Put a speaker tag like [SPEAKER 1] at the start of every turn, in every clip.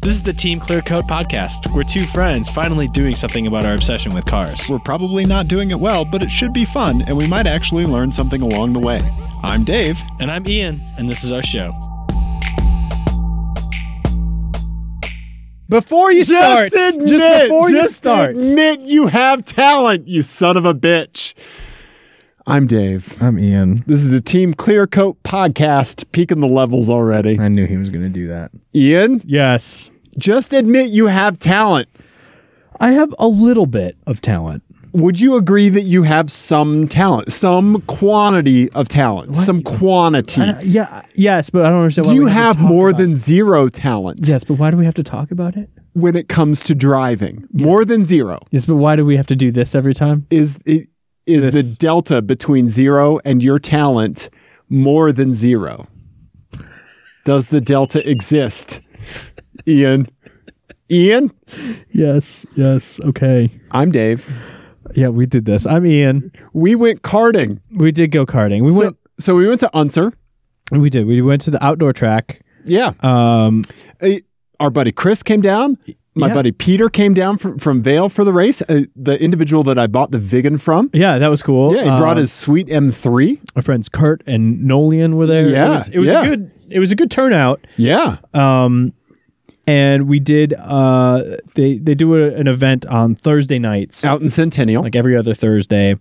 [SPEAKER 1] This is the Team Clear Coat podcast. We're two friends finally doing something about our obsession with cars.
[SPEAKER 2] We're probably not doing it well, but it should be fun, and we might actually learn something along the way. I'm Dave.
[SPEAKER 1] And I'm Ian, and this is our show.
[SPEAKER 3] Before you start, just, before you
[SPEAKER 2] just
[SPEAKER 3] start,
[SPEAKER 2] admit you have talent, you son of a bitch. I'm Dave.
[SPEAKER 3] I'm Ian.
[SPEAKER 2] This is a Team Clear Coat podcast, peaking the levels already.
[SPEAKER 3] I knew he was going to do that.
[SPEAKER 2] Ian,
[SPEAKER 3] Yes,
[SPEAKER 2] just admit you have talent.
[SPEAKER 3] I have a little bit of talent.
[SPEAKER 2] Would you agree that you have some talent, some quantity of talent, some quantity?
[SPEAKER 3] Uh, Yeah, yes, but I don't understand.
[SPEAKER 2] Do
[SPEAKER 3] why
[SPEAKER 2] you
[SPEAKER 3] we to
[SPEAKER 2] have
[SPEAKER 3] talk
[SPEAKER 2] more
[SPEAKER 3] about
[SPEAKER 2] than
[SPEAKER 3] it.
[SPEAKER 2] zero talent
[SPEAKER 3] yes? But why do we have to talk about it?
[SPEAKER 2] when it comes to driving? More than zero.
[SPEAKER 3] Yes, but why do we have to do this every time?
[SPEAKER 2] is it is
[SPEAKER 3] This-
[SPEAKER 2] the delta between zero and your talent more than zero? Does the delta exist, Ian? Ian,
[SPEAKER 3] Yes, yes, okay.
[SPEAKER 2] I'm Dave.
[SPEAKER 3] Yeah, we did this. I'm Ian.
[SPEAKER 2] We went karting.
[SPEAKER 3] We did go karting. We
[SPEAKER 2] So,
[SPEAKER 3] went.
[SPEAKER 2] so we went to Unser.
[SPEAKER 3] We did. We went to the outdoor track.
[SPEAKER 2] Yeah,
[SPEAKER 3] Um,
[SPEAKER 2] Uh, our buddy Chris came down. My
[SPEAKER 3] Yeah.
[SPEAKER 2] buddy Peter came down from, from Vale for the race. Uh, the individual that I bought the Vigan from.
[SPEAKER 3] yeah, that was cool.
[SPEAKER 2] Yeah, he brought
[SPEAKER 3] Uh,
[SPEAKER 2] his sweet M3.
[SPEAKER 3] our friends Kurt and Nolian were there.
[SPEAKER 2] Yeah,
[SPEAKER 3] it was, it was
[SPEAKER 2] yeah.
[SPEAKER 3] a good. It was a good turnout.
[SPEAKER 2] Yeah,
[SPEAKER 3] um, and we did uh, they they do a, an event on Thursday nights,
[SPEAKER 2] out in Centennial.
[SPEAKER 3] like every other Thursday,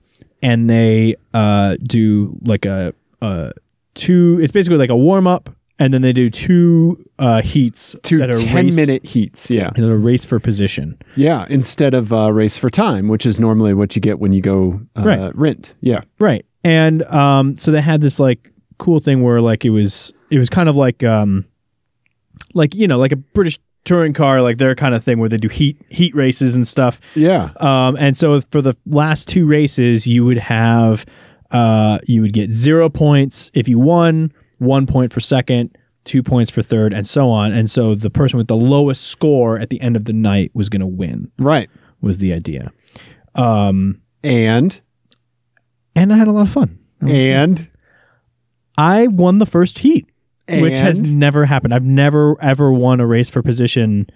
[SPEAKER 3] and they uh, do like a, a two. It's basically like a warm up, and then they do two uh, heats,
[SPEAKER 2] two
[SPEAKER 3] that are
[SPEAKER 2] 10
[SPEAKER 3] race,
[SPEAKER 2] minute heats. Yeah.
[SPEAKER 3] and a race for position.
[SPEAKER 2] Yeah, instead of uh, race for time, which is normally what you get when you go uh,
[SPEAKER 3] Right.
[SPEAKER 2] rent. Yeah,
[SPEAKER 3] Right. And um, so they had this like cool thing where like it was it was kind of like um like you know, like a British touring car, like their kind of thing where they do heat heat races and stuff.
[SPEAKER 2] yeah,
[SPEAKER 3] Um, and so for the last two races, you would have uh, you would get zero points if you won, one point for second, two points for third, and so on. And so the person with the lowest score at the end of the night was going to win.
[SPEAKER 2] right.
[SPEAKER 3] Was the idea. Um,
[SPEAKER 2] And
[SPEAKER 3] and I had a lot of fun. That was-
[SPEAKER 2] and
[SPEAKER 3] I won the first heat, which has
[SPEAKER 2] And?
[SPEAKER 3] never happened. I've never ever won a race for position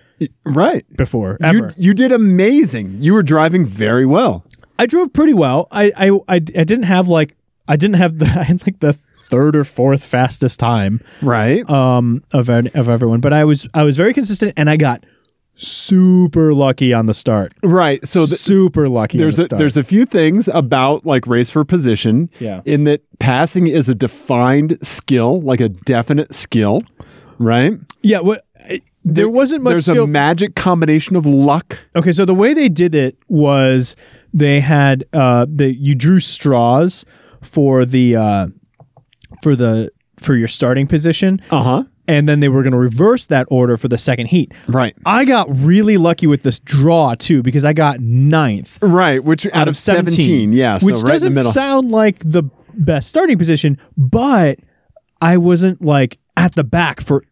[SPEAKER 2] right,
[SPEAKER 3] before. Ever.
[SPEAKER 2] you you did amazing. You were driving very well.
[SPEAKER 3] I drove pretty well. I I, I, I didn't have like I didn't have the I had like the third or fourth fastest time
[SPEAKER 2] Right,
[SPEAKER 3] um of an- of everyone, but I was I was very consistent and I got super lucky on the start.
[SPEAKER 2] right. So th-
[SPEAKER 3] super lucky.
[SPEAKER 2] there's
[SPEAKER 3] on the
[SPEAKER 2] a,
[SPEAKER 3] start.
[SPEAKER 2] there's a few things about like race for position.
[SPEAKER 3] Yeah.
[SPEAKER 2] in that passing is a defined skill, like a definite skill. Right.
[SPEAKER 3] yeah. What I- there wasn't much
[SPEAKER 2] There's
[SPEAKER 3] skill.
[SPEAKER 2] a magic combination of luck.
[SPEAKER 3] okay, so the way they did it was they had uh the you drew straws for the uh for the for your starting position,
[SPEAKER 2] Uh huh.
[SPEAKER 3] and then they were going to reverse that order for the second heat.
[SPEAKER 2] Right.
[SPEAKER 3] I got really lucky with this draw too because I got ninth
[SPEAKER 2] Right. Which out,
[SPEAKER 3] out
[SPEAKER 2] of 17, yeah, so
[SPEAKER 3] which
[SPEAKER 2] right in the
[SPEAKER 3] doesn't
[SPEAKER 2] middle.
[SPEAKER 3] sound like the best starting position, but I wasn't like at the back for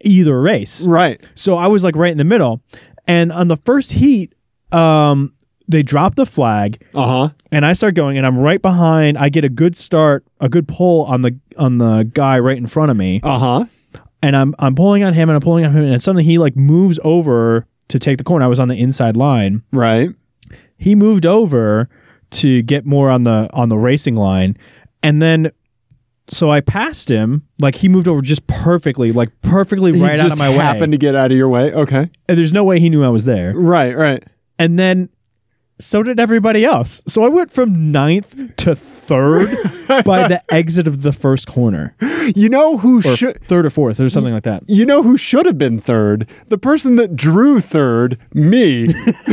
[SPEAKER 3] either race,
[SPEAKER 2] right.
[SPEAKER 3] so I was like right in the middle. And on the first heat, um, they dropped the flag,
[SPEAKER 2] Uh huh.
[SPEAKER 3] and I start going, and I'm right behind. I get a good start, a good pull on the on the guy right in front of me,
[SPEAKER 2] Uh huh.
[SPEAKER 3] and I'm I'm pulling on him and I'm pulling on him and suddenly he like moves over to take the corner. I was on the inside line.
[SPEAKER 2] Right.
[SPEAKER 3] He moved over to get more on the on the racing line and then so I passed him like he moved over just perfectly like perfectly
[SPEAKER 2] He
[SPEAKER 3] right out
[SPEAKER 2] just
[SPEAKER 3] of my
[SPEAKER 2] happened
[SPEAKER 3] way.
[SPEAKER 2] to get out of your way. Okay.
[SPEAKER 3] And there's no way he knew I was there.
[SPEAKER 2] Right. Right.
[SPEAKER 3] And then so did everybody else. So I went from ninth to third by the exit of the first corner,
[SPEAKER 2] You know who
[SPEAKER 3] or
[SPEAKER 2] should.
[SPEAKER 3] third or fourth, or something like that.
[SPEAKER 2] You know who should have been third? The person that drew third, me.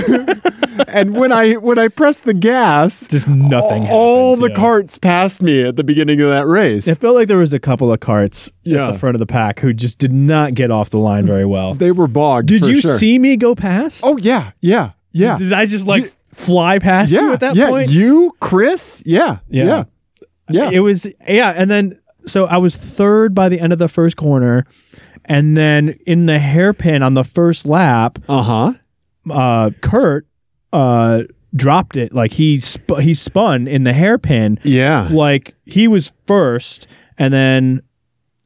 [SPEAKER 2] and when I when I pressed the gas,
[SPEAKER 3] Just nothing.
[SPEAKER 2] all
[SPEAKER 3] happened,
[SPEAKER 2] the
[SPEAKER 3] yeah.
[SPEAKER 2] carts passed me at the beginning of that race.
[SPEAKER 3] It felt like there was a couple of carts
[SPEAKER 2] Yeah.
[SPEAKER 3] at the front of the pack who just did not get off the line very well.
[SPEAKER 2] they were bogged.
[SPEAKER 3] Did
[SPEAKER 2] for
[SPEAKER 3] you
[SPEAKER 2] sure.
[SPEAKER 3] see me go past?
[SPEAKER 2] Oh yeah, yeah, yeah,
[SPEAKER 3] Did I just like fly past
[SPEAKER 2] yeah.
[SPEAKER 3] you at that
[SPEAKER 2] yeah.
[SPEAKER 3] point?
[SPEAKER 2] You, Chris, yeah,
[SPEAKER 3] Yeah.
[SPEAKER 2] yeah, yeah.
[SPEAKER 3] It was yeah, and then so I was third by the end of the first corner, and then in the hairpin on the first lap,
[SPEAKER 2] uh huh.
[SPEAKER 3] uh, Kurt uh, dropped it like he sp- he spun in the hairpin
[SPEAKER 2] Yeah.
[SPEAKER 3] like he was first and then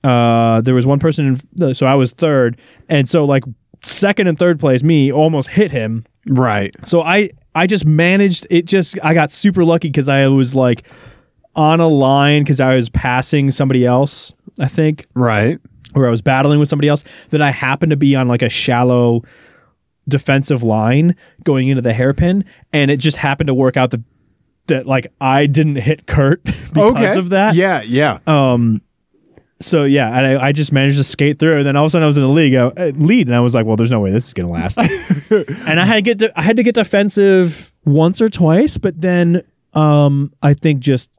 [SPEAKER 3] uh there was one person in so i was third and so like second and third place, me, almost hit him.
[SPEAKER 2] Right.
[SPEAKER 3] So I I just managed it just I got super lucky cuz I was like on a line cuz I was passing somebody else, I think,
[SPEAKER 2] Right.
[SPEAKER 3] or I was battling with somebody else that I happened to be on like a shallow defensive line going into the hairpin and it just happened to work out that that like I didn't hit Kurt because
[SPEAKER 2] okay.
[SPEAKER 3] of that.
[SPEAKER 2] Yeah. Yeah.
[SPEAKER 3] Um, so yeah, and I, I just managed to skate through, and then all of a sudden I was in the league uh, lead, and I was like, "Well, there's no way this is gonna last." and I had to get de- I had to get defensive once or twice, but then um, I think just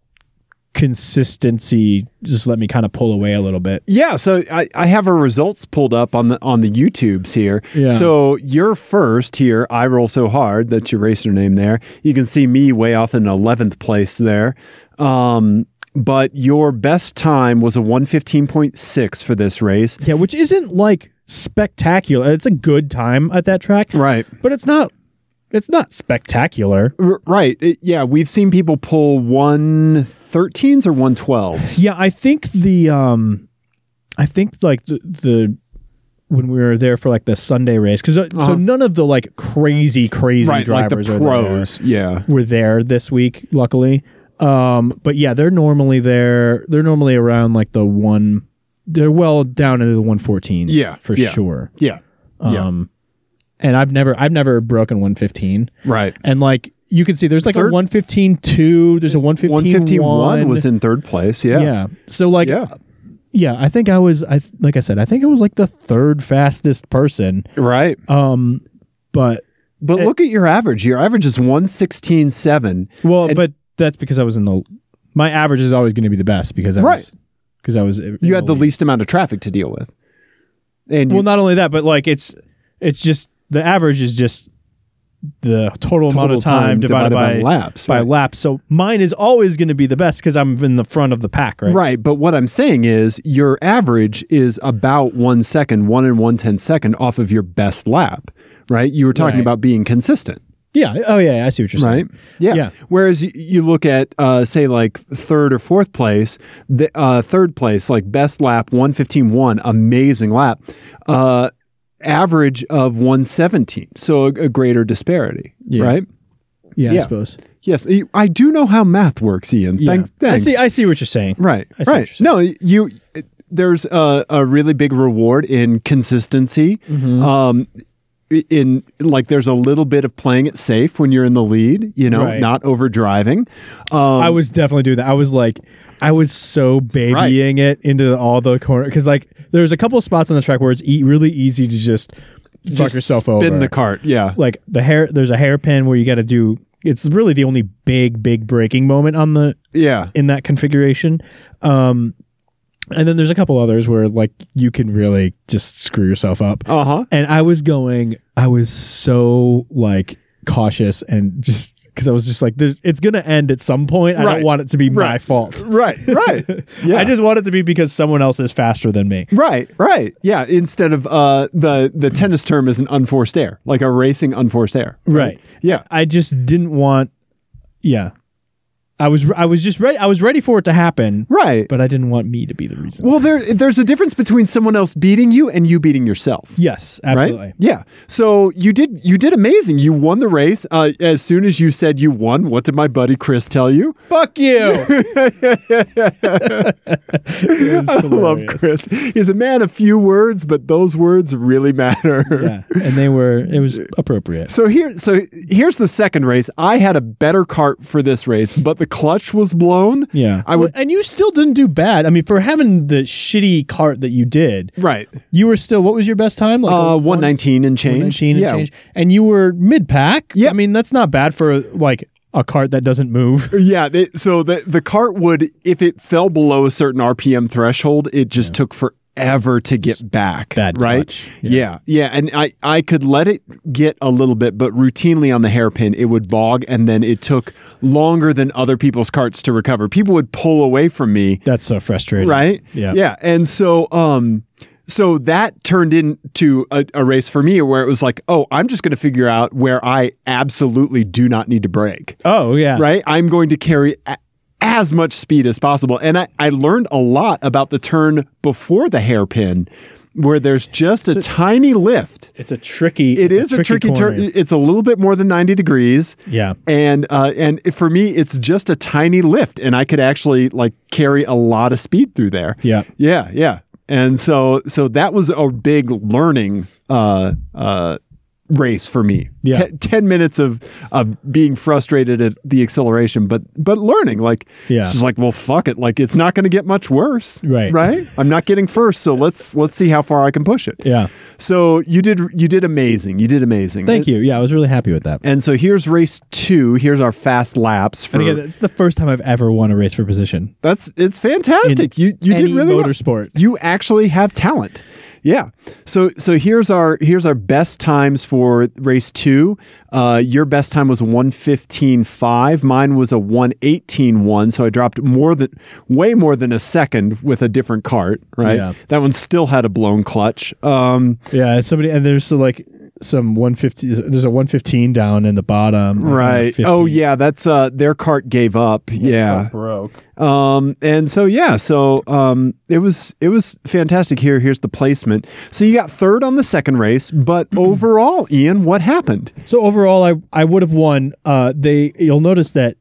[SPEAKER 3] consistency just let me kind of pull away a little bit.
[SPEAKER 2] Yeah, so I, I have our results pulled up on the on the YouTubes here.
[SPEAKER 3] Yeah.
[SPEAKER 2] So you're first here. I roll so hard that's your racer name there. You can see me way off in eleventh place there. Um, but your best time was a one fifteen point six for this race.
[SPEAKER 3] Yeah, which isn't like spectacular. It's a good time at that track,
[SPEAKER 2] Right.
[SPEAKER 3] but it's not it's not spectacular.
[SPEAKER 2] R- right. It- yeah, we've seen people pull one thirteens or one twelves.
[SPEAKER 3] Yeah, I think the um, I think like the the when we were there for like the Sunday race because so
[SPEAKER 2] Uh-huh.
[SPEAKER 3] none of the like crazy crazy
[SPEAKER 2] Right, like the
[SPEAKER 3] drivers are there,
[SPEAKER 2] pros. Yeah.
[SPEAKER 3] were there this week. Luckily, um, but yeah, they're normally there. They're normally around like the one. They're well down into the one fourteen.
[SPEAKER 2] Yeah,
[SPEAKER 3] for
[SPEAKER 2] yeah.
[SPEAKER 3] sure.
[SPEAKER 2] Yeah. Yeah.
[SPEAKER 3] Um, and I've never I've never broken one fifteen
[SPEAKER 2] Right.
[SPEAKER 3] and like. You can see there's like a
[SPEAKER 2] Third-
[SPEAKER 3] 115.2, there's a 115.1.
[SPEAKER 2] One fifty one was in third place. Yeah.
[SPEAKER 3] yeah. So like
[SPEAKER 2] Yeah.
[SPEAKER 3] yeah i think i was i th- like i said i think i was like the third fastest person
[SPEAKER 2] Right.
[SPEAKER 3] um but
[SPEAKER 2] But look at your average. Your average is one sixteen seven.
[SPEAKER 3] well but that's because i was in the my average is always going to be the best because i
[SPEAKER 2] Right.
[SPEAKER 3] was because i was in
[SPEAKER 2] You had the
[SPEAKER 3] lead.
[SPEAKER 2] least amount of traffic to deal with. And
[SPEAKER 3] well
[SPEAKER 2] you-
[SPEAKER 3] not only that but like it's it's just the average is just the total, amount
[SPEAKER 2] total
[SPEAKER 3] of time, divided, by,
[SPEAKER 2] laps.
[SPEAKER 3] by
[SPEAKER 2] right.
[SPEAKER 3] laps so mine is always going to be the best because i'm in the front of the pack right
[SPEAKER 2] Right, But what I'm saying is your average is about one second, one and one ten second off of your best lap. Right. You were talking
[SPEAKER 3] Right.
[SPEAKER 2] about being consistent.
[SPEAKER 3] yeah oh yeah i see what you're
[SPEAKER 2] Right. Yeah.
[SPEAKER 3] Yeah.
[SPEAKER 2] Whereas y- you look at, uh, say, like third or fourth place, the, uh, third place, like best lap, 115.1, amazing lap, uh, average of 117. So a, a greater disparity,
[SPEAKER 3] Yeah.
[SPEAKER 2] right?
[SPEAKER 3] yeah,
[SPEAKER 2] Yeah.
[SPEAKER 3] i suppose
[SPEAKER 2] Yes. y- I do know how math works, Ian.
[SPEAKER 3] yeah.
[SPEAKER 2] Thanks. thanks.
[SPEAKER 3] i see i see what you're saying
[SPEAKER 2] right.
[SPEAKER 3] I see what
[SPEAKER 2] right.
[SPEAKER 3] you're
[SPEAKER 2] No, you. it- There's a, a really big reward in consistency.
[SPEAKER 3] Mm-hmm.
[SPEAKER 2] Um, i- in like, there's a little bit of playing it safe when you're in the lead. You know,
[SPEAKER 3] Right.
[SPEAKER 2] not over driving. Um,
[SPEAKER 3] I was definitely doing that. I was like, I was so babying it into all the corner because like there's a couple of spots on the track where it's e- really easy to just, fuck
[SPEAKER 2] Just
[SPEAKER 3] yourself
[SPEAKER 2] spin
[SPEAKER 3] over.
[SPEAKER 2] the cart. Yeah.
[SPEAKER 3] like the hair, there's a hairpin where you got to do. It's really the only big, big breaking moment on the
[SPEAKER 2] Yeah.
[SPEAKER 3] in that configuration. Um, and then there's a couple others where like you can really just screw yourself up.
[SPEAKER 2] Uh huh.
[SPEAKER 3] And I was going, I was so like cautious and just because I was just like, there's- it's gonna end at some point. I
[SPEAKER 2] Right.
[SPEAKER 3] don't want it to be my
[SPEAKER 2] Right.
[SPEAKER 3] fault.
[SPEAKER 2] Right. Right. Yeah.
[SPEAKER 3] I just want it to be because someone else is faster than me.
[SPEAKER 2] Right, right, yeah. Instead of uh, the the tennis term is an unforced air, like a racing unforced air.
[SPEAKER 3] Right.
[SPEAKER 2] Yeah.
[SPEAKER 3] I just didn't want. Yeah, I was I was just ready. I was ready for it to happen,
[SPEAKER 2] Right.
[SPEAKER 3] but I didn't want me to be the reason.
[SPEAKER 2] well, there there's a difference between someone else beating you and you beating yourself.
[SPEAKER 3] yes,
[SPEAKER 2] Right.
[SPEAKER 3] absolutely.
[SPEAKER 2] Yeah. So you did you did amazing. You won the race. Uh, as soon as you said you won, what did my buddy Chris tell you?
[SPEAKER 3] Fuck you.
[SPEAKER 2] I love Chris. He's a man of few words, but those words really matter.
[SPEAKER 3] Yeah, and they were. It was appropriate.
[SPEAKER 2] So here, so here's the second race. I had a better cart for this race, but the clutch was blown.
[SPEAKER 3] Yeah,
[SPEAKER 2] I would-
[SPEAKER 3] and you still didn't do bad. I mean, for having the shitty cart that you did,
[SPEAKER 2] Right.
[SPEAKER 3] you were still. What was your best time? Like
[SPEAKER 2] Uh,
[SPEAKER 3] a-
[SPEAKER 2] one nineteen and
[SPEAKER 3] one
[SPEAKER 2] change.
[SPEAKER 3] nineteen and
[SPEAKER 2] yeah.
[SPEAKER 3] change, and you were mid pack.
[SPEAKER 2] Yeah.
[SPEAKER 3] I mean that's not bad for like a cart that doesn't move.
[SPEAKER 2] Yeah. They, so the the cart would, if it fell below a certain RPM threshold, it just took forever to get back.
[SPEAKER 3] bad
[SPEAKER 2] right.
[SPEAKER 3] clutch.
[SPEAKER 2] Yeah. yeah, and I I could let it get a little bit, but routinely on the hairpin it would bog, and then it took longer than other people's carts to recover. People would pull away from me,
[SPEAKER 3] That's so frustrating.
[SPEAKER 2] right?
[SPEAKER 3] Yeah.
[SPEAKER 2] Yeah. And so, um, so that turned into a, a race for me where it was like, oh, I'm just going to figure out where I absolutely do not need to brake,
[SPEAKER 3] Oh yeah.
[SPEAKER 2] right? I'm going to carry. A- as much speed as possible. And I, I learned a lot about the turn before the hairpin where there's just a, tiny lift.
[SPEAKER 3] It's a tricky.
[SPEAKER 2] It is a tricky, turn.
[SPEAKER 3] corner.
[SPEAKER 2] It's a little bit more than 90 degrees.
[SPEAKER 3] Yeah.
[SPEAKER 2] And uh, and for me, it's just a tiny lift, and I could actually like carry a lot of speed through there.
[SPEAKER 3] Yeah.
[SPEAKER 2] Yeah, yeah. And so so that was a big learning uh uh race for me.
[SPEAKER 3] Yeah.
[SPEAKER 2] Ten- 10 minutes of of being frustrated at the acceleration, but but learning like
[SPEAKER 3] Yeah.
[SPEAKER 2] it's just like, well fuck it, like it's not going to get much worse.
[SPEAKER 3] Right.
[SPEAKER 2] Right? I'm not getting first, so let's let's see how far I can push it.
[SPEAKER 3] Yeah.
[SPEAKER 2] So you did you did amazing. You did amazing.
[SPEAKER 3] Thank you. Yeah, I was really happy with that.
[SPEAKER 2] And so here's race 2. Here's our fast laps for
[SPEAKER 3] And again, it's the first time I've ever won a race for position.
[SPEAKER 2] That's it's fantastic. you you did
[SPEAKER 3] Any
[SPEAKER 2] really well.
[SPEAKER 3] motorsport.
[SPEAKER 2] You actually have talent. Yeah. So so here's our here's our best times for race two. Uh, your best time was one fifteen five. Mine was a one eighteen one. So I dropped more than way more than a second with a different cart. Right.
[SPEAKER 3] Yeah.
[SPEAKER 2] That one still had a blown clutch. Um,
[SPEAKER 3] Yeah, and somebody and there's like some 150 there's a 115 down in the bottom. like,
[SPEAKER 2] right.
[SPEAKER 3] 150.
[SPEAKER 2] Oh yeah. That's uh, their cart gave up. Yeah.
[SPEAKER 3] Broke.
[SPEAKER 2] Um, and so yeah, so um, it was it was fantastic. Here, here's the placement. So you got third on the second race, but
[SPEAKER 3] Hmm.
[SPEAKER 2] overall, Ian, what happened?
[SPEAKER 3] So overall I I would have won. Uh they you'll notice that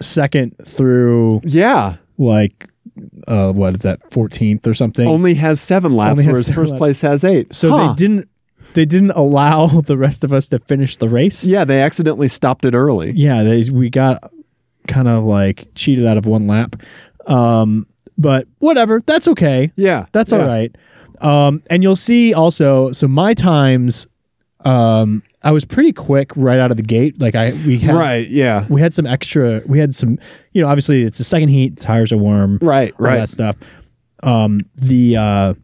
[SPEAKER 3] second through
[SPEAKER 2] Yeah,
[SPEAKER 3] like uh what is that 14th or something.
[SPEAKER 2] only has seven laps,
[SPEAKER 3] Only has
[SPEAKER 2] whereas
[SPEAKER 3] seven
[SPEAKER 2] first
[SPEAKER 3] laps.
[SPEAKER 2] place has eight.
[SPEAKER 3] so
[SPEAKER 2] Oh, Huh.
[SPEAKER 3] they didn't they didn't allow the rest of us to finish the race.
[SPEAKER 2] Yeah, they accidentally stopped it early.
[SPEAKER 3] yeah, they, we got kind of like cheated out of one lap. Um, but whatever, that's okay.
[SPEAKER 2] Yeah,
[SPEAKER 3] That's
[SPEAKER 2] yeah.
[SPEAKER 3] all right. Um, and you'll see also. So my times, um, I was pretty quick right out of the gate. Like I, we had,
[SPEAKER 2] Right. Yeah.
[SPEAKER 3] we had some extra. We had some. You know, obviously it's the second heat. Tires are warm.
[SPEAKER 2] Right.
[SPEAKER 3] All
[SPEAKER 2] Right.
[SPEAKER 3] that stuff. Um, the uh,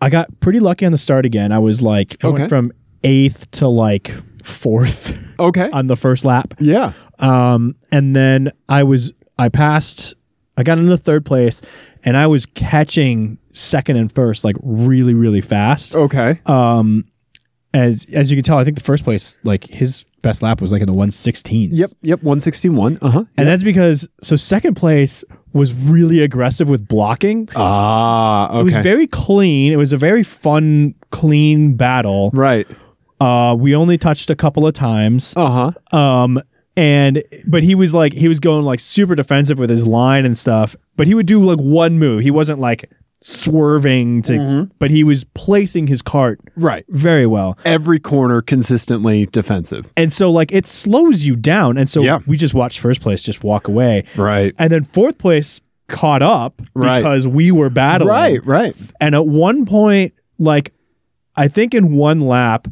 [SPEAKER 3] I got pretty lucky on the start again. I was like, I
[SPEAKER 2] Okay.
[SPEAKER 3] went from eighth to like fourth
[SPEAKER 2] Okay.
[SPEAKER 3] on the first lap.
[SPEAKER 2] yeah.
[SPEAKER 3] Um, and then I was I passed I got into third place and I was catching second and first like really, really fast.
[SPEAKER 2] Okay.
[SPEAKER 3] Um as as you can tell, I think the first place, like his best lap was like in the one sixteen.
[SPEAKER 2] Yep. Yep. One sixty one. Uh huh.
[SPEAKER 3] And that's because so second place was really aggressive with blocking.
[SPEAKER 2] Ah. Okay.
[SPEAKER 3] It was very clean. It was a very fun, clean battle.
[SPEAKER 2] right.
[SPEAKER 3] Uh, we only touched a couple of times.
[SPEAKER 2] Uh huh.
[SPEAKER 3] Um, and but he was like he was going like super defensive with his line and stuff. But he would do like one move. He wasn't like swerving to,
[SPEAKER 2] Mm-hmm.
[SPEAKER 3] but he was placing his cart
[SPEAKER 2] Right.
[SPEAKER 3] very well.
[SPEAKER 2] Every corner consistently defensive.
[SPEAKER 3] And so like it slows you down. And so
[SPEAKER 2] Yeah.
[SPEAKER 3] we just watched first place just walk away,
[SPEAKER 2] Right.
[SPEAKER 3] and then fourth place caught up
[SPEAKER 2] Right.
[SPEAKER 3] because we were battling.
[SPEAKER 2] Right. Right.
[SPEAKER 3] And at one point, like I think in one lap,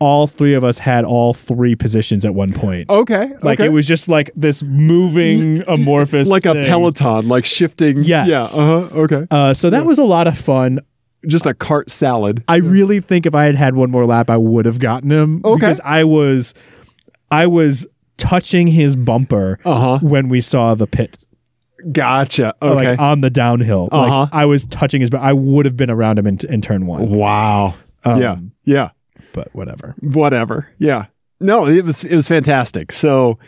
[SPEAKER 3] all three of us had all three positions at one point.
[SPEAKER 2] Okay.
[SPEAKER 3] Like
[SPEAKER 2] okay.
[SPEAKER 3] it was just like this moving amorphous,
[SPEAKER 2] like a
[SPEAKER 3] thing.
[SPEAKER 2] peloton, like shifting.
[SPEAKER 3] Yes.
[SPEAKER 2] Yeah. Uh huh. Okay.
[SPEAKER 3] Uh, so that was a lot of fun.
[SPEAKER 2] Just a cart salad.
[SPEAKER 3] I really think if I had had one more lap, I would have gotten him.
[SPEAKER 2] Okay.
[SPEAKER 3] because I was, I was touching his bumper
[SPEAKER 2] Uh huh.
[SPEAKER 3] when we saw the pit,
[SPEAKER 2] Gotcha. Okay.
[SPEAKER 3] like on the downhill. Like,
[SPEAKER 2] Uh-huh.
[SPEAKER 3] I was touching his, but I would have been around him in, in turn one.
[SPEAKER 2] wow.
[SPEAKER 3] Um,
[SPEAKER 2] yeah. Yeah.
[SPEAKER 3] but whatever.
[SPEAKER 2] Whatever. Yeah. No, it was it was fantastic. So,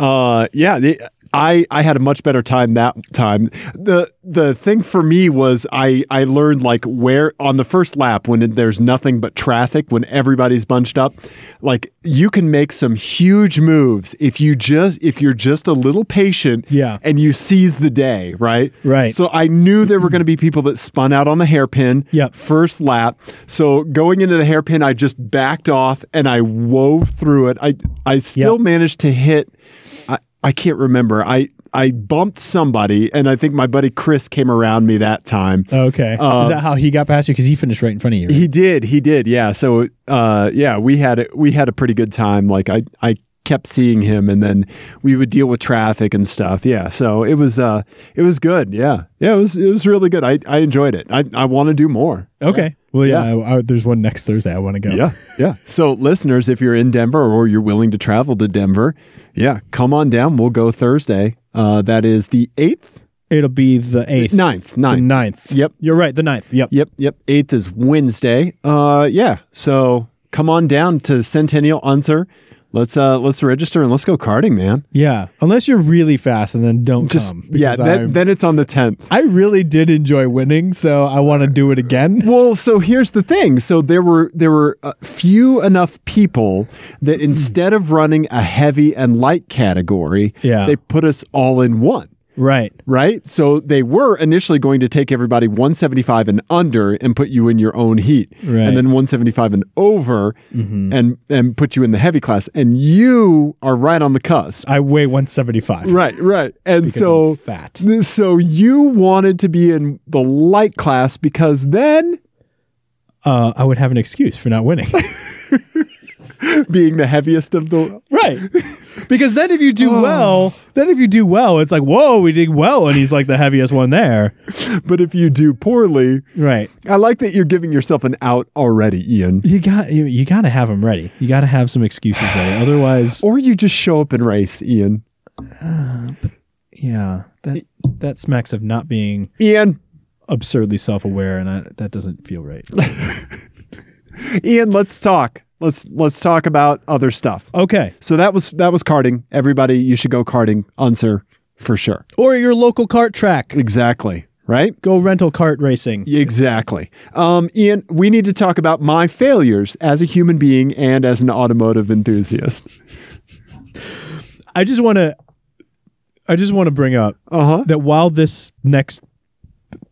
[SPEAKER 2] uh, yeah, the, I I had a much better time that time. the The thing for me was I I learned like where on the first lap when there's nothing but traffic when everybody's bunched up, like you can make some huge moves if you just if you're just a little patient.
[SPEAKER 3] Yeah.
[SPEAKER 2] and you seize the day, right?
[SPEAKER 3] Right.
[SPEAKER 2] So I knew there were going to be people that spun out on the hairpin
[SPEAKER 3] Yep.
[SPEAKER 2] first lap. So going into the hairpin, I just backed off and I wove through it. I I still
[SPEAKER 3] Yep.
[SPEAKER 2] managed to hit. I, I can't remember. I I bumped somebody, and I think my buddy Chris came around me that time.
[SPEAKER 3] Okay.
[SPEAKER 2] Uh,
[SPEAKER 3] Is that how he got past you? Because he finished right in front of you. right?
[SPEAKER 2] He did. He did. Yeah. So uh, yeah, we had a- we had a pretty good time. Like I I kept seeing him, and then we would deal with traffic and stuff. Yeah. So it was uh it was good. Yeah. Yeah. It was it was really good. I I enjoyed it. I I want to do more.
[SPEAKER 3] Okay. Well, yeah. I, I, there's one next Thursday. I want to go.
[SPEAKER 2] Yeah. Yeah. So listeners, if you're in Denver or you're willing to travel to Denver, yeah, come on down. We'll go Thursday. Uh, that is the eighth,
[SPEAKER 3] It'll be the eighth,
[SPEAKER 2] ninth,
[SPEAKER 3] the
[SPEAKER 2] ninth.
[SPEAKER 3] ninth.
[SPEAKER 2] Yep.
[SPEAKER 3] You're right. The ninth. Yep.
[SPEAKER 2] Yep, yep. Eighth is Wednesday. Uh, yeah. So come on down to Centennial Unser. Let's uh let's register and let's go karting, man.
[SPEAKER 3] Yeah, unless you're really fast, and then don't
[SPEAKER 2] Just
[SPEAKER 3] come.
[SPEAKER 2] yeah,
[SPEAKER 3] Um, because
[SPEAKER 2] then,
[SPEAKER 3] I'm-
[SPEAKER 2] then it's on the tenth.
[SPEAKER 3] I really did enjoy winning, so I want to do it again.
[SPEAKER 2] Well, so here's the thing. So there were there were uh, few enough people that instead of running a heavy and light category,
[SPEAKER 3] Yeah.
[SPEAKER 2] they put us all in one.
[SPEAKER 3] Right.
[SPEAKER 2] Right? So they were initially going to take everybody 175 and under and put you in your own heat.
[SPEAKER 3] Right. Mm-hmm.
[SPEAKER 2] And then 175 and over and and put you in the heavy class and you are right on the cusp.
[SPEAKER 3] I weigh 175.
[SPEAKER 2] Right, right. And
[SPEAKER 3] Because
[SPEAKER 2] so
[SPEAKER 3] I'm fat.
[SPEAKER 2] so you wanted to be in the light class because then
[SPEAKER 3] Uh, I would have an excuse for not winning.
[SPEAKER 2] being the heaviest of the
[SPEAKER 3] right. Because then if you do well, then if you do well, it's like, whoa, we did well. And he's like the heaviest one there.
[SPEAKER 2] but if you do poorly
[SPEAKER 3] Right.
[SPEAKER 2] i like that you're giving yourself an out already ian
[SPEAKER 3] You got you, you got to have him ready. You got to have some excuses ready. Otherwise, uh,
[SPEAKER 2] or you just show up and race ian
[SPEAKER 3] yeah, that that smacks of not being
[SPEAKER 2] ian
[SPEAKER 3] absurdly self-aware and I, that doesn't feel right.
[SPEAKER 2] ian let's talk let's let's talk about other stuff
[SPEAKER 3] Okay.
[SPEAKER 2] so that was that was karting everybody you should go karting unser for sure
[SPEAKER 3] Or your local cart track.
[SPEAKER 2] exactly right
[SPEAKER 3] Go rental cart racing.
[SPEAKER 2] Exactly. Um, Ian, we need to talk about my failures as a human being and as an automotive enthusiast.
[SPEAKER 3] I just want to I just want to bring up
[SPEAKER 2] Uh huh.
[SPEAKER 3] that while this next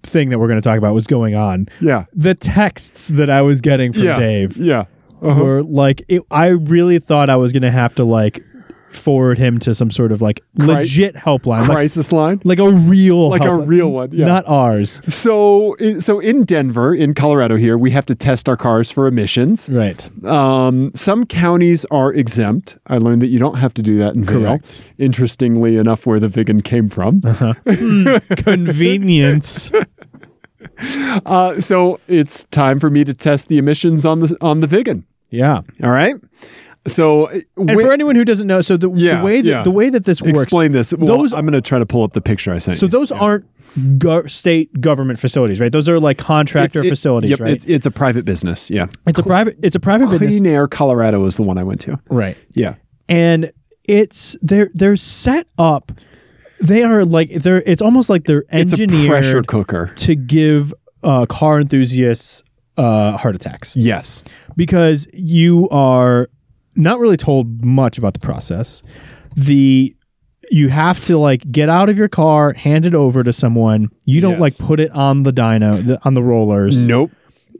[SPEAKER 3] thing that we're going to talk about was going on,
[SPEAKER 2] Yeah.
[SPEAKER 3] the texts that I was getting from
[SPEAKER 2] yeah.
[SPEAKER 3] Dave
[SPEAKER 2] Yeah. Uh-huh.
[SPEAKER 3] were like, it, I really thought I was going to have to like forward him to some sort of like legit helpline, like,
[SPEAKER 2] Crisis line.
[SPEAKER 3] like a real,
[SPEAKER 2] Like a
[SPEAKER 3] helpline,
[SPEAKER 2] real one, yeah.
[SPEAKER 3] not ours,
[SPEAKER 2] So, i- so in Denver, in Colorado, here we have to test our cars for emissions.
[SPEAKER 3] right?
[SPEAKER 2] Um, some counties are exempt. I learned that you don't have to do that in Vail.
[SPEAKER 3] Correct. Uh-huh.
[SPEAKER 2] Interestingly enough, where the vegan came from.
[SPEAKER 3] Convenience.
[SPEAKER 2] Uh, so it's time for me to test the emissions on the on the vegan.
[SPEAKER 3] yeah.
[SPEAKER 2] All right. So, uh,
[SPEAKER 3] And
[SPEAKER 2] wi-
[SPEAKER 3] for anyone who doesn't know, so the,
[SPEAKER 2] Yeah,
[SPEAKER 3] the way that
[SPEAKER 2] yeah.
[SPEAKER 3] the way that this works,
[SPEAKER 2] explain this. Well,
[SPEAKER 3] Those-
[SPEAKER 2] I'm going to try to pull up the picture I sent.
[SPEAKER 3] so
[SPEAKER 2] you.
[SPEAKER 3] those aren't go- state government facilities, right? Those are like contractor
[SPEAKER 2] It-
[SPEAKER 3] facilities,
[SPEAKER 2] yep,
[SPEAKER 3] right?
[SPEAKER 2] It's, it's a private business. Yeah.
[SPEAKER 3] It's a private. It's a private business,
[SPEAKER 2] Clean Air Colorado is the one I went to.
[SPEAKER 3] right?
[SPEAKER 2] Yeah.
[SPEAKER 3] And it's they're they're set up. They are like they're. It's almost like they're
[SPEAKER 2] It's a pressure
[SPEAKER 3] engineered
[SPEAKER 2] cooker.
[SPEAKER 3] to give uh, car enthusiasts uh, heart attacks
[SPEAKER 2] Yes.
[SPEAKER 3] because you are not really told much about the process. The you have to like get out of your car, hand it over to someone. You don't
[SPEAKER 2] Yes.
[SPEAKER 3] like
[SPEAKER 2] Mm.
[SPEAKER 3] put it on the dyno the, on the rollers.
[SPEAKER 2] Nope.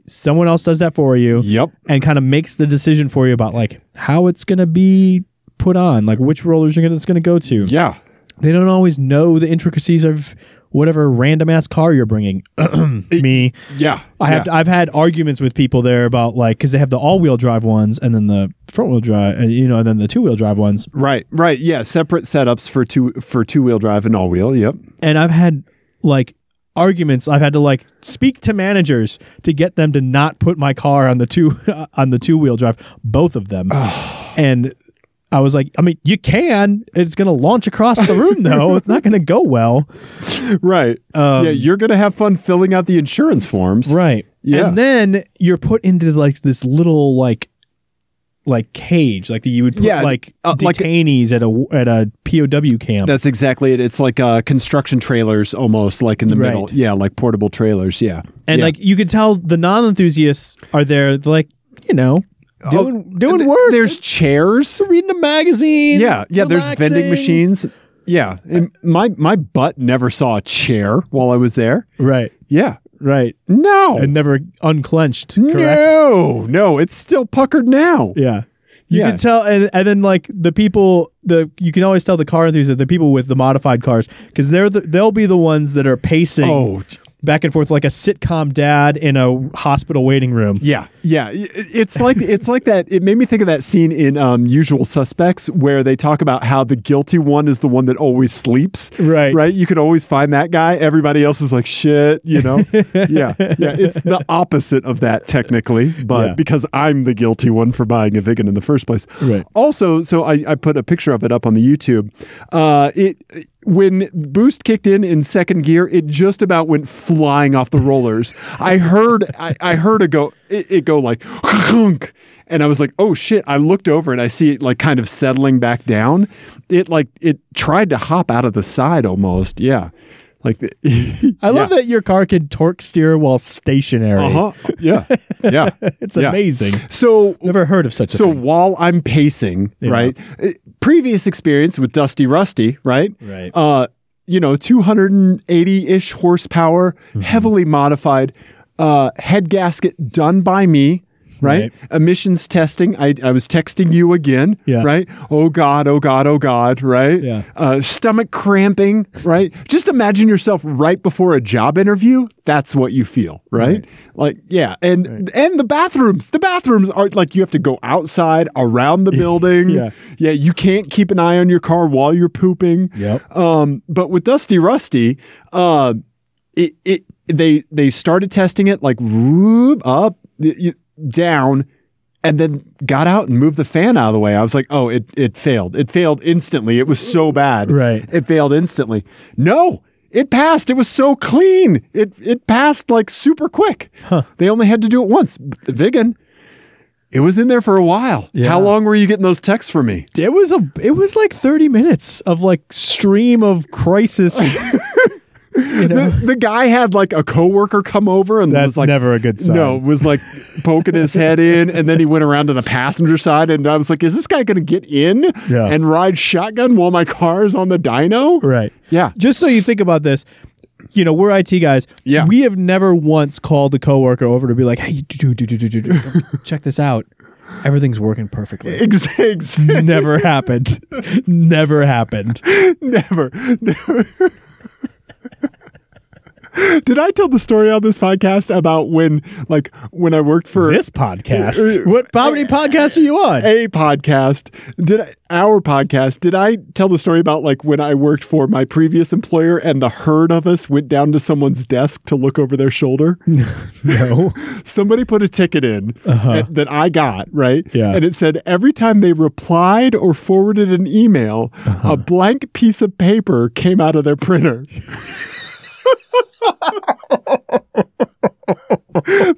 [SPEAKER 3] Someone else does that for you.
[SPEAKER 2] Yep.
[SPEAKER 3] and kind of makes the decision for you about like how it's going to be put on, like which rollers you're gonna, it's going to go to.
[SPEAKER 2] Yeah.
[SPEAKER 3] They don't always know the intricacies of whatever random ass car you're bringing. Me,
[SPEAKER 2] Yeah.
[SPEAKER 3] I have to, I've had arguments with people there about like because they have the all wheel drive ones and then the front wheel drive, and, you know, and then the two wheel drive ones.
[SPEAKER 2] Right. Right. Yeah. Separate setups for two for two wheel drive and all wheel. Yep.
[SPEAKER 3] And I've had like arguments I've had to like speak to managers to get them to not put my car on the two on the two wheel drive, both of them. and I was like, I mean, you can. It's going to launch across the room, though. it's not going to go well.
[SPEAKER 2] Right.
[SPEAKER 3] Um,
[SPEAKER 2] yeah. You're gonna have fun filling out the insurance forms.
[SPEAKER 3] Right.
[SPEAKER 2] Yeah.
[SPEAKER 3] And then you're put into like this little like like cage, like that you would put
[SPEAKER 2] Yeah,
[SPEAKER 3] like
[SPEAKER 2] uh, like-
[SPEAKER 3] detainees at a at a POW camp.
[SPEAKER 2] That's exactly it. It's like uh, construction trailers, almost like in the
[SPEAKER 3] Right.
[SPEAKER 2] middle. Yeah, like portable trailers. Yeah,
[SPEAKER 3] and
[SPEAKER 2] Yeah.
[SPEAKER 3] like you could tell the non enthusiasts are there, like you know, doing doing
[SPEAKER 2] Oh, Th-
[SPEAKER 3] work.
[SPEAKER 2] There's chairs.
[SPEAKER 3] reading a magazine.
[SPEAKER 2] Yeah, yeah. There's vending
[SPEAKER 3] relaxing.
[SPEAKER 2] machines. Yeah, and my my butt never saw a chair while I was there.
[SPEAKER 3] Right.
[SPEAKER 2] Yeah,
[SPEAKER 3] Right.
[SPEAKER 2] no,
[SPEAKER 3] And never unclenched. Correct.
[SPEAKER 2] no, no. It's still puckered now.
[SPEAKER 3] Yeah. You
[SPEAKER 2] Yeah.
[SPEAKER 3] can tell and, and then like the people the you can always tell the car enthusiasts, the people with the modified cars, because they're the, they'll be the ones that are pacing
[SPEAKER 2] Oh, j-
[SPEAKER 3] back and forth like a sitcom dad in a hospital waiting room.
[SPEAKER 2] yeah, yeah. I- It's like it's like that. It made me think of that scene in um, Usual Suspects where they talk about how the guilty one is the one that always sleeps.
[SPEAKER 3] Right.
[SPEAKER 2] Right. You could always find that guy. Everybody else is like shit. You know. yeah. Yeah. It's the opposite of that technically, but
[SPEAKER 3] Yeah.
[SPEAKER 2] because I'm the guilty one for buying a vegan in the first place.
[SPEAKER 3] Right.
[SPEAKER 2] Also, so I, I put a picture of it up on the YouTube. Uh, it when boost kicked in in second gear, it just about went flying off the rollers. I heard I, I heard it go it, it go like honk, and I was like, "Oh shit!" I looked over and I see it like kind of settling back down. It like it tried to hop out of the side almost. Yeah, like the,
[SPEAKER 3] I love that your car can torque steer while stationary.
[SPEAKER 2] uh huh. Yeah, yeah.
[SPEAKER 3] It's
[SPEAKER 2] Yeah.
[SPEAKER 3] amazing.
[SPEAKER 2] So
[SPEAKER 3] Never heard of such a
[SPEAKER 2] so
[SPEAKER 3] thing.
[SPEAKER 2] while I'm pacing,
[SPEAKER 3] Yeah.
[SPEAKER 2] right? uh, Previous experience with Dusty Rusty, right?
[SPEAKER 3] Right.
[SPEAKER 2] Uh, you know, 280 ish horsepower,
[SPEAKER 3] Mm-hmm.
[SPEAKER 2] heavily modified, uh, head gasket done by me. Right? emissions testing. I, I was texting you again.
[SPEAKER 3] Yeah.
[SPEAKER 2] right. Oh God, oh God, oh God. Right.
[SPEAKER 3] Yeah.
[SPEAKER 2] Uh, stomach cramping. Right. Just imagine yourself right before a job interview. That's what you feel. Right. Like yeah, and and the bathrooms. The bathrooms are like you have to go outside around the building.
[SPEAKER 3] Yeah.
[SPEAKER 2] Yeah. You can't keep an eye on your car while you're pooping.
[SPEAKER 3] Yep.
[SPEAKER 2] Um, but with Dusty Rusty, uh, it, it they they started testing it like whoop, up y- y- down, and then got out and moved the fan out of the way. I was like, oh, it it failed. It failed instantly. It was so bad.
[SPEAKER 3] Right.
[SPEAKER 2] It failed instantly. No. It passed. It was so clean. It it passed like super quick.
[SPEAKER 3] Huh.
[SPEAKER 2] They only had to do it once. Vigan, it was in there for a while.
[SPEAKER 3] Yeah.
[SPEAKER 2] How long were you getting those texts from me?
[SPEAKER 3] It was a it was like 30 minutes of like stream of crisis. you know.
[SPEAKER 2] the, the guy had like a coworker come over and
[SPEAKER 3] That's
[SPEAKER 2] was like,
[SPEAKER 3] never a good sign.
[SPEAKER 2] no, was like poking his head in, and then he went around to the passenger side, and I was like, is this guy going to get in
[SPEAKER 3] Yeah.
[SPEAKER 2] and ride shotgun while my car is on the dyno?
[SPEAKER 3] Right.
[SPEAKER 2] Yeah,
[SPEAKER 3] Just so you think about this, you know, we're IT guys.
[SPEAKER 2] Yeah.
[SPEAKER 3] We have never once called a coworker over to be like, "Hey, dude, dude, dude, dude, dude, check this out. Everything's working perfectly."
[SPEAKER 2] exactly.
[SPEAKER 3] never happened. Never happened.
[SPEAKER 2] Never. Never. Did I tell the story on this podcast about when, like, when I worked for
[SPEAKER 3] This podcast. What how many podcasts are you on?
[SPEAKER 2] a podcast did I, our podcast did i tell the story about like when i worked for my previous employer and the herd of us went down to someone's desk to look over their shoulder
[SPEAKER 3] No.
[SPEAKER 2] somebody put a ticket in and- that i got right
[SPEAKER 3] Uh-huh. Yeah.
[SPEAKER 2] and it said every time they replied or forwarded an email
[SPEAKER 3] Uh-huh.
[SPEAKER 2] a blank piece of paper came out of their printer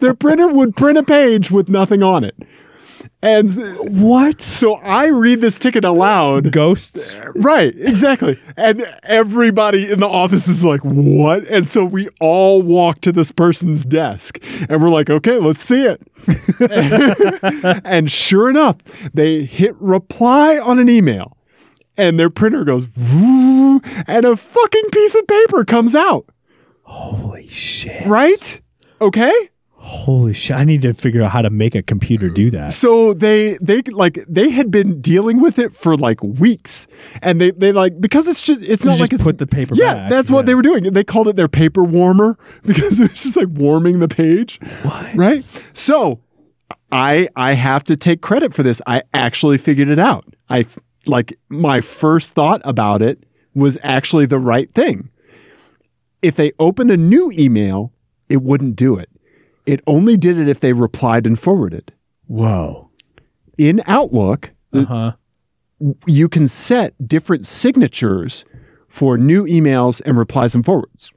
[SPEAKER 2] their printer would print a page with nothing on it and
[SPEAKER 3] What?
[SPEAKER 2] so I read this ticket aloud.
[SPEAKER 3] Ghosts?
[SPEAKER 2] Right, exactly. And everybody in the office is like, what? And so we all walk to this person's desk and we're like, okay, let's see it. and sure enough, they hit reply on an email and their printer goes, "Vroom," and a fucking piece of paper comes out,
[SPEAKER 3] Holy shit.
[SPEAKER 2] right? Okay.
[SPEAKER 3] Holy shit. I need to figure out how to make a computer do that.
[SPEAKER 2] So they they like they had been dealing with it for like weeks, and they they like because it's just it's
[SPEAKER 3] You
[SPEAKER 2] not
[SPEAKER 3] just
[SPEAKER 2] like it's
[SPEAKER 3] put the paper
[SPEAKER 2] yeah
[SPEAKER 3] back.
[SPEAKER 2] that's what they were doing. They called it their paper warmer because it was just like warming the page,
[SPEAKER 3] What?
[SPEAKER 2] right? So I I have to take credit for this. I actually figured it out. I like my first thought about it was actually the right thing. If they opened a new email, it wouldn't do it. It only did it if they replied and forwarded
[SPEAKER 3] Whoa.
[SPEAKER 2] in Outlook,
[SPEAKER 3] Uh huh.
[SPEAKER 2] you can set different signatures for new emails and replies and forwards.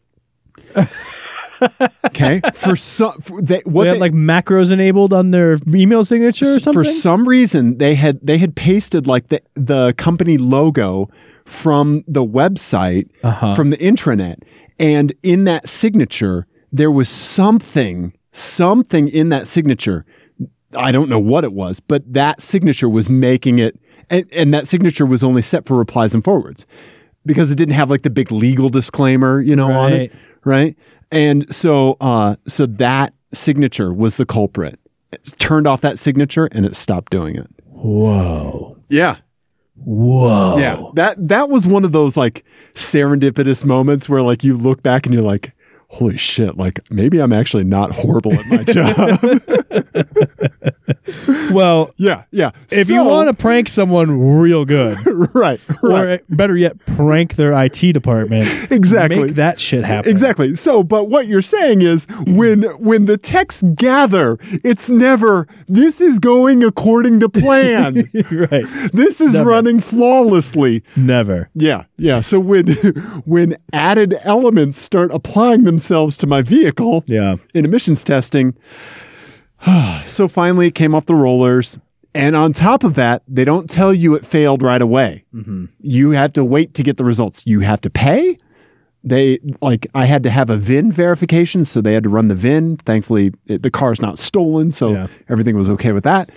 [SPEAKER 2] okay, for some, for they, what
[SPEAKER 3] They had
[SPEAKER 2] they-
[SPEAKER 3] like macros enabled on their email signature or something.
[SPEAKER 2] for some reason they had they had pasted like the the company logo from the website
[SPEAKER 3] Uh-huh.
[SPEAKER 2] from the intranet, and in that signature there was something something in that signature. I don't know what it was, but that signature was making it, and, and that signature was only set for replies and forwards because it didn't have like the big legal disclaimer, you know, on
[SPEAKER 3] Right.
[SPEAKER 2] it, right? And so, uh, so that signature was the culprit. It's turned off that signature and it stopped doing it.
[SPEAKER 3] Whoa.
[SPEAKER 2] Yeah,
[SPEAKER 3] Whoa.
[SPEAKER 2] yeah. That that was one of those like serendipitous moments where like you look back and you're like, holy shit, like maybe I'm actually not horrible at my job.
[SPEAKER 3] Well,
[SPEAKER 2] yeah, yeah.
[SPEAKER 3] if you want to prank someone real good,
[SPEAKER 2] to, right, right.
[SPEAKER 3] or eh, better yet, prank their IT department,
[SPEAKER 2] Exactly.
[SPEAKER 3] make that shit happen.
[SPEAKER 2] Exactly. So, but what you're saying is when when the texts gather, it's never this is going according to plan.
[SPEAKER 3] right.
[SPEAKER 2] this is
[SPEAKER 3] Never.
[SPEAKER 2] running flawlessly.
[SPEAKER 3] Never.
[SPEAKER 2] Yeah, yeah. So when when added elements start applying themselves to my vehicle
[SPEAKER 3] Yeah.
[SPEAKER 2] in emissions testing, so finally, it came off the rollers. And on top of that, they don't tell you it failed right away. You have to wait to get the results. You have to pay. They like I had to have a VIN verification, so they had to run the VIN. Thankfully, it, the car's not stolen, so
[SPEAKER 3] Yeah.
[SPEAKER 2] everything was okay with that.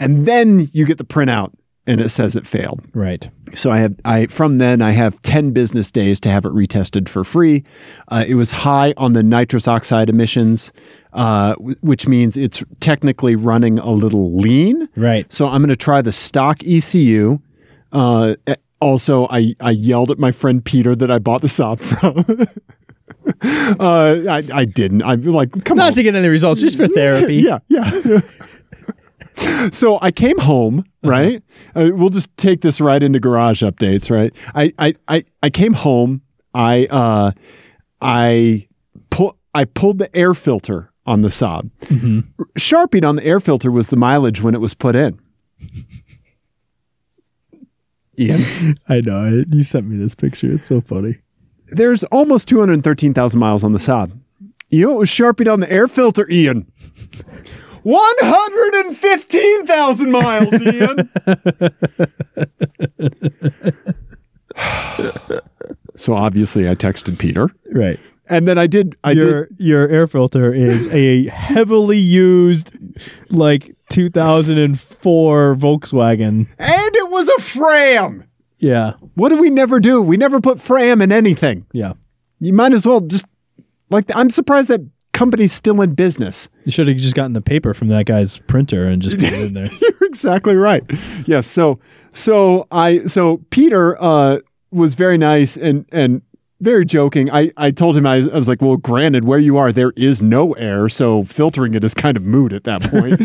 [SPEAKER 2] And then you get the printout, and it says it failed.
[SPEAKER 3] Right.
[SPEAKER 2] So I have I from then I have ten business days to have it retested for free. Uh, it was high on the nitrous oxide emissions, uh, w- which means it's technically running a little lean.
[SPEAKER 3] Right.
[SPEAKER 2] So I'm going to try the stock ECU. Uh, eh, also, I, I yelled at my friend Peter that I bought the Saab from. uh, I, I didn't. I'm like, come on,
[SPEAKER 3] Not to get any results, just for therapy.
[SPEAKER 2] yeah, yeah. so I came home, right? Uh, we'll just take this right into garage updates, right? I I I, I came home. I uh I pull I pulled the air filter on the Saab.
[SPEAKER 3] Mhm.
[SPEAKER 2] Sharpied on the air filter was the mileage when it was put in. Ian,
[SPEAKER 3] I know. I- You sent me this picture. It's so funny.
[SPEAKER 2] there's almost 213,000 miles on the Saab. You know what was sharpied on the air filter, Ian? 115,000 miles, Ian. so obviously I texted Peter.
[SPEAKER 3] Right.
[SPEAKER 2] And then I did I
[SPEAKER 3] your your air filter is a heavily used like 2004 Volkswagen.
[SPEAKER 2] did and it was a Fram.
[SPEAKER 3] Yeah.
[SPEAKER 2] What do we never do? We never put Fram in anything.
[SPEAKER 3] Yeah.
[SPEAKER 2] You might as well just like I'm surprised that company's still in business.
[SPEAKER 3] You should have just gotten the paper from that guy's printer and just put it in there.
[SPEAKER 2] You're exactly right. Yes. So so I so Peter uh, was very nice and and very joking. I I told him I, was- I was like, well, granted, where you are, there is no air, so filtering it is kind of moot at that point,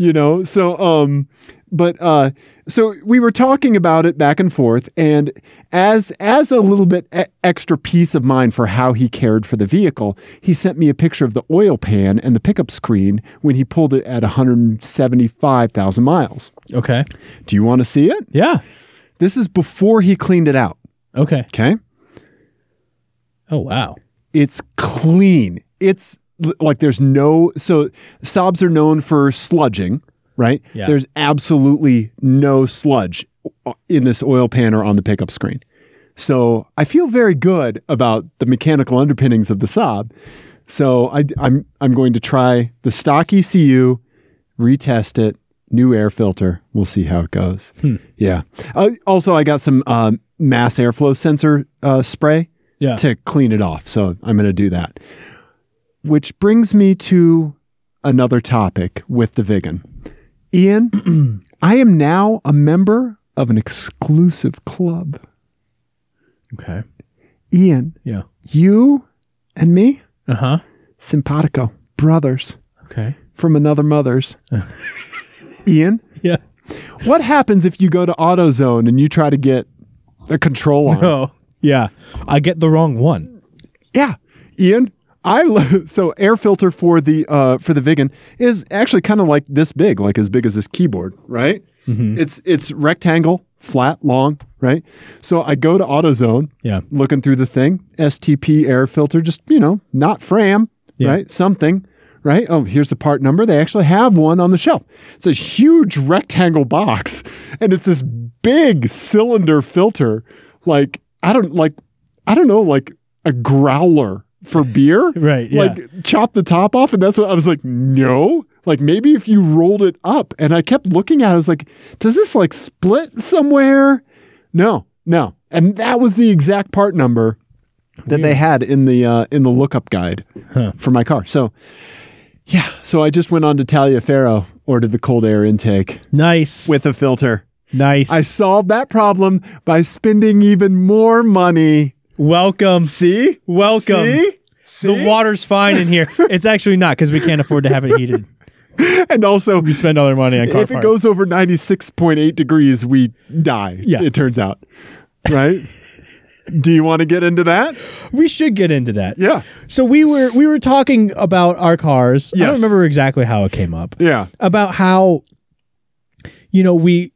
[SPEAKER 2] you know. So um, but uh, so we were talking about it back and forth, and as as a little bit e- extra peace of mind for how he cared for the vehicle, he sent me a picture of the oil pan and the pickup screen when he pulled it at 175,000 miles.
[SPEAKER 3] Okay.
[SPEAKER 2] Do you want to see it?
[SPEAKER 3] Yeah.
[SPEAKER 2] This is before he cleaned it out.
[SPEAKER 3] Okay.
[SPEAKER 2] Okay,
[SPEAKER 3] Oh wow.
[SPEAKER 2] it's clean. It's l- like there's no so Saabs are known for sludging, right?
[SPEAKER 3] Yeah.
[SPEAKER 2] There's absolutely no sludge uh, in this oil pan or on the pickup screen. So I feel very good about the mechanical underpinnings of the Saab. So I, I'm I'm going to try the stock ECU, retest it, new air filter. We'll see how it goes. Yeah. Uh, also, I got some um, mass airflow sensor uh, spray
[SPEAKER 3] Yeah.
[SPEAKER 2] to clean it off. So I'm going to do that. Which brings me to another topic with the vegan. Ian, I am now a member of an exclusive club.
[SPEAKER 3] Okay.
[SPEAKER 2] Ian,
[SPEAKER 3] Yeah.
[SPEAKER 2] you and me,
[SPEAKER 3] Uh huh.
[SPEAKER 2] simpatico, brothers
[SPEAKER 3] Okay.
[SPEAKER 2] from another mother's. Ian,
[SPEAKER 3] Yeah.
[SPEAKER 2] what happens if you go to AutoZone and you try to get a control arm?
[SPEAKER 3] Oh. Yeah. I get the wrong one.
[SPEAKER 2] Yeah, Ian. I lo- so air filter for the uh, for the vegan is actually kind of like this big, like as big as this keyboard, right? It's it's rectangle, flat, long, right? So I go to AutoZone,
[SPEAKER 3] Yeah.
[SPEAKER 2] looking through the thing, STP air filter, just you know, not Fram,
[SPEAKER 3] Yeah.
[SPEAKER 2] right? Something, right? Oh, here's the part number. They actually have one on the shelf. It's a huge rectangle box, and it's this big cylinder filter, like I don't like, I don't know, like a growler for beer,
[SPEAKER 3] Right. Yeah.
[SPEAKER 2] like chop the top off and that's what i was like no like maybe if you rolled it up and i kept looking at it i was like does this like split somewhere no no and that was the exact part number that they had in the uh, in the lookup guide
[SPEAKER 3] Huh.
[SPEAKER 2] for my car so yeah so i just went on to taliaferro ordered the cold air intake
[SPEAKER 3] nice.
[SPEAKER 2] with a filter
[SPEAKER 3] nice.
[SPEAKER 2] i solved that problem by spending even more money
[SPEAKER 3] Welcome.
[SPEAKER 2] see
[SPEAKER 3] Welcome.
[SPEAKER 2] see, see?
[SPEAKER 3] The water's fine in here. It's actually not because we can't afford to have it heated.
[SPEAKER 2] and also
[SPEAKER 3] We spend all our money on car
[SPEAKER 2] if it
[SPEAKER 3] parts.
[SPEAKER 2] goes over 96.8 degrees we die
[SPEAKER 3] Yeah.
[SPEAKER 2] it turns out right do you want to get into that
[SPEAKER 3] we should get into that.
[SPEAKER 2] yeah
[SPEAKER 3] So we were we were talking about our cars. I don't
[SPEAKER 2] Yes.
[SPEAKER 3] remember exactly how it came up.
[SPEAKER 2] yeah
[SPEAKER 3] About how you know we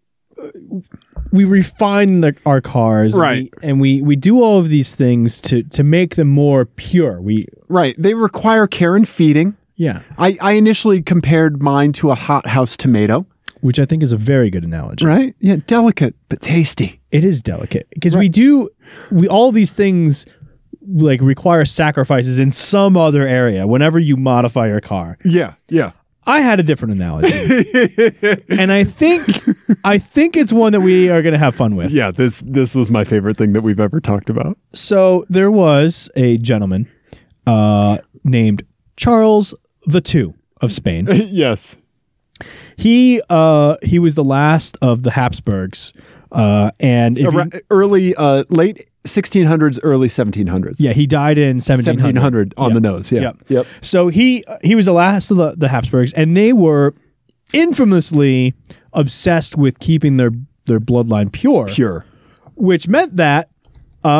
[SPEAKER 3] we refine the, our cars
[SPEAKER 2] Right.
[SPEAKER 3] and, we, and we we do all of these things to to make them more pure. We
[SPEAKER 2] right they require care and feeding
[SPEAKER 3] Yeah,
[SPEAKER 2] I, I initially compared mine to a hothouse tomato,
[SPEAKER 3] which I think is a very good analogy.
[SPEAKER 2] right? Yeah, delicate but tasty.
[SPEAKER 3] It is delicate because we do we all these things like require sacrifices in some other area whenever you modify your car.
[SPEAKER 2] Yeah, yeah.
[SPEAKER 3] I had a different analogy. and I think I think it's one that we are going to have fun with.
[SPEAKER 2] Yeah, this this was my favorite thing that we've ever talked about.
[SPEAKER 3] So there was a gentleman uh named Charles the 2 of Spain.
[SPEAKER 2] yes.
[SPEAKER 3] He uh he was the last of the Habsburgs. Uh and if you-
[SPEAKER 2] Ar- early uh late 1600s early 1700s.
[SPEAKER 3] yeah, he died in 1700.
[SPEAKER 2] 1700 on
[SPEAKER 3] Yeah.
[SPEAKER 2] the nose, yeah.
[SPEAKER 3] Yep. So he he was the last of the, the Habsburgs, and they were infamously obsessed with keeping their their bloodline pure,
[SPEAKER 2] Pure.
[SPEAKER 3] which meant that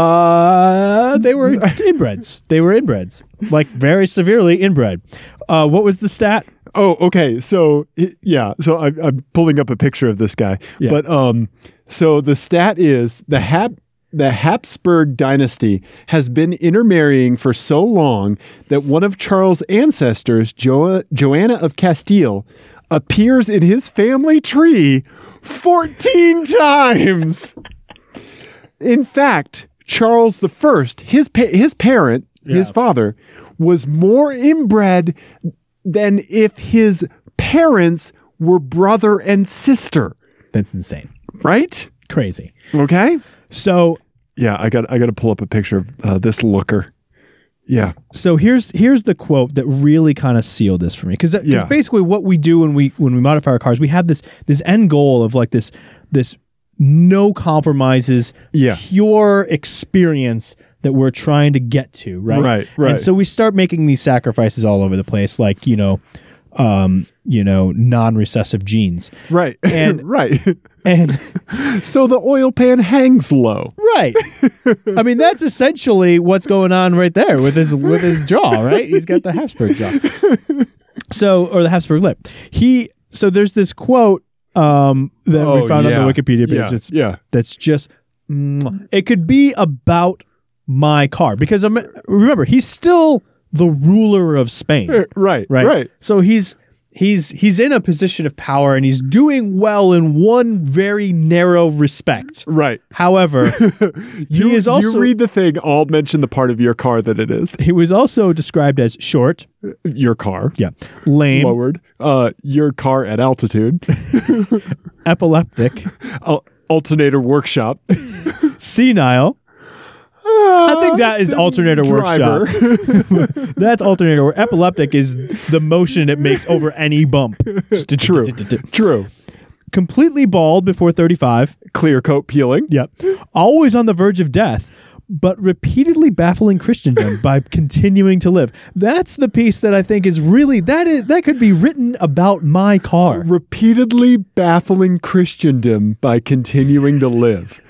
[SPEAKER 3] uh, they were inbreds. They were inbreds, like very severely inbred. Uh, what was the stat?
[SPEAKER 2] Oh, okay. So i- yeah, so I, I'm pulling up a picture of this guy,
[SPEAKER 3] Yeah.
[SPEAKER 2] but um, so the stat is the Hab the Habsburg dynasty has been intermarrying for so long that one of Charles' ancestors, jo- Joanna of Castile, appears in his family tree 14 times. In fact, Charles the First, his pa- his parent, his father, was more inbred than if his parents were brother and sister.
[SPEAKER 3] That's insane,
[SPEAKER 2] Right?
[SPEAKER 3] crazy.
[SPEAKER 2] Okay.
[SPEAKER 3] So
[SPEAKER 2] Yeah, I got I got to pull up a picture of uh, this looker. Yeah.
[SPEAKER 3] So here's here's the quote that really kind of sealed this for me because
[SPEAKER 2] Yeah.
[SPEAKER 3] basically what we do when we when we modify our cars we have this this end goal of like this this no compromises
[SPEAKER 2] Yeah.
[SPEAKER 3] pure experience that we're trying to get to right
[SPEAKER 2] Right, right.
[SPEAKER 3] and so we start making these sacrifices all over the place like you know um you know non-recessive genes
[SPEAKER 2] Right.
[SPEAKER 3] And-
[SPEAKER 2] right.
[SPEAKER 3] and
[SPEAKER 2] So the oil pan hangs low.
[SPEAKER 3] Right. I mean, that's essentially what's going on right there with his with his jaw, right? He's got the Habsburg jaw. So, or the Habsburg lip. He so there's this quote um that we
[SPEAKER 2] Oh,
[SPEAKER 3] found
[SPEAKER 2] yeah.
[SPEAKER 3] on the Wikipedia page.
[SPEAKER 2] yeah.
[SPEAKER 3] That's,
[SPEAKER 2] yeah.
[SPEAKER 3] that's just mwah. it could be about my car because um, remember he's still the ruler of Spain,
[SPEAKER 2] Uh, Right.
[SPEAKER 3] right?
[SPEAKER 2] Right.
[SPEAKER 3] So he's he's he's in a position of power and he's doing well in one very narrow respect.
[SPEAKER 2] Right.
[SPEAKER 3] However,
[SPEAKER 2] You,
[SPEAKER 3] is also-
[SPEAKER 2] you read the thing, I'll mention the part of your car that it is.
[SPEAKER 3] He was also described as short,
[SPEAKER 2] Your car.
[SPEAKER 3] yeah, lame,
[SPEAKER 2] Lowered. Uh your car at altitude.
[SPEAKER 3] epileptic,
[SPEAKER 2] Al- alternator workshop.
[SPEAKER 3] senile. I think that is alternator
[SPEAKER 2] Driver.
[SPEAKER 3] workshop. That's alternator. Where epileptic is the motion it makes over any bump.
[SPEAKER 2] True. True.
[SPEAKER 3] Completely bald before 35.
[SPEAKER 2] Clear coat peeling.
[SPEAKER 3] Yep. Always on the verge of death, but repeatedly baffling Christendom by continuing to live. That's the piece that I think is really that is that could be written about my car.
[SPEAKER 2] repeatedly baffling Christendom by continuing to live.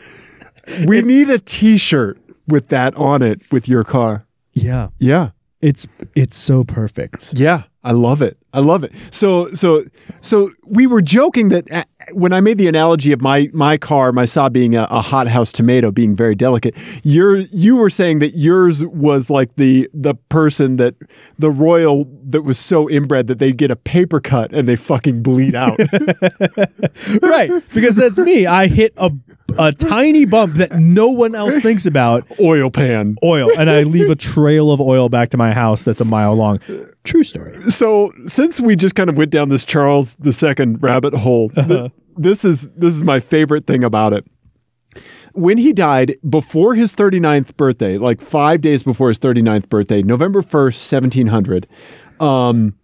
[SPEAKER 2] We need a T-shirt with that on it with your car.
[SPEAKER 3] Yeah.
[SPEAKER 2] Yeah,
[SPEAKER 3] It's it's so perfect.
[SPEAKER 2] yeah, I love it. I love it. So, so, so we were joking that uh, when I made the analogy of my my car, my Saab being a, a hothouse tomato, being very delicate. Your you were saying that yours was like the the person that the royal that was so inbred that they get a paper cut and they fucking bleed out.
[SPEAKER 3] right because that's me i hit a, a tiny bump that no one else thinks about
[SPEAKER 2] Oil pan.
[SPEAKER 3] oil and i leave a trail of oil back to my house that's a mile long true story
[SPEAKER 2] so since we just kind of went down this Charles II rabbit hole, th- this is this is my favorite thing about it. When he died before his 39th birthday, like five days before his 39th birthday, November 1st, 1700, um,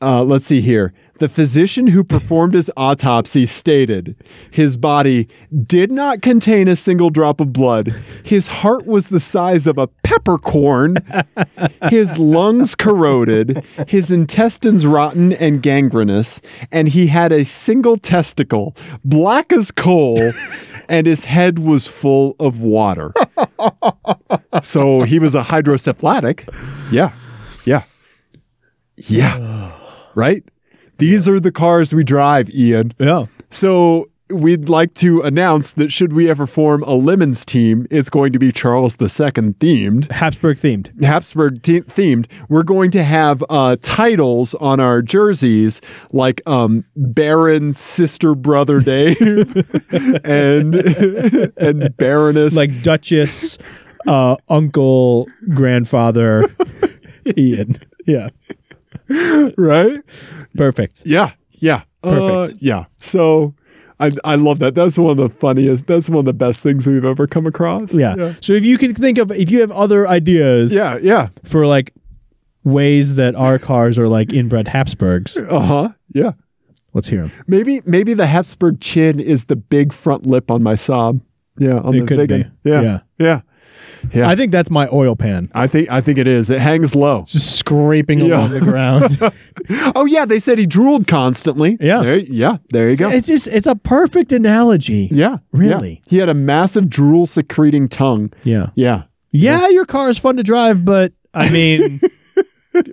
[SPEAKER 2] uh, let's see here. The physician who performed his autopsy stated his body did not contain a single drop of blood. His heart was the size of a peppercorn. His lungs corroded, his intestines rotten and gangrenous, and he had a single testicle, black as coal, and his head was full of water. so he was a hydrocephalic. Yeah. Yeah. Yeah. Right? These are the cars we drive, Ian.
[SPEAKER 3] yeah
[SPEAKER 2] So we'd like to announce that should we ever form a lemons team, it's going to be Charles II themed.
[SPEAKER 3] Habsburg themed.
[SPEAKER 2] Habsburg te- themed, we're going to have uh, titles on our jerseys like um, Baron Sister Brother Dave and and Baroness
[SPEAKER 3] Like Duchess, uh, Uncle, Grandfather, Ian. Yeah.
[SPEAKER 2] right?
[SPEAKER 3] Perfect.
[SPEAKER 2] Yeah, yeah,
[SPEAKER 3] Perfect.
[SPEAKER 2] Uh, yeah. So I I love that. That's one of the funniest. That's one of the best things we've ever come across.
[SPEAKER 3] Yeah.
[SPEAKER 2] yeah,
[SPEAKER 3] So if you can think of, if you have other ideas
[SPEAKER 2] yeah. yeah.
[SPEAKER 3] for like ways that our cars are like inbred Habsburgs,
[SPEAKER 2] Uh huh. Yeah.
[SPEAKER 3] let's hear them.
[SPEAKER 2] Maybe maybe the Habsburg chin is the big front lip on my Saab. Yeah, on the
[SPEAKER 3] It could
[SPEAKER 2] Viggen.
[SPEAKER 3] be.
[SPEAKER 2] Yeah, yeah,
[SPEAKER 3] Yeah.
[SPEAKER 2] yeah.
[SPEAKER 3] I think that's my oil pan.
[SPEAKER 2] I think I think it is. It hangs low.
[SPEAKER 3] Just scraping
[SPEAKER 2] Yeah.
[SPEAKER 3] along the ground.
[SPEAKER 2] Oh yeah, they said he drooled constantly.
[SPEAKER 3] Yeah.
[SPEAKER 2] there, yeah. There you go.
[SPEAKER 3] It's just, it's a perfect analogy.
[SPEAKER 2] yeah, yeah.
[SPEAKER 3] Really?
[SPEAKER 2] He had a massive drool secreting tongue.
[SPEAKER 3] Yeah.
[SPEAKER 2] Yeah,
[SPEAKER 3] Yeah, your car is fun to drive, but I mean,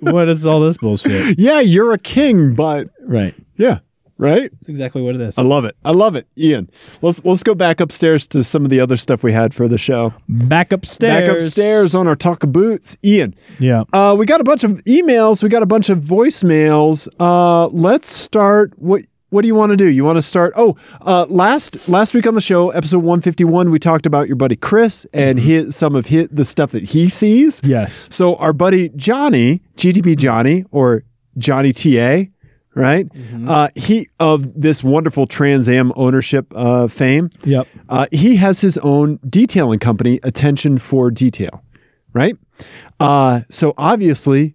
[SPEAKER 3] what is all this bullshit?
[SPEAKER 2] yeah. You're a king, but
[SPEAKER 3] Right.
[SPEAKER 2] yeah, right.
[SPEAKER 3] That's exactly what it is.
[SPEAKER 2] I love it. I love it, Ian. Let's let's go back upstairs to some of the other stuff we had for the show.
[SPEAKER 3] Back upstairs.
[SPEAKER 2] Um, Back upstairs on our talk of boots, Ian.
[SPEAKER 3] Yeah.
[SPEAKER 2] Uh, we got a bunch of emails. We got a bunch of voicemails. Uh, let's start. What What do you want to do? You want to start? Oh, uh, last last week on the show, episode one fifty one, we talked about your buddy Chris and his, some of his, the stuff that he sees.
[SPEAKER 3] Yes.
[SPEAKER 2] So our buddy Johnny, GTP Johnny or Johnny TA, right?
[SPEAKER 3] Mm-hmm.
[SPEAKER 2] Uh, he of this wonderful Trans Am ownership uh, fame.
[SPEAKER 3] Yep.
[SPEAKER 2] Uh, he has his own detailing company, Attention for Detail, right? Uh, so obviously,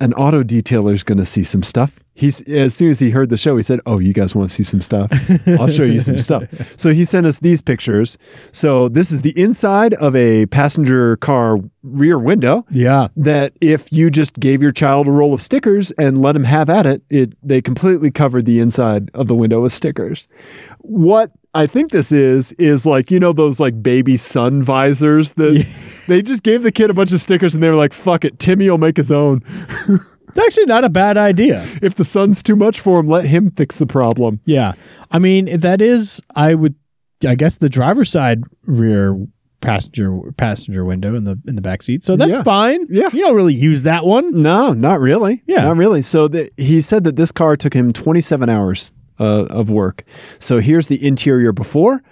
[SPEAKER 2] an auto detailer is going to see some stuff. He's as soon as he heard the show, he said, "Oh, you guys want to see some stuff? I'll show you some stuff." So he sent us these pictures. So this is the inside of a passenger car rear window
[SPEAKER 3] Yeah.
[SPEAKER 2] that if you just gave your child a roll of stickers and let him have at it, it they completely covered the inside of the window with stickers. What I think this is is like you know those like baby sun visors that they just gave the kid a bunch of stickers and they were like, "Fuck it, Timmy will make his own.
[SPEAKER 3] It's actually not a bad idea.
[SPEAKER 2] If the sun's too much for him, let him fix the problem."
[SPEAKER 3] Yeah. I mean, that is, I would, I guess, the driver's side rear passenger passenger window in the in the back seat. So that's
[SPEAKER 2] Yeah.
[SPEAKER 3] fine.
[SPEAKER 2] Yeah.
[SPEAKER 3] You don't really use that one.
[SPEAKER 2] No, not really.
[SPEAKER 3] Yeah.
[SPEAKER 2] not really. So the, he said that this car took him 27 hours uh, of work. So here's the interior before.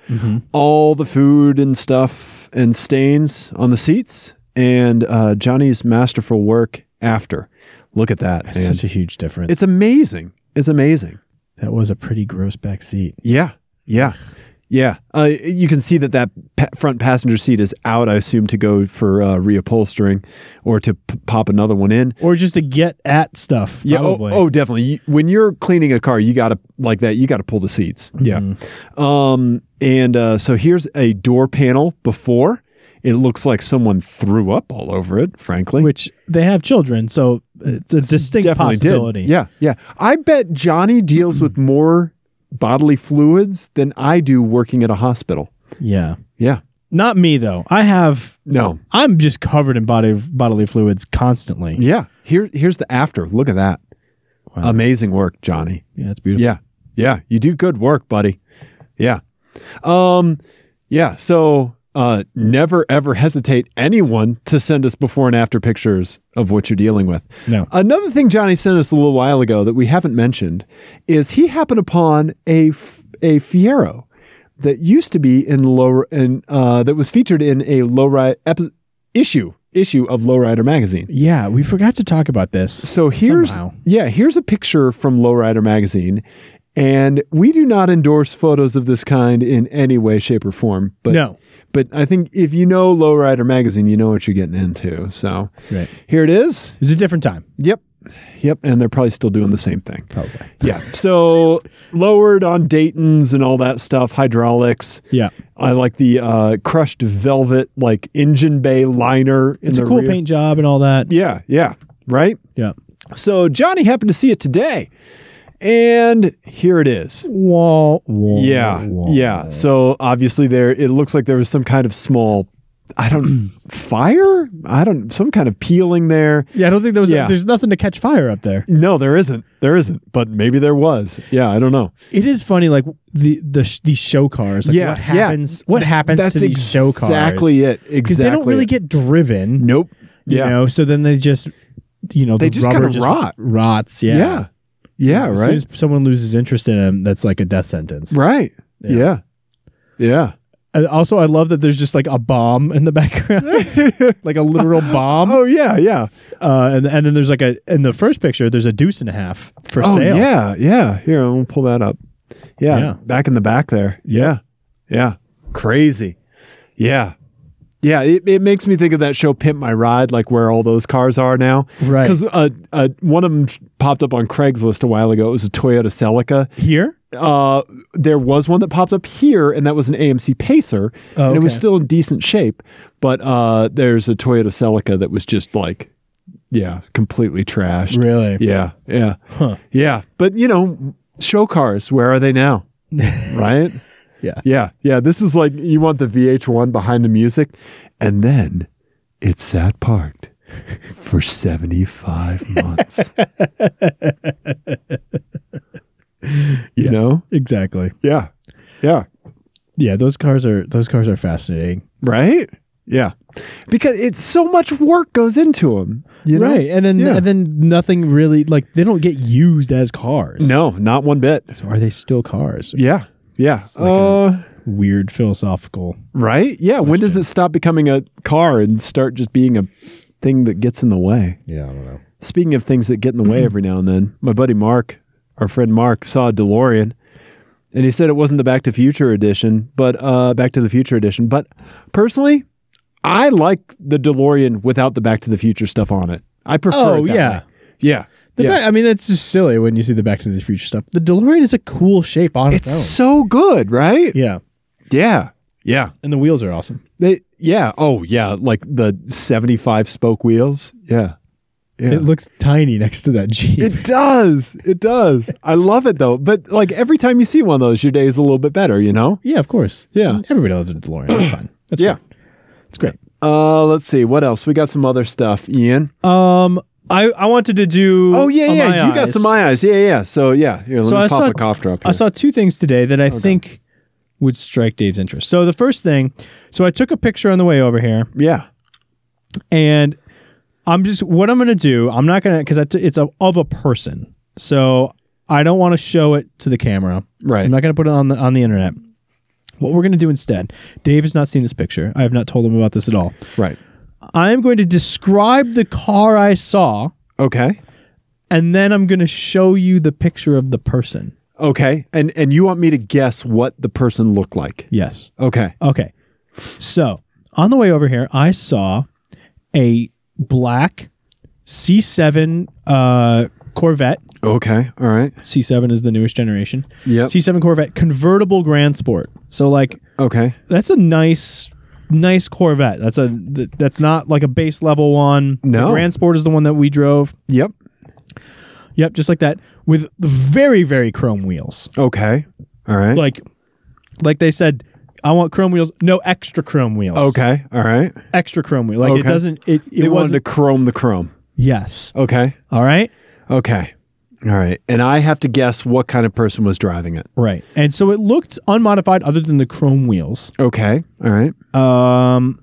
[SPEAKER 2] all the food and stuff and stains on the seats and uh, Johnny's masterful work after. Look at that.
[SPEAKER 3] That's
[SPEAKER 2] man.
[SPEAKER 3] such a huge difference.
[SPEAKER 2] It's amazing. It's amazing.
[SPEAKER 3] that was a pretty gross back seat.
[SPEAKER 2] Yeah. Yeah. Yeah. Uh, you can see that that pa- front passenger seat is out, I assume, to go for uh, reupholstering or to p- pop another one in.
[SPEAKER 3] Or just to get at stuff.
[SPEAKER 2] Yeah. Oh,
[SPEAKER 3] probably.
[SPEAKER 2] oh, definitely. You- When you're cleaning a car, you got to, like that, you got to pull the seats. Yeah.
[SPEAKER 3] Mm-hmm.
[SPEAKER 2] Um, and uh, so here's a door panel before. It looks like someone threw up all over it, frankly.
[SPEAKER 3] which they have children, so it's a distinct
[SPEAKER 2] Definitely did.
[SPEAKER 3] possibility.
[SPEAKER 2] Yeah, yeah. I bet Johnny deals with more bodily fluids than I do working at a hospital.
[SPEAKER 3] yeah.
[SPEAKER 2] Yeah.
[SPEAKER 3] Not me though. I have
[SPEAKER 2] No.
[SPEAKER 3] I'm just covered in body bodily fluids constantly.
[SPEAKER 2] Yeah. Here here's the after. Look at that.
[SPEAKER 3] Wow.
[SPEAKER 2] Amazing work, Johnny.
[SPEAKER 3] Yeah, that's beautiful.
[SPEAKER 2] Yeah. Yeah. You do good work, buddy. Yeah. Um, yeah. So uh never ever hesitate anyone to send us before and after pictures of what you're dealing with.
[SPEAKER 3] No.
[SPEAKER 2] Another thing Johnny sent us a little while ago that we haven't mentioned is he happened upon a f- a Fiero that used to be in lower in uh, that was featured in a lowrider epi- issue issue of Lowrider magazine.
[SPEAKER 3] Yeah, we forgot to talk about this.
[SPEAKER 2] So here's
[SPEAKER 3] Somehow.
[SPEAKER 2] yeah here's a picture from Lowrider magazine, and we do not endorse photos of this kind in any way, shape, or form. But
[SPEAKER 3] no.
[SPEAKER 2] but I think if you know Lowrider magazine, you know what you're getting into. So
[SPEAKER 3] Right.
[SPEAKER 2] here it is.
[SPEAKER 3] It was a different time,
[SPEAKER 2] Yep. Yep, and they're probably still doing the same thing.
[SPEAKER 3] probably.
[SPEAKER 2] Yeah. So lowered on Dayton's and all that stuff, hydraulics.
[SPEAKER 3] Yeah.
[SPEAKER 2] I like the uh, crushed velvet, like engine bay liner. in
[SPEAKER 3] It's a
[SPEAKER 2] the
[SPEAKER 3] cool
[SPEAKER 2] rear.
[SPEAKER 3] paint job and all that.
[SPEAKER 2] Yeah. Yeah. Right.
[SPEAKER 3] Yeah.
[SPEAKER 2] So Johnny happened to see it today. And here it is.
[SPEAKER 3] Wall,
[SPEAKER 2] Yeah. Yeah. So obviously there, it looks like there was some kind of small I don't fire. I don't some kind of peeling there.
[SPEAKER 3] Yeah, I don't think there was.
[SPEAKER 2] Yeah.
[SPEAKER 3] There's nothing to catch fire up there.
[SPEAKER 2] No, there isn't. There isn't. But maybe there was. Yeah, I don't know.
[SPEAKER 3] It is funny, like the the sh- these show cars. Like
[SPEAKER 2] Yeah,
[SPEAKER 3] what
[SPEAKER 2] yeah.
[SPEAKER 3] happens? What happens
[SPEAKER 2] That's
[SPEAKER 3] to these show cars?
[SPEAKER 2] exactly it. Exactly.
[SPEAKER 3] because they don't really
[SPEAKER 2] it.
[SPEAKER 3] get driven.
[SPEAKER 2] Nope.
[SPEAKER 3] You
[SPEAKER 2] Yeah.
[SPEAKER 3] know, so then they just, you know, the
[SPEAKER 2] They just
[SPEAKER 3] rubber
[SPEAKER 2] kinda rot.
[SPEAKER 3] rots. Yeah.
[SPEAKER 2] yeah. Yeah.
[SPEAKER 3] As
[SPEAKER 2] right.
[SPEAKER 3] soon as someone loses interest in them, that's like a death sentence.
[SPEAKER 2] right. Yeah. Yeah.
[SPEAKER 3] Uh, Also, I love that there's just like a bomb in the background, like a literal bomb.
[SPEAKER 2] oh yeah. Yeah.
[SPEAKER 3] Uh, and and then there's like a in the first picture, there's a deuce and a half for
[SPEAKER 2] oh
[SPEAKER 3] sale.
[SPEAKER 2] yeah. Yeah. Here, I'll pull that up. Yeah.
[SPEAKER 3] Yeah.
[SPEAKER 2] Back in the back there. Yeah. Yeah. Crazy. Yeah. Yeah, it, it makes me think of that show Pimp My Ride, like where all those cars are now.
[SPEAKER 3] Right.
[SPEAKER 2] Because uh, uh, one of them popped up on Craigslist a while ago. It was a Toyota Celica.
[SPEAKER 3] Here,
[SPEAKER 2] Uh, there was one that popped up here, and that was an AMC Pacer,
[SPEAKER 3] Oh,
[SPEAKER 2] and it was
[SPEAKER 3] okay.
[SPEAKER 2] still in decent shape. But uh, there's a Toyota Celica that was just like, yeah, completely trashed.
[SPEAKER 3] really?
[SPEAKER 2] Yeah, yeah,
[SPEAKER 3] Huh.
[SPEAKER 2] yeah. But you know, show cars. Where are they now? right?
[SPEAKER 3] Yeah.
[SPEAKER 2] yeah, yeah. This is like you want the VH1 behind the music, and then it sat parked for seventy-five months. you know?
[SPEAKER 3] Exactly.
[SPEAKER 2] Yeah, yeah.
[SPEAKER 3] Yeah, those cars are those cars are fascinating.
[SPEAKER 2] Right? Yeah, because it's so much work goes into them. You know?
[SPEAKER 3] right. And then
[SPEAKER 2] Yeah.
[SPEAKER 3] and then nothing really like they don't get used as cars.
[SPEAKER 2] No, not one bit.
[SPEAKER 3] So are they still cars?
[SPEAKER 2] Yeah, yeah.
[SPEAKER 3] like
[SPEAKER 2] uh,
[SPEAKER 3] Weird philosophical.
[SPEAKER 2] Right? Yeah. When does it stop becoming a car and start just being a thing that gets in the way?
[SPEAKER 3] Yeah, I don't know.
[SPEAKER 2] Speaking of things that get in the way every now and then, my buddy Mark, our friend Mark, saw a DeLorean and he said it wasn't the Back to Future edition, but uh, Back to the Future edition. But personally, I like the DeLorean without the Back to the Future stuff on it. I prefer
[SPEAKER 3] Oh
[SPEAKER 2] it that
[SPEAKER 3] yeah.
[SPEAKER 2] way. Yeah.
[SPEAKER 3] The
[SPEAKER 2] yeah.
[SPEAKER 3] Back- I mean, that's just silly when you see the Back to the Future stuff. The DeLorean is a cool shape on its,
[SPEAKER 2] It's so good, right?
[SPEAKER 3] own. Oh. Yeah.
[SPEAKER 2] Yeah. Yeah.
[SPEAKER 3] And the wheels are awesome.
[SPEAKER 2] They, yeah. Oh, yeah. Like the 75 spoke wheels. Yeah. Yeah.
[SPEAKER 3] It looks tiny next to that Jeep.
[SPEAKER 2] It does. It does. I love it though. But like every time you see one of those, your day is a little bit better, you know?
[SPEAKER 3] yeah, of course.
[SPEAKER 2] Yeah.
[SPEAKER 3] Everybody loves the DeLorean. It's fun. Mm, That's
[SPEAKER 2] Yeah.
[SPEAKER 3] It's great.
[SPEAKER 2] Uh let's see. What else? We got some other stuff, Ian.
[SPEAKER 3] Um, I, I wanted to do.
[SPEAKER 2] Oh yeah,
[SPEAKER 3] on
[SPEAKER 2] yeah.
[SPEAKER 3] my
[SPEAKER 2] You got
[SPEAKER 3] eyes.
[SPEAKER 2] some eye eyes. Yeah, yeah. So yeah. Here, let
[SPEAKER 3] So
[SPEAKER 2] me
[SPEAKER 3] I
[SPEAKER 2] pop
[SPEAKER 3] saw-
[SPEAKER 2] a cough drop here.
[SPEAKER 3] I saw two things today that I think would strike Dave's interest. So the first thing, so I took a picture on the way over here,
[SPEAKER 2] yeah.
[SPEAKER 3] and I'm just what I'm going to do. I'm not going to because it's a, of a person, so I don't want to show it to the camera.
[SPEAKER 2] Right.
[SPEAKER 3] I'm not going to put it on the on the internet. What we're going to do instead, Dave has not seen this picture. I have not told him about this at all.
[SPEAKER 2] right.
[SPEAKER 3] I am going to describe the car I saw,
[SPEAKER 2] Okay.
[SPEAKER 3] and then I'm going to show you the picture of the person.
[SPEAKER 2] Okay. And and you want me to guess what the person looked like.
[SPEAKER 3] Yes.
[SPEAKER 2] Okay.
[SPEAKER 3] Okay. So on the way over here, I saw a black C7 uh, Corvette.
[SPEAKER 2] Okay. All right.
[SPEAKER 3] C7 is the newest generation.
[SPEAKER 2] Yep.
[SPEAKER 3] C7 Corvette convertible Grand Sport. So like
[SPEAKER 2] Okay.
[SPEAKER 3] that's a nice nice Corvette. That's a th- that's not like a base level one.
[SPEAKER 2] No.
[SPEAKER 3] The Grand Sport is the one that we drove.
[SPEAKER 2] Yep.
[SPEAKER 3] Yep, just like that with the very very chrome wheels.
[SPEAKER 2] Okay. All right.
[SPEAKER 3] Like like they said I want chrome wheels, no extra chrome wheels.
[SPEAKER 2] okay. All right.
[SPEAKER 3] extra chrome wheel. Like it
[SPEAKER 2] Okay.
[SPEAKER 3] doesn't. It, it
[SPEAKER 2] They wanted
[SPEAKER 3] wasn't.
[SPEAKER 2] to chrome the chrome.
[SPEAKER 3] yes.
[SPEAKER 2] Okay.
[SPEAKER 3] All right.
[SPEAKER 2] Okay. All right. And I have to guess what kind of person was driving it.
[SPEAKER 3] Right. And so it looked unmodified, other than the chrome wheels.
[SPEAKER 2] Okay. All right.
[SPEAKER 3] Um,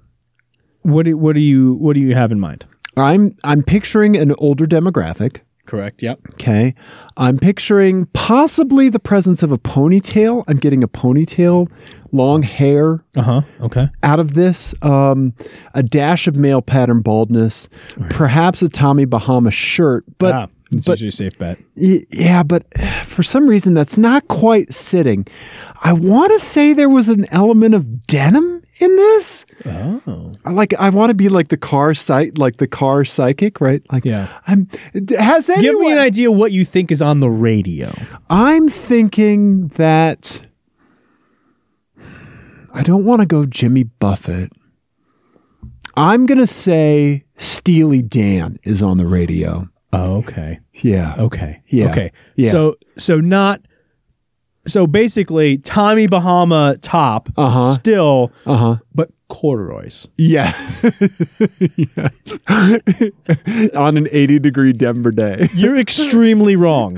[SPEAKER 3] what do what do you what do you have in mind?
[SPEAKER 2] I'm I'm picturing an older demographic.
[SPEAKER 3] Correct. Yep.
[SPEAKER 2] Okay. I'm picturing possibly the presence of a ponytail. I'm getting a ponytail, long hair
[SPEAKER 3] Uh huh. Okay.
[SPEAKER 2] out of this, um, a dash of male pattern baldness, perhaps a Tommy Bahama shirt, but
[SPEAKER 3] ah, it's
[SPEAKER 2] but-
[SPEAKER 3] usually a safe bet.
[SPEAKER 2] Y- Yeah, but for some reason that's not quite sitting. I want to say there was an element of denim in this.
[SPEAKER 3] Oh.
[SPEAKER 2] I Like I want to be like the car site, like the car psychic, right? Like
[SPEAKER 3] Yeah.
[SPEAKER 2] I'm. Has anyone?
[SPEAKER 3] Give me an idea what you think is on the radio.
[SPEAKER 2] I'm thinking that I don't want to go Jimmy Buffett. I'm gonna say Steely Dan is on the radio.
[SPEAKER 3] Oh, okay.
[SPEAKER 2] Yeah.
[SPEAKER 3] Okay.
[SPEAKER 2] Yeah.
[SPEAKER 3] Okay.
[SPEAKER 2] Yeah.
[SPEAKER 3] So so not so basically, Tommy Bahama top
[SPEAKER 2] Uh-huh.
[SPEAKER 3] still,
[SPEAKER 2] Uh huh.
[SPEAKER 3] but corduroys.
[SPEAKER 2] Yeah. yes. On an 80 degree Denver day.
[SPEAKER 3] You're extremely wrong.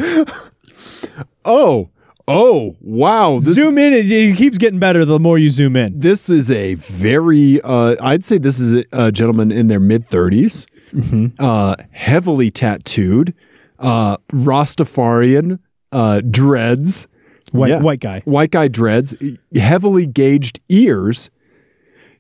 [SPEAKER 2] Oh, oh, wow. This,
[SPEAKER 3] zoom in; it, it keeps getting better the more you zoom in.
[SPEAKER 2] this is a very, uh, I'd say this is a, a gentleman in their mid 30s, uh, heavily tattooed, uh, Rastafarian, uh, dreads,
[SPEAKER 3] White
[SPEAKER 2] Yeah.
[SPEAKER 3] white guy.
[SPEAKER 2] white guy dreads, heavily gauged ears.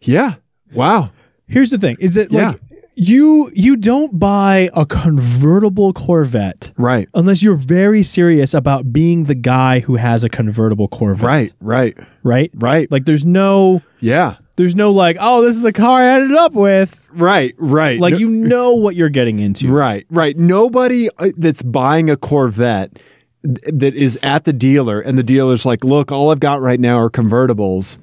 [SPEAKER 2] Yeah. Wow.
[SPEAKER 3] Here's the thing: is that like you you don't buy a convertible Corvette
[SPEAKER 2] Right.
[SPEAKER 3] unless you're very serious about being the guy who has a convertible Corvette.
[SPEAKER 2] Right. Right.
[SPEAKER 3] Right.
[SPEAKER 2] Right.
[SPEAKER 3] Like there's no
[SPEAKER 2] Yeah.
[SPEAKER 3] there's no like oh this is the car I ended up with.
[SPEAKER 2] Right. Right.
[SPEAKER 3] Like
[SPEAKER 2] No-
[SPEAKER 3] you know what you're getting into.
[SPEAKER 2] Right, right. Nobody uh, that's buying a Corvette th- that is at the dealer and the dealer's like, "Look, all I've got right now are convertibles."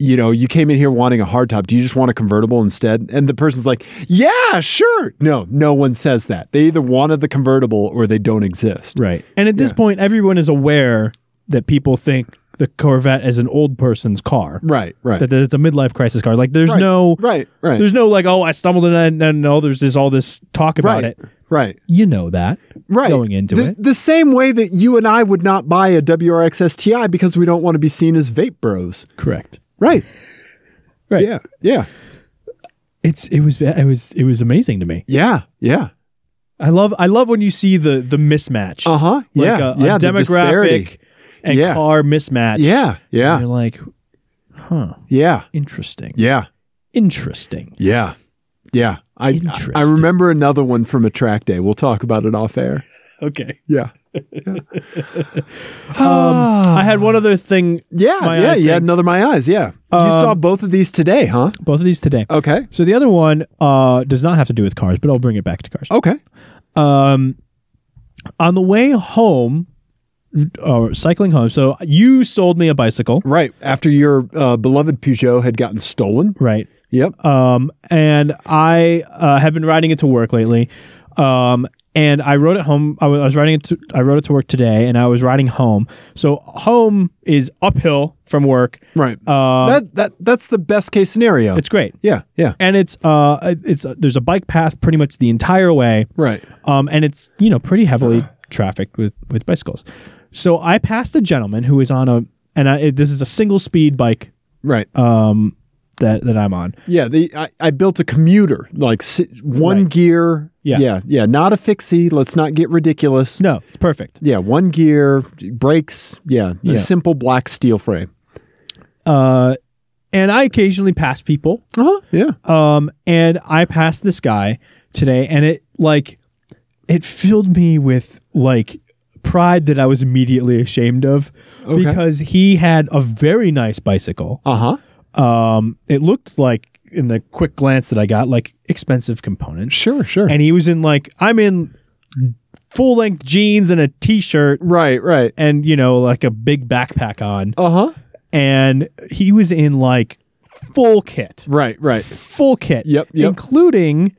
[SPEAKER 2] You know, you came in here wanting a hardtop. Do you just want a convertible instead? And the person's like, "Yeah, sure." No, no one says that. They either wanted the convertible or they don't exist.
[SPEAKER 3] Right. And at this point, everyone is aware that people think the Corvette is an old person's car,
[SPEAKER 2] Right, right.
[SPEAKER 3] that that it's a midlife crisis car. Like there's
[SPEAKER 2] Right,
[SPEAKER 3] no,
[SPEAKER 2] right, right.
[SPEAKER 3] there's no like, oh, I stumbled in and, and oh, there's this all this talk about
[SPEAKER 2] right,
[SPEAKER 3] it.
[SPEAKER 2] right,
[SPEAKER 3] You know that
[SPEAKER 2] right.
[SPEAKER 3] going into
[SPEAKER 2] the,
[SPEAKER 3] it.
[SPEAKER 2] the same way that you and I would not buy a WRX STI because we don't want to be seen as vape bros.
[SPEAKER 3] Correct.
[SPEAKER 2] Right.
[SPEAKER 3] Right.
[SPEAKER 2] Yeah. Yeah.
[SPEAKER 3] It's it was it was it was amazing to me.
[SPEAKER 2] Yeah. Yeah.
[SPEAKER 3] I love I love when you see the the mismatch,
[SPEAKER 2] Uh huh.
[SPEAKER 3] like
[SPEAKER 2] yeah.
[SPEAKER 3] a, a
[SPEAKER 2] yeah. the disparity.
[SPEAKER 3] demographic and
[SPEAKER 2] Yeah.
[SPEAKER 3] car mismatch.
[SPEAKER 2] Yeah.
[SPEAKER 3] And
[SPEAKER 2] Yeah.
[SPEAKER 3] you're like, huh,
[SPEAKER 2] Yeah.
[SPEAKER 3] interesting,
[SPEAKER 2] Yeah.
[SPEAKER 3] interesting.
[SPEAKER 2] Yeah. Yeah. I I- I
[SPEAKER 3] Interesting.
[SPEAKER 2] remember another one from a track day. We'll talk about it off air.
[SPEAKER 3] Okay.
[SPEAKER 2] Yeah.
[SPEAKER 3] Um, I had one other thing.
[SPEAKER 2] Yeah.
[SPEAKER 3] My
[SPEAKER 2] yeah.
[SPEAKER 3] eyes
[SPEAKER 2] You had
[SPEAKER 3] thing.
[SPEAKER 2] another my eyes. Yeah. you
[SPEAKER 3] Um,
[SPEAKER 2] saw both of these today, huh?
[SPEAKER 3] Both of these today.
[SPEAKER 2] Okay.
[SPEAKER 3] So the other one uh, does not have to do with cars, but I'll bring it back to cars.
[SPEAKER 2] Okay.
[SPEAKER 3] Um, on the way home, or cycling home. So you sold me a bicycle,
[SPEAKER 2] Right after your uh, beloved Peugeot had gotten stolen.
[SPEAKER 3] right?
[SPEAKER 2] Yep.
[SPEAKER 3] Um, and I uh, have been riding it to work lately. Um, and I rode it home. I wa- I was riding it. To, I rode it to work today, and I was riding home. So home is uphill from work.
[SPEAKER 2] Right.
[SPEAKER 3] Um,
[SPEAKER 2] that that that's the best case scenario.
[SPEAKER 3] it's great,
[SPEAKER 2] yeah. Yeah.
[SPEAKER 3] and it's uh, it's there's a bike path pretty much the entire way.
[SPEAKER 2] Right.
[SPEAKER 3] um, and it's you know pretty heavily trafficked with with bicycles. So I passed a gentleman who is on a and I, it, this is a single speed bike
[SPEAKER 2] Right.
[SPEAKER 3] um, that that I'm on.
[SPEAKER 2] Yeah, the I, I built a commuter, like si- one
[SPEAKER 3] Right.
[SPEAKER 2] gear.
[SPEAKER 3] Yeah.
[SPEAKER 2] yeah, yeah. Not a fixie. Let's not get ridiculous.
[SPEAKER 3] No, it's perfect.
[SPEAKER 2] Yeah, one gear, brakes. Yeah,
[SPEAKER 3] Yeah.
[SPEAKER 2] a simple black steel frame.
[SPEAKER 3] Uh, and I occasionally pass people.
[SPEAKER 2] Uh huh. Yeah.
[SPEAKER 3] Um, and I passed this guy today, and it like it filled me with like pride that I was immediately ashamed of
[SPEAKER 2] Okay.
[SPEAKER 3] because he had a very nice bicycle.
[SPEAKER 2] Uh huh.
[SPEAKER 3] Um, it looked like in the quick glance that I got, like expensive components.
[SPEAKER 2] Sure. Sure.
[SPEAKER 3] And he was in like I'm in full length jeans and a t shirt
[SPEAKER 2] right. Right.
[SPEAKER 3] and you know like a big backpack on,
[SPEAKER 2] Uh huh.
[SPEAKER 3] and he was in like full kit,
[SPEAKER 2] Right. Right.
[SPEAKER 3] full kit.
[SPEAKER 2] Yep, yep.
[SPEAKER 3] Including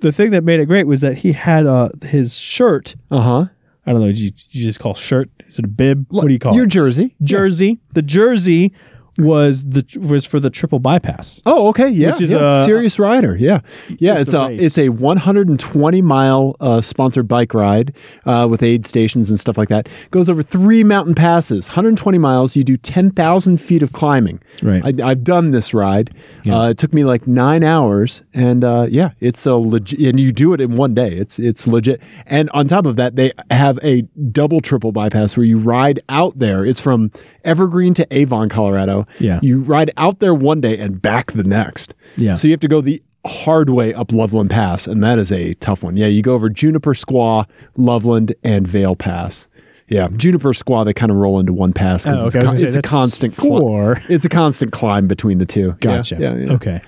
[SPEAKER 3] the thing that made it great was that he had uh his shirt.
[SPEAKER 2] Uh huh.
[SPEAKER 3] I don't know. do You, do you just call shirt? Is it a bib? What do you call
[SPEAKER 2] Your
[SPEAKER 3] it?
[SPEAKER 2] jersey.
[SPEAKER 3] Jersey. The jersey was the was for the triple bypass.
[SPEAKER 2] Oh, okay. Yeah.
[SPEAKER 3] Which is
[SPEAKER 2] yeah.
[SPEAKER 3] a-
[SPEAKER 2] serious rider. Yeah. Yeah. It's,
[SPEAKER 3] It's
[SPEAKER 2] a,
[SPEAKER 3] a race.
[SPEAKER 2] it's a 120 mile uh, sponsored bike ride uh, with aid stations and stuff like that. Goes over three mountain passes, 120 miles. You do 10,000 feet of climbing.
[SPEAKER 3] Right.
[SPEAKER 2] I, I've done this ride. Uh, it took me like nine hours, and uh, yeah, it's a legit. And you do it in one day. It's it's legit. And on top of that, they have a double triple bypass where you ride out there. It's from Evergreen to Avon, Colorado.
[SPEAKER 3] Yeah.
[SPEAKER 2] you ride out there one day and back the next.
[SPEAKER 3] Yeah.
[SPEAKER 2] so you have to go the hard way up Loveland Pass, and that is a tough one. Yeah, you go over Juniper Squaw, Loveland, and Vale Pass. Yeah, Juniper Squaw, they kind of roll into one pass because
[SPEAKER 3] Oh,
[SPEAKER 2] it's,
[SPEAKER 3] okay. I was gonna
[SPEAKER 2] con-
[SPEAKER 3] say,
[SPEAKER 2] it's a
[SPEAKER 3] that's
[SPEAKER 2] constant climb
[SPEAKER 3] four.
[SPEAKER 2] it's a constant climb between the two.
[SPEAKER 3] Gotcha.
[SPEAKER 2] Yeah. yeah, yeah.
[SPEAKER 3] Okay.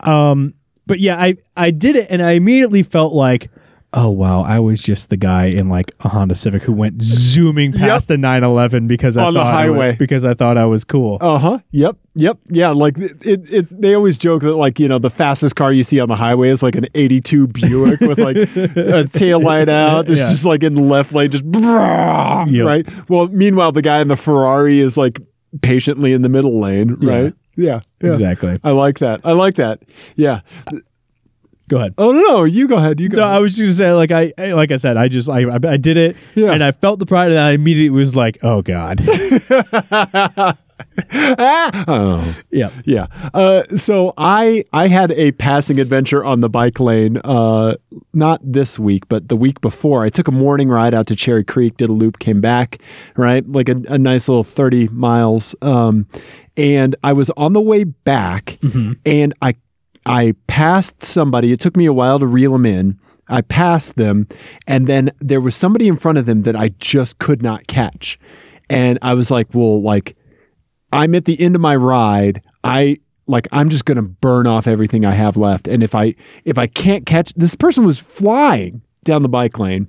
[SPEAKER 3] Um, but yeah, I I did it, and I immediately felt like oh wow, I was just the guy in like a Honda Civic who went zooming past the 911 because I
[SPEAKER 2] On the
[SPEAKER 3] thought I was-
[SPEAKER 2] highway.
[SPEAKER 3] because I thought I was cool.
[SPEAKER 2] Uh huh. Yep. Yep. Yeah. Like it, it, it. They always joke that like you know the fastest car you see on the highway is like an '82 Buick with like a tail light out. It's
[SPEAKER 3] Yeah.
[SPEAKER 2] just like in the left lane, just
[SPEAKER 3] Yep.
[SPEAKER 2] right. Well, meanwhile the guy in the Ferrari is like patiently in the middle lane,
[SPEAKER 3] Yeah.
[SPEAKER 2] right? Yeah. yeah.
[SPEAKER 3] Exactly.
[SPEAKER 2] I like that. I like that. Yeah.
[SPEAKER 3] Go ahead.
[SPEAKER 2] Oh no, no, you go ahead. You go.
[SPEAKER 3] No, I
[SPEAKER 2] ahead.
[SPEAKER 3] was just gonna say, like I, I- like I said, I just, I, I, I did it,
[SPEAKER 2] Yeah.
[SPEAKER 3] and I felt the pride, and I immediately was like, "Oh God,
[SPEAKER 2] Ah! Oh.
[SPEAKER 3] yeah,
[SPEAKER 2] Yeah. Uh, so I I had a passing adventure on the bike lane, uh, not this week, but the week before. I took a morning ride out to Cherry Creek, did a loop, came back, right? Like a, a nice little 30 miles. Um, and I was on the way back
[SPEAKER 3] Mm-hmm.
[SPEAKER 2] and I I passed somebody. It took me a while to reel them in. I passed them, and then there was somebody in front of them that I just could not catch. And I was like, well, like, I'm at the end of my ride. I like I'm just gonna burn off everything I have left. And if I if I can't catch this person was flying down the bike lane.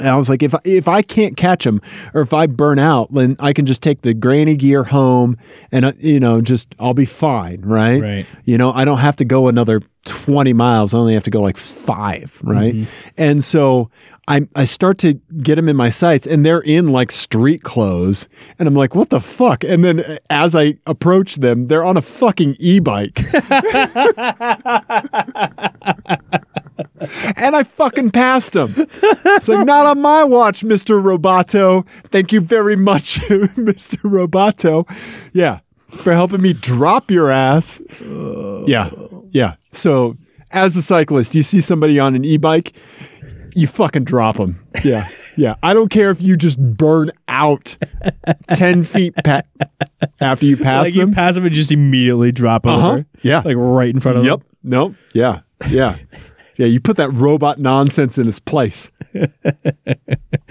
[SPEAKER 2] And I was like, if I, if I can't catch him, or if I burn out, then I can just take the granny gear home, and uh, you know, just I'll be fine, right?
[SPEAKER 3] Right.
[SPEAKER 2] You know, I don't have to go another twenty miles. I only have to go like five, right? And so I I start to get them in my sights, and they're in like street clothes, and I'm like, what the fuck? And then uh, as I approach them, they're on a fucking e-bike. and I fucking passed him. It's like, not on my watch, Mr. Roboto. Thank you very much, Mr. Roboto. Yeah, for helping me drop your ass. Yeah, yeah. So, as a cyclist, you see somebody on an e bike, you fucking drop them. Yeah, yeah. I don't care if you just burn out 10 feet pa- after you pass
[SPEAKER 3] like
[SPEAKER 2] them.
[SPEAKER 3] you pass them and just immediately drop
[SPEAKER 2] Uh-huh.
[SPEAKER 3] over,
[SPEAKER 2] Yeah.
[SPEAKER 3] like right in front of
[SPEAKER 2] Yep. Nope. Yeah. Yeah. Yeah. You put that robot nonsense in its place.
[SPEAKER 3] them.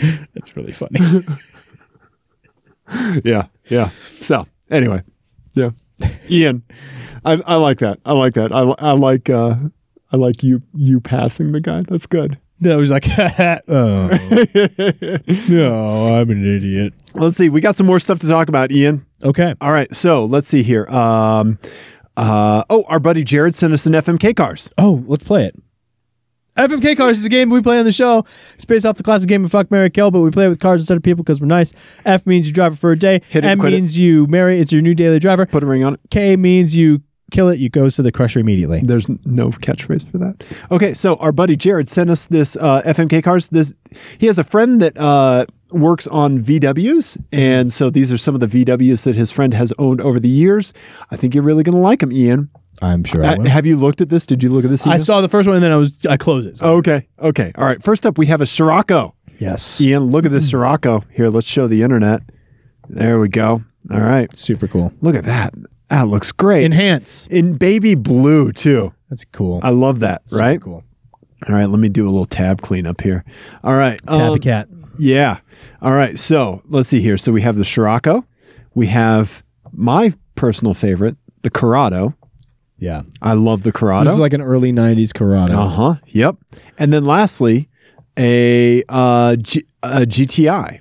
[SPEAKER 3] That's really funny.
[SPEAKER 2] Yeah. Yeah. So anyway. Yeah. Ian. I, I like that. I like that. I, li- I like uh I like you you passing the guy. That's good.
[SPEAKER 3] then I was like, "Oh no, I'm an idiot."
[SPEAKER 2] Let's see. We got some more stuff to talk about, Ian.
[SPEAKER 3] Okay,
[SPEAKER 2] All right. So let's see here. Um uh oh, our buddy Jared sent us an FMK cars.
[SPEAKER 3] Oh, let's play it. FMK Cars is a game we play on the show. It's based off the classic game of Fuck Mary Kill, but we play it with cars instead of people because we're nice. F means you drive it for a day.
[SPEAKER 2] Hit it,
[SPEAKER 3] M
[SPEAKER 2] quit it.
[SPEAKER 3] means you marry. It's your new daily driver.
[SPEAKER 2] Put a ring on it.
[SPEAKER 3] K means you kill it. You goes to the crusher immediately.
[SPEAKER 2] There's n- no catchphrase for that. Okay, so our buddy Jared sent us this uh, FMK cars. This he has a friend that uh, works on VWs, and so these are some of the VWs that his friend has owned over the years. I think you're really gonna like him, Ian.
[SPEAKER 3] I'm sure
[SPEAKER 2] Uh, have you looked at this? Did you look at this?
[SPEAKER 3] I
[SPEAKER 2] Ian?
[SPEAKER 3] saw the first one and then I was I closed it.
[SPEAKER 2] okay, okay, all right. First up, we have a Scirocco.
[SPEAKER 3] yes,
[SPEAKER 2] Ian, look at this Scirocco here. Let's show the internet. There we go. All right,
[SPEAKER 3] super cool.
[SPEAKER 2] look at that. That looks great. In,
[SPEAKER 3] Enhance. Uh,
[SPEAKER 2] baby blue too.
[SPEAKER 3] That's cool.
[SPEAKER 2] I love that.
[SPEAKER 3] Super
[SPEAKER 2] right.
[SPEAKER 3] Cool.
[SPEAKER 2] All right, let me do a little tab cleanup here. All right.
[SPEAKER 3] Tabby
[SPEAKER 2] um,
[SPEAKER 3] cat.
[SPEAKER 2] yeah. All right. So let's see here. So we have the Scirocco. We have my personal favorite, the Corrado.
[SPEAKER 3] Yeah.
[SPEAKER 2] I love the
[SPEAKER 3] So this
[SPEAKER 2] Corrado.
[SPEAKER 3] is like an early '90s Corrado.
[SPEAKER 2] uh huh. Yep. And then lastly, a, uh, G- a GTI.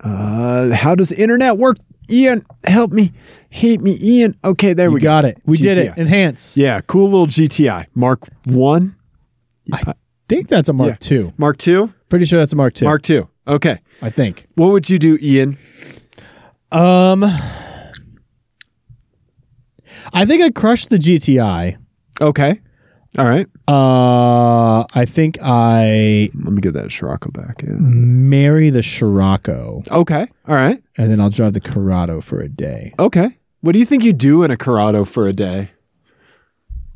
[SPEAKER 2] Uh, how does the internet work? Ian, help me. Hate me, Ian. Okay, there
[SPEAKER 3] we
[SPEAKER 2] we go.
[SPEAKER 3] got it. We did it.
[SPEAKER 2] GTI.
[SPEAKER 3] Enhance.
[SPEAKER 2] Yeah, cool little GTI. Mark one,
[SPEAKER 3] think that's a Mark
[SPEAKER 2] Yeah.
[SPEAKER 3] Two.
[SPEAKER 2] Mark two,
[SPEAKER 3] Pretty sure that's a Mark Two.
[SPEAKER 2] Mark two. Okay.
[SPEAKER 3] I think.
[SPEAKER 2] What would you do, Ian?
[SPEAKER 3] Um, I think I crushed the GTI.
[SPEAKER 2] Okay. All right.
[SPEAKER 3] Uh, I think I
[SPEAKER 2] Let me get that Scirocco back. Yeah.
[SPEAKER 3] marry the Scirocco,
[SPEAKER 2] Okay. All right.
[SPEAKER 3] and then I'll drive the Corrado for a day.
[SPEAKER 2] Okay. What do you think you do in a Corrado for a day?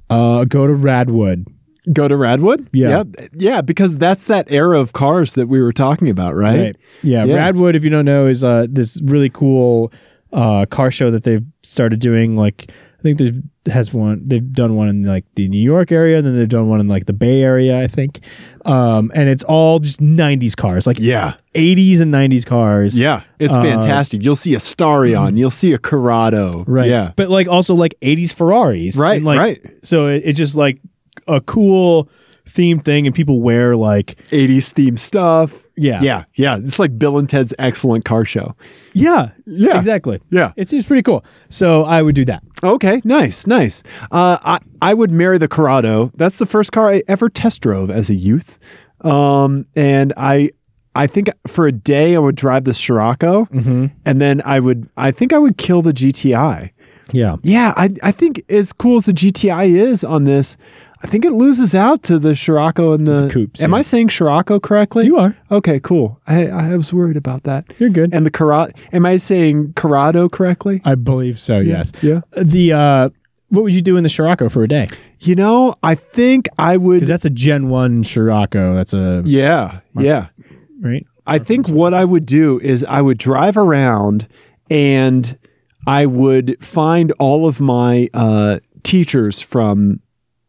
[SPEAKER 3] Uh, go to Radwood.
[SPEAKER 2] Go to Radwood?
[SPEAKER 3] Yeah.
[SPEAKER 2] Yeah, yeah, because that's that era of cars that we were talking about, right?
[SPEAKER 3] Yeah,
[SPEAKER 2] Yeah.
[SPEAKER 3] Radwood. If you don't know, is uh this really cool uh car show that they've started doing. Like I think they've has one. They've done one in like the New York area, and then they've done one in like the Bay Area, I think. Um, and it's all just '90s cars, like
[SPEAKER 2] Yeah.
[SPEAKER 3] 80s and 90s cars.
[SPEAKER 2] Yeah. It's
[SPEAKER 3] Uh,
[SPEAKER 2] fantastic. You'll see a Starion, you'll see a Corrado.
[SPEAKER 3] right
[SPEAKER 2] Yeah.
[SPEAKER 3] but like also like 80s ferraris
[SPEAKER 2] Right,
[SPEAKER 3] And, like,
[SPEAKER 2] right.
[SPEAKER 3] so it, it's just like a cool themed thing, and people wear like
[SPEAKER 2] 80s themed stuff.
[SPEAKER 3] yeah,
[SPEAKER 2] yeah, yeah. It's like Bill and Ted's excellent car show.
[SPEAKER 3] yeah,
[SPEAKER 2] Yeah.
[SPEAKER 3] exactly.
[SPEAKER 2] Yeah.
[SPEAKER 3] It seems pretty cool. So I would do that.
[SPEAKER 2] Okay. Nice. Nice. Uh, I I would marry the Corrado. That's the first car I ever test drove as a youth. Um, and I I think for a day I would drive the Scirocco,
[SPEAKER 3] Mm-hmm.
[SPEAKER 2] and then I would I think I would kill the GTI.
[SPEAKER 3] Yeah,
[SPEAKER 2] Yeah. I I think as cool as the GTI is on this. I think it loses out to the Scirocco and the,
[SPEAKER 3] the coupes,
[SPEAKER 2] Am
[SPEAKER 3] yeah.
[SPEAKER 2] I saying Scirocco correctly?
[SPEAKER 3] you are.
[SPEAKER 2] Okay, cool. I, I was worried about that.
[SPEAKER 3] You're good.
[SPEAKER 2] And the Corrado, am I saying Corrado correctly?
[SPEAKER 3] I believe so. Yes.
[SPEAKER 2] Yeah.
[SPEAKER 3] The uh, what would you do in the Scirocco for a day?
[SPEAKER 2] You know, I think I
[SPEAKER 3] Because
[SPEAKER 2] would.
[SPEAKER 3] that's a Gen One Scirocco. That's a
[SPEAKER 2] yeah, yeah.
[SPEAKER 3] right.
[SPEAKER 2] I think what I would do is I would drive around and I would find all of my uh, teachers from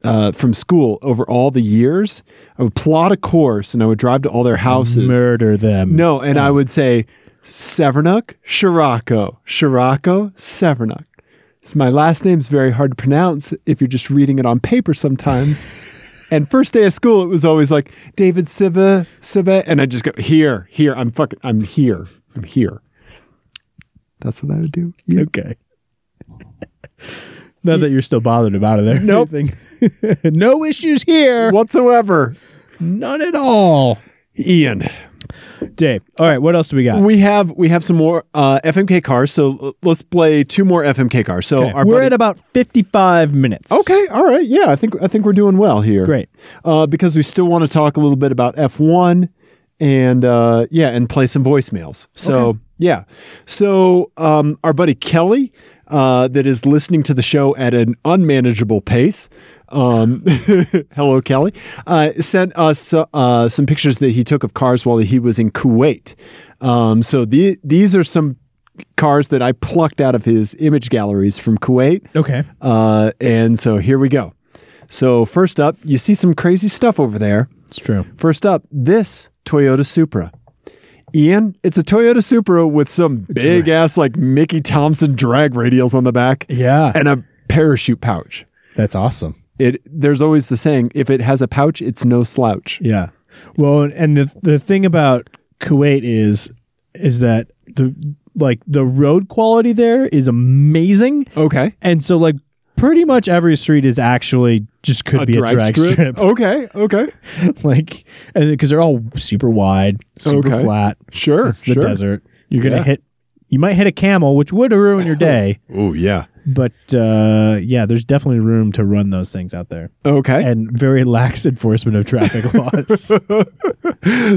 [SPEAKER 2] uh, from school over all the years. I would plot a course and I would drive to all their houses.
[SPEAKER 3] Murder them.
[SPEAKER 2] No, and I would say Severnuk, Scirocco, Scirocco, Severnuk. So my last name's very hard to pronounce if you're just reading it on paper sometimes. and first day of school, it was always like David Siva, Siva, and I just go here, here. I'm fucking, I'm here, I'm here. That's what I would do. You-
[SPEAKER 3] Okay. Not that you're still bothered about it there.
[SPEAKER 2] Nope.
[SPEAKER 3] Anything. no issues here.
[SPEAKER 2] Whatsoever,
[SPEAKER 3] None at all.
[SPEAKER 2] Ian.
[SPEAKER 3] Dave. All right. What else do we got?
[SPEAKER 2] We have we have some more uh, FMK cars, so l- let's play two more FMK cars. So
[SPEAKER 3] Okay,
[SPEAKER 2] our
[SPEAKER 3] We're
[SPEAKER 2] buddy-
[SPEAKER 3] at about 55 minutes.
[SPEAKER 2] okay, all right, yeah, I think I think we're doing well here.
[SPEAKER 3] Great.
[SPEAKER 2] uh, because we still want to talk a little bit about F1 and uh, yeah, and play some voicemails. So yeah, so um, our buddy Kelly uh, that is listening to the show at an unmanageable pace. Um, hello, Kelly. Uh, sent us uh, uh, some pictures that he took of cars while he was in Kuwait. Um, so the, these are some cars that I plucked out of his image galleries from Kuwait.
[SPEAKER 3] Okay.
[SPEAKER 2] Uh, and so here we go. So first up, you see some crazy stuff over there.
[SPEAKER 3] It's true.
[SPEAKER 2] First up, this Toyota Supra. Ian, it's a Toyota Supra with some big ass like Mickey Thompson drag radials on the back
[SPEAKER 3] Yeah.
[SPEAKER 2] and a parachute pouch.
[SPEAKER 3] That's awesome.
[SPEAKER 2] It there's always the saying, if it has a pouch, it's no slouch.
[SPEAKER 3] Yeah. Well, and the the thing about Kuwait is is that the like the road quality there is amazing,
[SPEAKER 2] Okay.
[SPEAKER 3] and so like pretty much every street is actually just could be a drag strip.
[SPEAKER 2] Okay, okay.
[SPEAKER 3] like because they're all super wide, super
[SPEAKER 2] Okay.
[SPEAKER 3] flat.
[SPEAKER 2] Sure.
[SPEAKER 3] It's the
[SPEAKER 2] sure.
[SPEAKER 3] desert. You're gonna
[SPEAKER 2] Yeah.
[SPEAKER 3] hit. You might hit a camel, which would ruin your day.
[SPEAKER 2] Oh yeah.
[SPEAKER 3] but uh, yeah, there's definitely room to run those things out there,
[SPEAKER 2] Okay.
[SPEAKER 3] and very lax enforcement of traffic laws.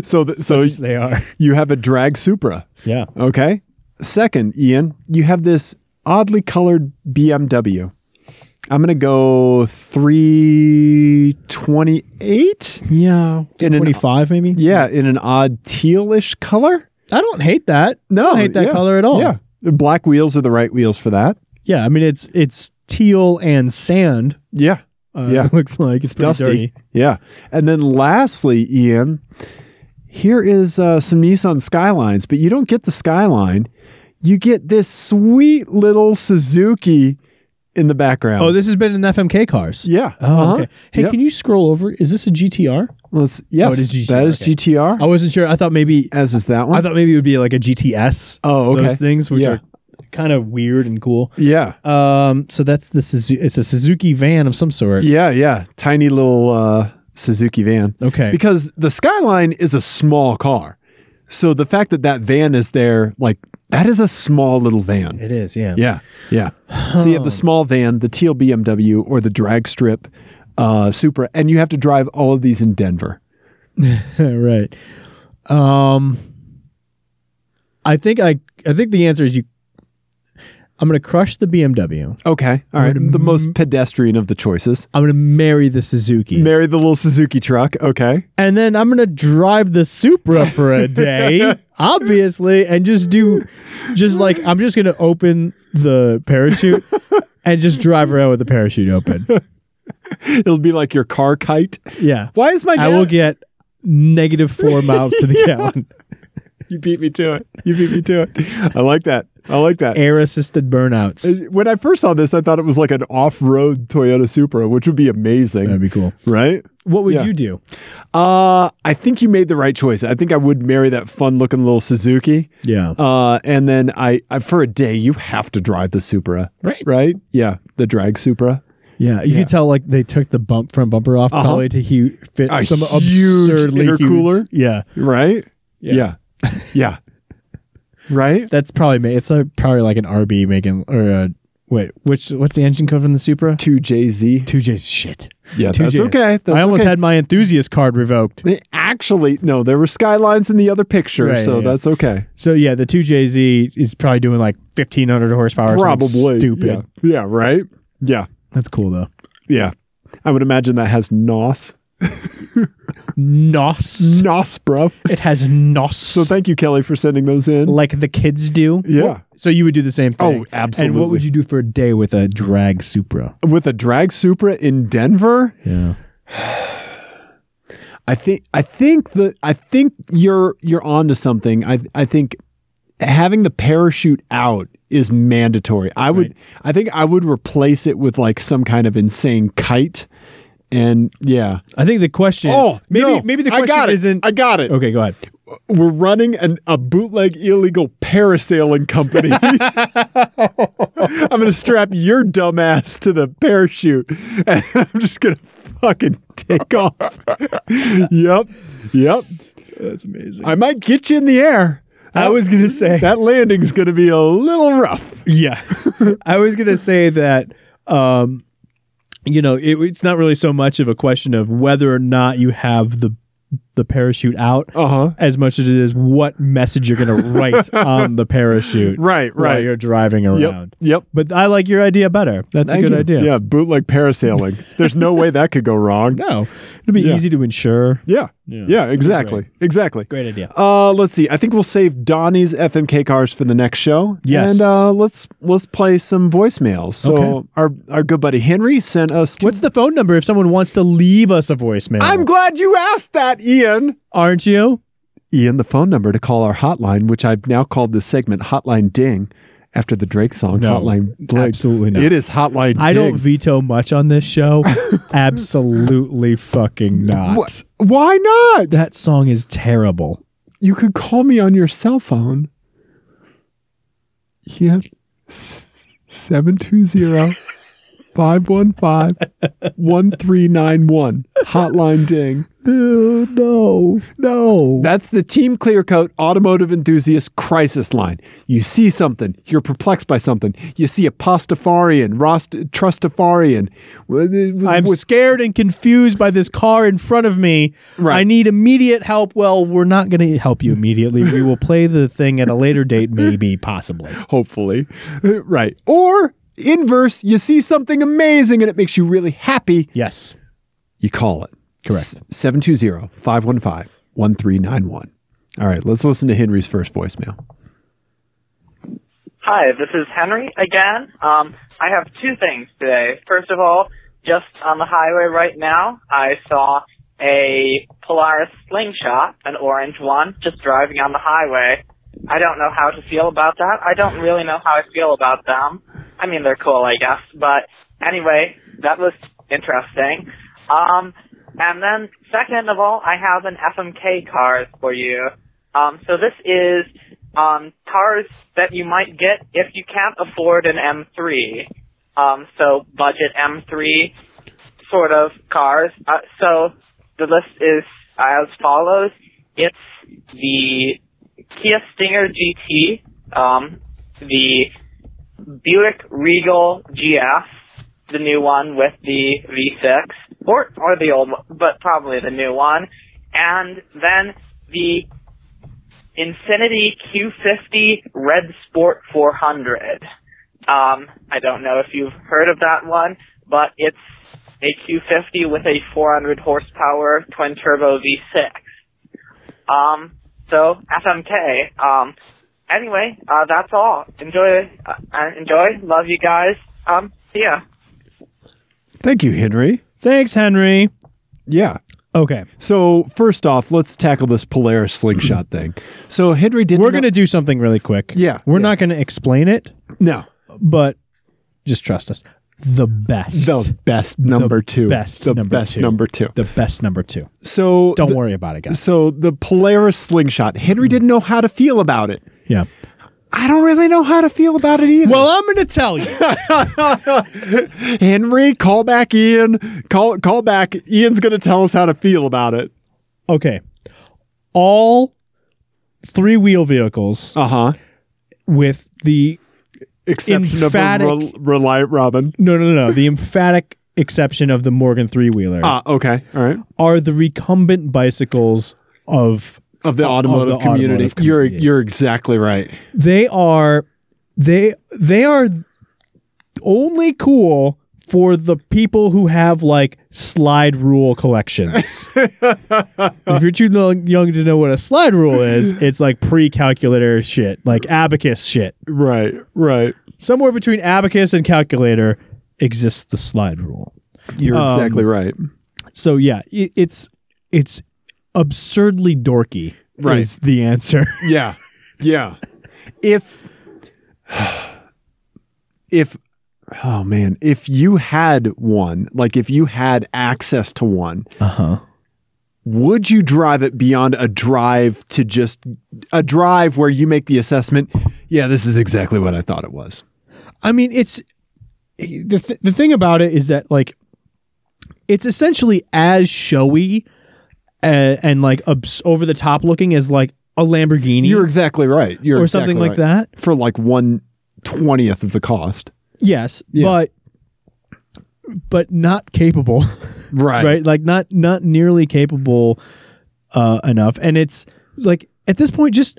[SPEAKER 2] so th- so
[SPEAKER 3] Yes, they are.
[SPEAKER 2] you have a drag Supra.
[SPEAKER 3] Yeah.
[SPEAKER 2] Okay. Second, Ian, you have this oddly colored BMW. I'm going to go 328.
[SPEAKER 3] Yeah.
[SPEAKER 2] In an-
[SPEAKER 3] 25 maybe.
[SPEAKER 2] Yeah, in an odd tealish color.
[SPEAKER 3] I don't hate that.
[SPEAKER 2] No,
[SPEAKER 3] I don't hate that
[SPEAKER 2] yeah,
[SPEAKER 3] color at all.
[SPEAKER 2] Yeah. The black wheels are the right wheels for that.
[SPEAKER 3] Yeah, I mean it's it's teal and sand.
[SPEAKER 2] Yeah.
[SPEAKER 3] Uh,
[SPEAKER 2] Yeah.
[SPEAKER 3] it looks like it's, pretty
[SPEAKER 2] Dusty.
[SPEAKER 3] dirty.
[SPEAKER 2] Yeah. And then lastly, Ian, here is uh, some Nissan Skylines, but you don't get the Skyline. You get this sweet little Suzuki in the background.
[SPEAKER 3] Oh, this has been in FMK cars.
[SPEAKER 2] yeah.
[SPEAKER 3] Oh,
[SPEAKER 2] Uh-huh.
[SPEAKER 3] okay. Hey,
[SPEAKER 2] Yep.
[SPEAKER 3] can you scroll over? Is this a GTR?
[SPEAKER 2] Let's yes,
[SPEAKER 3] Oh, it is GTR,
[SPEAKER 2] that is
[SPEAKER 3] okay.
[SPEAKER 2] GTR.
[SPEAKER 3] I wasn't sure. I thought maybe
[SPEAKER 2] As is that
[SPEAKER 3] I
[SPEAKER 2] one.
[SPEAKER 3] thought maybe it would be like a GTS.
[SPEAKER 2] oh, okay.
[SPEAKER 3] Those things which
[SPEAKER 2] Yeah.
[SPEAKER 3] are kind of weird and cool.
[SPEAKER 2] yeah,
[SPEAKER 3] Um, so that's the Suzu- it's a Suzuki van of some sort.
[SPEAKER 2] yeah, yeah. Tiny little uh, Suzuki van.
[SPEAKER 3] Okay.
[SPEAKER 2] Because the Skyline is a small car, so the fact that that van is there, like that, is a small little van.
[SPEAKER 3] it is, yeah.
[SPEAKER 2] Yeah, yeah. So you have the small van, the teal BMW, or the drag strip uh, Supra, and you have to drive all of these in Denver.
[SPEAKER 3] right. Um I think I I think the answer is you I'm going to crush the BMW.
[SPEAKER 2] Okay, all right. The
[SPEAKER 3] Mm-hmm.
[SPEAKER 2] most pedestrian of the choices.
[SPEAKER 3] I'm going to marry the Suzuki.
[SPEAKER 2] Marry the little Suzuki truck. Okay.
[SPEAKER 3] and then I'm going to drive the Supra for a day, obviously, and just do just like I'm just going to open the parachute and just drive around with the parachute open.
[SPEAKER 2] It'll be like your car kite.
[SPEAKER 3] Yeah.
[SPEAKER 2] Why is my
[SPEAKER 3] I
[SPEAKER 2] dad-
[SPEAKER 3] will get negative 4 miles to the gallon.
[SPEAKER 2] You beat me to it. You beat me to it. I like that. I like that.
[SPEAKER 3] air assisted burnouts.
[SPEAKER 2] When I first saw this, I thought it was like an off-road Toyota Supra, which would be
[SPEAKER 3] That'd
[SPEAKER 2] amazing,
[SPEAKER 3] be cool.
[SPEAKER 2] right?
[SPEAKER 3] What would
[SPEAKER 2] Yeah.
[SPEAKER 3] you do?
[SPEAKER 2] Uh, I think you made the right choice. I think I would marry that fun-looking little Suzuki.
[SPEAKER 3] Yeah.
[SPEAKER 2] Uh, and then I, I for a day you have to drive the Supra,
[SPEAKER 3] Right.
[SPEAKER 2] right? Yeah, the drag Supra.
[SPEAKER 3] Yeah, you
[SPEAKER 2] Yeah.
[SPEAKER 3] could tell like they took the bump front bumper off
[SPEAKER 2] Uh-huh.
[SPEAKER 3] probably to hu- fit
[SPEAKER 2] A
[SPEAKER 3] some
[SPEAKER 2] huge
[SPEAKER 3] absurdly
[SPEAKER 2] intercooler.
[SPEAKER 3] huge- Yeah,
[SPEAKER 2] right? Yeah. Yeah. Right?
[SPEAKER 3] that's probably ma- it's a, probably like an RB making or a, wait, which what's the engine code from the Supra?
[SPEAKER 2] 2JZ.
[SPEAKER 3] Two J's. Shit,
[SPEAKER 2] Yeah,
[SPEAKER 3] two
[SPEAKER 2] that's
[SPEAKER 3] J.
[SPEAKER 2] okay. That's
[SPEAKER 3] I almost
[SPEAKER 2] okay.
[SPEAKER 3] had my enthusiast card revoked.
[SPEAKER 2] They actually, no, there were skylines in the other picture,
[SPEAKER 3] Right, yeah,
[SPEAKER 2] so
[SPEAKER 3] yeah.
[SPEAKER 2] that's okay.
[SPEAKER 3] So yeah, the two JZ is probably doing like fifteen hundred horsepower. or something
[SPEAKER 2] Probably.
[SPEAKER 3] stupid.
[SPEAKER 2] Yeah. yeah, right? Yeah.
[SPEAKER 3] That's cool though.
[SPEAKER 2] Yeah. I would imagine that has NOS.
[SPEAKER 3] Nos.
[SPEAKER 2] NOS, bro.
[SPEAKER 3] It has nos.
[SPEAKER 2] So thank you, Kelly, for sending those in.
[SPEAKER 3] like the kids do.
[SPEAKER 2] Yeah.
[SPEAKER 3] What- So you would do the same thing.
[SPEAKER 2] Oh, absolutely.
[SPEAKER 3] And what would you do for a day with a drag Supra?
[SPEAKER 2] With a drag Supra in Denver,
[SPEAKER 3] Yeah.
[SPEAKER 2] I think I think the I think you're you're onto something. I I think having the parachute out is mandatory. I would
[SPEAKER 3] Right.
[SPEAKER 2] I think I would replace it with like some kind of insane kite. And yeah.
[SPEAKER 3] I think the question. is, maybe
[SPEAKER 2] Oh, no,
[SPEAKER 3] maybe the
[SPEAKER 2] I
[SPEAKER 3] question
[SPEAKER 2] got it.
[SPEAKER 3] isn't. Oh.
[SPEAKER 2] I got it.
[SPEAKER 3] okay, go ahead.
[SPEAKER 2] We're running an, a bootleg illegal parasailing company. I'm going to strap your dumbass to the parachute and I'm just going to fucking take off. yep. Yep.
[SPEAKER 3] That's amazing.
[SPEAKER 2] I might get you in the air.
[SPEAKER 3] I was gonna say.
[SPEAKER 2] That landing's going to be a little rough.
[SPEAKER 3] yeah. I was gonna say that. Um, you know, it, it's not really so much of a question of whether or not you have the the parachute out,
[SPEAKER 2] Uh huh.
[SPEAKER 3] as much as it is what message you're gonna write on the parachute
[SPEAKER 2] Right,
[SPEAKER 3] while
[SPEAKER 2] right.
[SPEAKER 3] you're driving around.
[SPEAKER 2] Yep. Yep.
[SPEAKER 3] But I like your idea better. That's
[SPEAKER 2] Thank
[SPEAKER 3] a good
[SPEAKER 2] you.
[SPEAKER 3] idea.
[SPEAKER 2] Yeah, bootleg parasailing. There's no way that could go wrong.
[SPEAKER 3] No, it'd be
[SPEAKER 2] Yeah.
[SPEAKER 3] easy to insure.
[SPEAKER 2] Yeah.
[SPEAKER 3] Yeah.
[SPEAKER 2] Yeah, exactly. Exactly.
[SPEAKER 3] Great idea.
[SPEAKER 2] Uh, let's see. I think we'll save Donnie's FMK cars for the next show.
[SPEAKER 3] Yes.
[SPEAKER 2] And uh, let's let's play some voicemails. So
[SPEAKER 3] Okay.
[SPEAKER 2] our our good buddy Henry sent us. two-
[SPEAKER 3] What's the phone number if someone wants to leave us a voicemail?
[SPEAKER 2] I'm glad you asked that, Ian.
[SPEAKER 3] aren't you?
[SPEAKER 2] Ian, the phone number to call our hotline, which I've now called this segment Hotline Ding, after the Drake song
[SPEAKER 3] No,
[SPEAKER 2] Hotline Bling.
[SPEAKER 3] absolutely not.
[SPEAKER 2] It is Hotline.
[SPEAKER 3] I
[SPEAKER 2] Ding.
[SPEAKER 3] don't veto much on this show. Absolutely fucking not.
[SPEAKER 2] What? Why not?
[SPEAKER 3] That song is terrible.
[SPEAKER 2] You could call me on your cell phone. Yeah. 720 515 1391. Hotline ding.
[SPEAKER 3] no, no.
[SPEAKER 2] That's the Team Clearcoat Automotive Enthusiast Crisis Line. You see something, you're perplexed by something. You see a Pastafarian, Rost- Trustafarian. with- with-
[SPEAKER 3] I'm
[SPEAKER 2] with-
[SPEAKER 3] scared and confused by this car in front of me.
[SPEAKER 2] Right.
[SPEAKER 3] I need immediate help. Well, we're not going to help you immediately. we will play the thing at a later date, maybe, possibly.
[SPEAKER 2] hopefully. Right. Or inverse, you see something amazing and it makes you really happy.
[SPEAKER 3] Yes.
[SPEAKER 2] you call it.
[SPEAKER 3] Correct.
[SPEAKER 2] 720 515 1391. All right, let's listen to Henry's first voicemail.
[SPEAKER 4] Hi, this is Henry again. Um, I have two things today. First of all, just on the highway right now, I saw a Polaris slingshot, an orange one, just driving on the highway. I don't know how to feel about that. I don't really know how I feel about them. I mean, they're cool, I guess. But anyway, that was interesting. Um, and then, second of all, I have an FMK card for you. Um, so this is um, cars that you might get if you can't afford an M3. Um, so budget M3 sort of cars. Uh, so the list is as follows. It's the Kia Stinger GT, um, the Buick Regal GS, the new one with the V6, or or the old one, but probably the new one, and then the Infinity Q50 Red Sport 400. Um, I don't know if you've heard of that one, but it's a Q50 with a 400 horsepower twin turbo V6. Um, so FMK. Um, anyway, uh, that's all. Enjoy, uh, uh, enjoy. Love you guys. Um, see ya.
[SPEAKER 2] Thank you, Henry.
[SPEAKER 3] Thanks, Henry.
[SPEAKER 2] Yeah.
[SPEAKER 3] Okay.
[SPEAKER 2] So first off, let's tackle this Polaris slingshot thing. So Henry did.
[SPEAKER 3] We're going to do something really quick.
[SPEAKER 2] Yeah,
[SPEAKER 3] We're
[SPEAKER 2] yeah.
[SPEAKER 3] not going to explain it,
[SPEAKER 2] no
[SPEAKER 3] but just trust us. The best.
[SPEAKER 2] the best number two,
[SPEAKER 3] best
[SPEAKER 2] the
[SPEAKER 3] number
[SPEAKER 2] best
[SPEAKER 3] two.
[SPEAKER 2] number two.
[SPEAKER 3] the best number two.
[SPEAKER 2] So
[SPEAKER 3] Don't
[SPEAKER 2] the-
[SPEAKER 3] worry about it, guys.
[SPEAKER 2] So the Polaris slingshot. Henry didn't know how to feel about it.
[SPEAKER 3] Yeah.
[SPEAKER 2] I don't really know how to feel about it either.
[SPEAKER 3] Well, I'm going to tell you.
[SPEAKER 2] Henry, call back Ian. Call call back. Ian's gonna tell us how to feel about it.
[SPEAKER 3] okay. All three wheel vehicles
[SPEAKER 2] Uh huh.
[SPEAKER 3] with the
[SPEAKER 2] Exception of
[SPEAKER 3] Emphatic-
[SPEAKER 2] Rel- Reliant Robin.
[SPEAKER 3] no, no, no, no, the emphatic exception of the Morgan three wheeler
[SPEAKER 2] Ah, okay, all right.
[SPEAKER 3] are the recumbent bicycles of
[SPEAKER 2] Of the
[SPEAKER 3] Of- of the
[SPEAKER 2] automotive community,
[SPEAKER 3] automotive
[SPEAKER 2] you're
[SPEAKER 3] community.
[SPEAKER 2] you're exactly right.
[SPEAKER 3] they are they they are only cool for the people who have like slide rule collections. if you're too lo- young to know what a slide rule is, it's like pre-calculator shit, like abacus shit.
[SPEAKER 2] Right, right.
[SPEAKER 3] Somewhere between abacus and calculator exists the slide rule.
[SPEAKER 2] You're
[SPEAKER 3] Um,
[SPEAKER 2] exactly right.
[SPEAKER 3] So yeah, i it's it's absurdly dorky
[SPEAKER 2] Right.
[SPEAKER 3] is the answer.
[SPEAKER 2] Yeah, yeah. If if oh man, if you had one, like if you had access to one,
[SPEAKER 3] Uh-huh.
[SPEAKER 2] would you drive it beyond a drive to just a drive where you make the assessment? Yeah, this is exactly what I thought it was.
[SPEAKER 3] I mean, it's the th- the thing about it is that like it's essentially as showy and, and like obs- over the top looking as like a Lamborghini
[SPEAKER 2] You're exactly right. You're
[SPEAKER 3] or something
[SPEAKER 2] exactly
[SPEAKER 3] like
[SPEAKER 2] right.
[SPEAKER 3] that.
[SPEAKER 2] for like one twentieth of the cost.
[SPEAKER 3] Yes,
[SPEAKER 2] Yeah.
[SPEAKER 3] but but not capable,
[SPEAKER 2] Right.
[SPEAKER 3] right? Like not not nearly capable uh, enough. And it's like at this point, just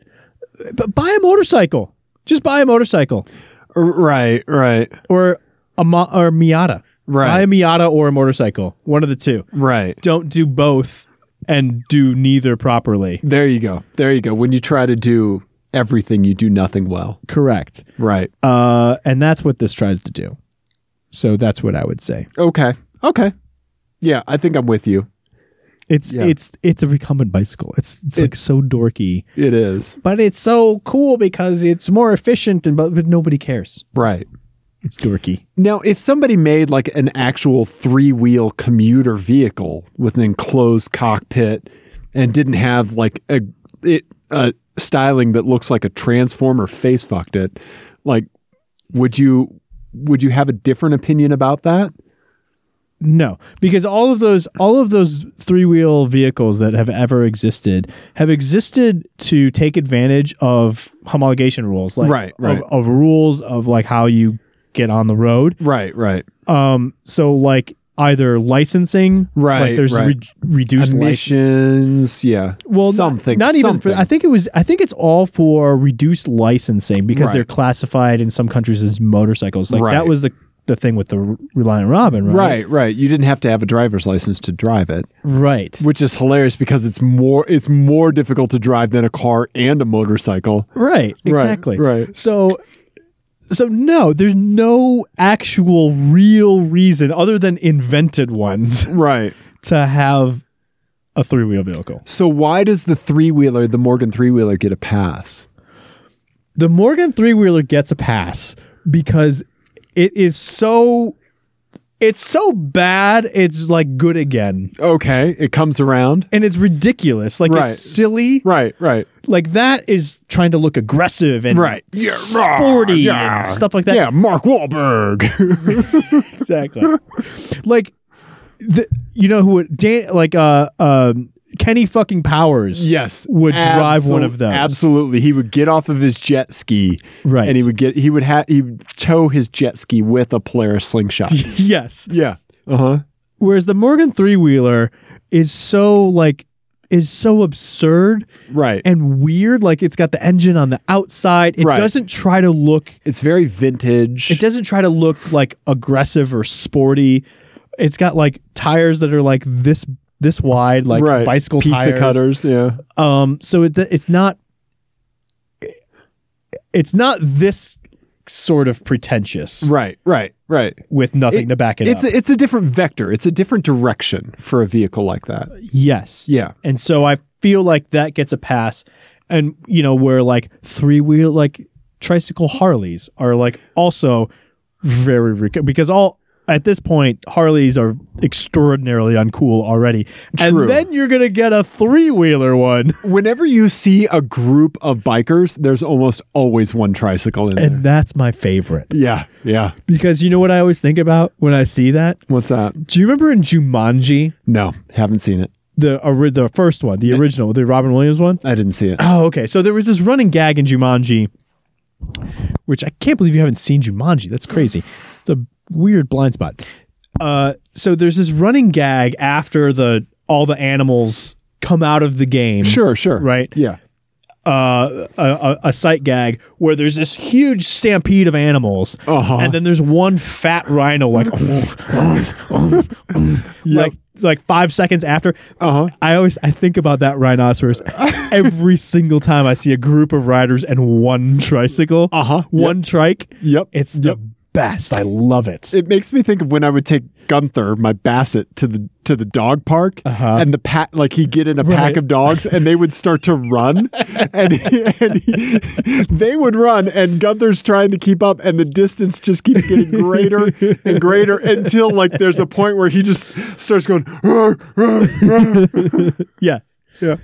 [SPEAKER 3] b- buy a motorcycle. Just buy a motorcycle
[SPEAKER 2] Right. Right.
[SPEAKER 3] or a mo- or Miata. Buy a
[SPEAKER 2] Right.
[SPEAKER 3] Miata or a motorcycle. One of the two.
[SPEAKER 2] right.
[SPEAKER 3] don't do both and do neither properly.
[SPEAKER 2] There you go. There you go. When you try to do everything, you do nothing well.
[SPEAKER 3] Correct.
[SPEAKER 2] Right.
[SPEAKER 3] Uh, and that's what this tries to do. So that's what I would say.
[SPEAKER 2] Okay. Okay. Yeah, I think I'm with you.
[SPEAKER 3] It's
[SPEAKER 2] Yeah.
[SPEAKER 3] it's it's a recumbent bicycle. It's it's like so dorky,
[SPEAKER 2] It is.
[SPEAKER 3] but it's so cool because it's more efficient and but, but nobody cares.
[SPEAKER 2] Right.
[SPEAKER 3] It's dorky.
[SPEAKER 2] Now, if somebody made like an actual three wheel commuter vehicle with an enclosed cockpit and didn't have like a it a styling that looks like a transformer face fucked it, like would you would you have a different opinion about that?
[SPEAKER 3] No, because all of those all of those three wheel vehicles that have ever existed have existed to take advantage of homologation rules, like
[SPEAKER 2] Right, right.
[SPEAKER 3] Of, of rules of like how you get on the road.
[SPEAKER 2] Right, right.
[SPEAKER 3] Um, so like either licensing,
[SPEAKER 2] Right,
[SPEAKER 3] Like there's
[SPEAKER 2] right.
[SPEAKER 3] re- reduced license.
[SPEAKER 2] Emissions, yeah.
[SPEAKER 3] Well,
[SPEAKER 2] something.
[SPEAKER 3] Not, not even. For,
[SPEAKER 2] something.
[SPEAKER 3] I think it was. I think it's all for reduced licensing because
[SPEAKER 2] Right.
[SPEAKER 3] they're classified in some countries as motorcycles. Like
[SPEAKER 2] Right.
[SPEAKER 3] that was the the thing with the R- Reliant Robin, right?
[SPEAKER 2] Right, right. You didn't have to have a driver's license to drive it,
[SPEAKER 3] Right.
[SPEAKER 2] which is hilarious because it's more it's more difficult to drive than a car and a motorcycle.
[SPEAKER 3] Right. Exactly.
[SPEAKER 2] right.
[SPEAKER 3] So. So no, there's no actual real reason other than invented ones
[SPEAKER 2] Right.
[SPEAKER 3] to have a three-wheel vehicle.
[SPEAKER 2] So why does the three wheeler, the Morgan three wheeler, get a pass?
[SPEAKER 3] the Morgan three wheeler gets a pass because it is so it's so bad it's like good again.
[SPEAKER 2] Okay, it comes around.
[SPEAKER 3] And it's ridiculous. Like
[SPEAKER 2] Right.
[SPEAKER 3] it's silly.
[SPEAKER 2] Right, right,
[SPEAKER 3] Like that is trying to look aggressive and
[SPEAKER 2] right.
[SPEAKER 3] sporty and stuff like that.
[SPEAKER 2] Yeah, Mark Wahlberg.
[SPEAKER 3] Exactly. like the, you know who would Dan like uh um Kenny fucking Powers.
[SPEAKER 2] yes,
[SPEAKER 3] Would drive one of those.
[SPEAKER 2] Absolutely, he would get off of his jet ski,
[SPEAKER 3] Right.
[SPEAKER 2] and he would get he would have he would tow his jet ski with a Polaris slingshot.
[SPEAKER 3] yes.
[SPEAKER 2] yeah. Uh huh.
[SPEAKER 3] Whereas the Morgan three wheeler is so like is so absurd
[SPEAKER 2] Right.
[SPEAKER 3] and weird. Like it's got the engine on the outside. It
[SPEAKER 2] Right.
[SPEAKER 3] doesn't try to look.
[SPEAKER 2] It's very vintage.
[SPEAKER 3] It doesn't try to look like aggressive or sporty. It's got like tires that are like this this wide, like
[SPEAKER 2] Right.
[SPEAKER 3] bicycle
[SPEAKER 2] Pizza
[SPEAKER 3] tires.
[SPEAKER 2] cutters, yeah.
[SPEAKER 3] Um, so it, it's not. It's not this sort of pretentious.
[SPEAKER 2] Right, right. Right.
[SPEAKER 3] with nothing
[SPEAKER 2] It-
[SPEAKER 3] to back it
[SPEAKER 2] it's
[SPEAKER 3] up.
[SPEAKER 2] a, it's a different vector. It's a different direction for a vehicle like that.
[SPEAKER 3] yes.
[SPEAKER 2] Yeah.
[SPEAKER 3] And so I feel like that gets a pass. And, you know, where like three wheel, like tricycle Harleys are like also very, rec- because all, at this point, Harleys are extraordinarily uncool already.
[SPEAKER 2] True.
[SPEAKER 3] And then you're going to get a three wheeler one.
[SPEAKER 2] Whenever you see a group of bikers, there's almost always one tricycle in there.
[SPEAKER 3] And that's my favorite.
[SPEAKER 2] yeah. Yeah.
[SPEAKER 3] Because you know what I always think about when I see that?
[SPEAKER 2] What's that?
[SPEAKER 3] Do you remember in Jumanji,
[SPEAKER 2] No, haven't seen it.
[SPEAKER 3] the, ori- the first one, the original, the Robin Williams one?
[SPEAKER 2] I didn't see it.
[SPEAKER 3] Oh, okay. So there was this running gag in Jumanji, which I can't believe you haven't seen Jumanji. That's crazy. It's a weird blind spot. Uh, so there's this running gag after the all the animals come out of the game.
[SPEAKER 2] Sure. Sure.
[SPEAKER 3] Right.
[SPEAKER 2] Yeah.
[SPEAKER 3] Uh, a, a, a sight gag where there's this huge stampede of animals,
[SPEAKER 2] Uh-huh.
[SPEAKER 3] and then there's one fat rhino like, like like five seconds after.
[SPEAKER 2] Uh huh.
[SPEAKER 3] I always I think about that rhinoceros every single time I see a group of riders and one tricycle,
[SPEAKER 2] Uh-huh.
[SPEAKER 3] one trike.
[SPEAKER 2] Yep.
[SPEAKER 3] It's the best. I love it.
[SPEAKER 2] it makes me think of when I would take Gunther, my Basset, to the to the dog park,
[SPEAKER 3] Uh-huh.
[SPEAKER 2] and the pack like he'd get in a pack
[SPEAKER 3] Right.
[SPEAKER 2] of dogs, and they would start to run, and, he, and he, they would run, and Gunther's trying to keep up, and the distance just keeps getting greater and greater until like there's a point where he just starts going, "Roar, roar, roar."
[SPEAKER 3] yeah,
[SPEAKER 2] yeah,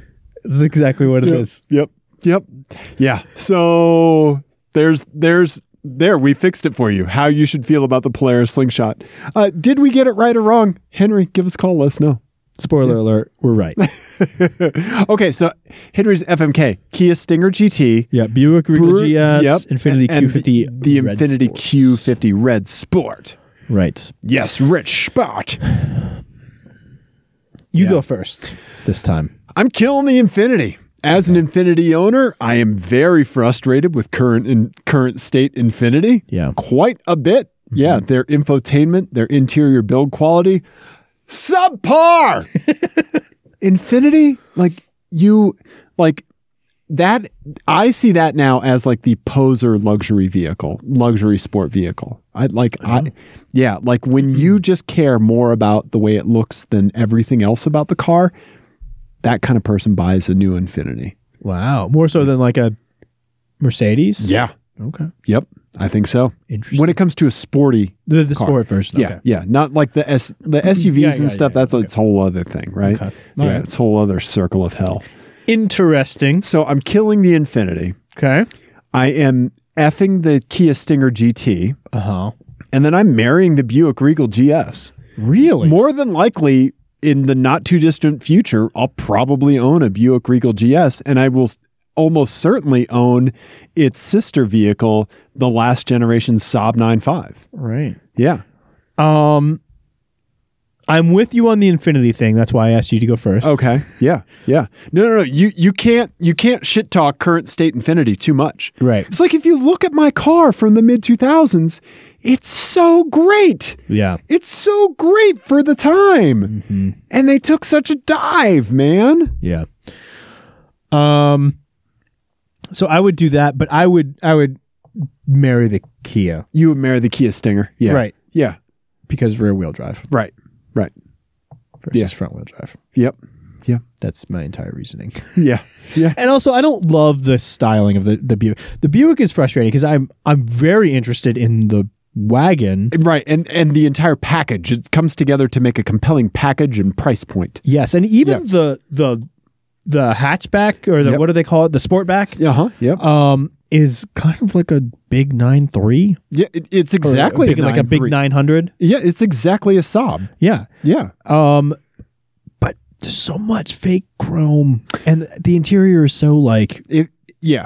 [SPEAKER 3] that's exactly what it
[SPEAKER 2] yep,
[SPEAKER 3] is.
[SPEAKER 2] yep, yep, yeah. So there's there's. There, we fixed it for you. How you should feel about the Polaris slingshot. Uh, did we get it right or wrong? Henry, give us a call. Let us know.
[SPEAKER 3] Spoiler alert: we're right.
[SPEAKER 2] okay, so Henry's FMK, Kia Stinger GT,
[SPEAKER 3] Yeah, Buick Regal
[SPEAKER 2] Brew-
[SPEAKER 3] GS,
[SPEAKER 2] yep,
[SPEAKER 3] Infinity
[SPEAKER 2] and
[SPEAKER 3] Q50,
[SPEAKER 2] the, the
[SPEAKER 3] Red
[SPEAKER 2] Infinity
[SPEAKER 3] Sports.
[SPEAKER 2] Q50 Red Sport.
[SPEAKER 3] Right.
[SPEAKER 2] Yes, rich spot.
[SPEAKER 3] You go first this time.
[SPEAKER 2] I'm killing the Infinity. As an Infinity owner, I am very frustrated with current in, current state Infinity.
[SPEAKER 3] Yeah.
[SPEAKER 2] quite a bit. Yeah, their infotainment, their interior build quality, subpar. Infinity, like you, like that. I see that now as like the poser luxury vehicle, luxury sport vehicle. I like, I, yeah, like when you just care more about the way it looks than everything else about the car, that kind of person buys a new Infinity.
[SPEAKER 3] Wow, more so than like a Mercedes.
[SPEAKER 2] Yeah.
[SPEAKER 3] Okay.
[SPEAKER 2] Yep. I think so.
[SPEAKER 3] Interesting.
[SPEAKER 2] When it comes to a sporty
[SPEAKER 3] the the
[SPEAKER 2] Car.
[SPEAKER 3] sport version.
[SPEAKER 2] Yeah,
[SPEAKER 3] Okay.
[SPEAKER 2] yeah, not like the S, the SUVs
[SPEAKER 3] Yeah, yeah,
[SPEAKER 2] and stuff.
[SPEAKER 3] yeah,
[SPEAKER 2] that's
[SPEAKER 3] okay.
[SPEAKER 2] its whole other thing, right?
[SPEAKER 3] Okay.
[SPEAKER 2] Yeah,
[SPEAKER 3] All right.
[SPEAKER 2] it's a whole other circle of hell.
[SPEAKER 3] Interesting.
[SPEAKER 2] So I'm killing the Infinity.
[SPEAKER 3] Okay.
[SPEAKER 2] I am effing the Kia Stinger GT,
[SPEAKER 3] Uh huh.
[SPEAKER 2] and then I'm marrying the Buick Regal GS.
[SPEAKER 3] Really?
[SPEAKER 2] More than likely, in the not too distant future, I'll probably own a Buick Regal GS, and I will s- almost certainly own its sister vehicle, the last generation Saab 95.
[SPEAKER 3] Right.
[SPEAKER 2] Yeah,
[SPEAKER 3] Um, I'm with you on the infinity thing. That's why I asked you to go first.
[SPEAKER 2] Okay. Yeah. Yeah. No, no, no. You you can't you can't shit talk current state infinity too much.
[SPEAKER 3] Right.
[SPEAKER 2] It's like if you look at my car from the mid 2000s, it's so great.
[SPEAKER 3] Yeah.
[SPEAKER 2] It's so great for the time. And they took such a dive, man.
[SPEAKER 3] Yeah. Um. So I would do that, but I would I would marry the Kia.
[SPEAKER 2] You would marry the Kia Stinger. Yeah.
[SPEAKER 3] Right.
[SPEAKER 2] Yeah.
[SPEAKER 3] Because rear wheel drive
[SPEAKER 2] Right. Right.
[SPEAKER 3] versus
[SPEAKER 2] Yeah.
[SPEAKER 3] front wheel drive.
[SPEAKER 2] Yep.
[SPEAKER 3] That's my entire reasoning.
[SPEAKER 2] Yeah. Yeah.
[SPEAKER 3] and also, I don't love the styling of the the Buick. The Buick is frustrating because I'm I'm very interested in the wagon.
[SPEAKER 2] Right. And and the entire package it comes together to make a compelling package and price point.
[SPEAKER 3] Yes, and even
[SPEAKER 2] Yeah.
[SPEAKER 3] the the the hatchback or the
[SPEAKER 2] Yep.
[SPEAKER 3] what do they call it? The sportback.
[SPEAKER 2] Uh-huh. Yep.
[SPEAKER 3] um, is kind of like a big nine three,
[SPEAKER 2] Yeah, it- it's exactly
[SPEAKER 3] big, like a big
[SPEAKER 2] 9.3.
[SPEAKER 3] nine hundred.
[SPEAKER 2] Yeah, it's exactly a Saab.
[SPEAKER 3] Yeah.
[SPEAKER 2] Yeah.
[SPEAKER 3] Um, but there's so much fake chrome, and the interior is so like
[SPEAKER 2] It, yeah.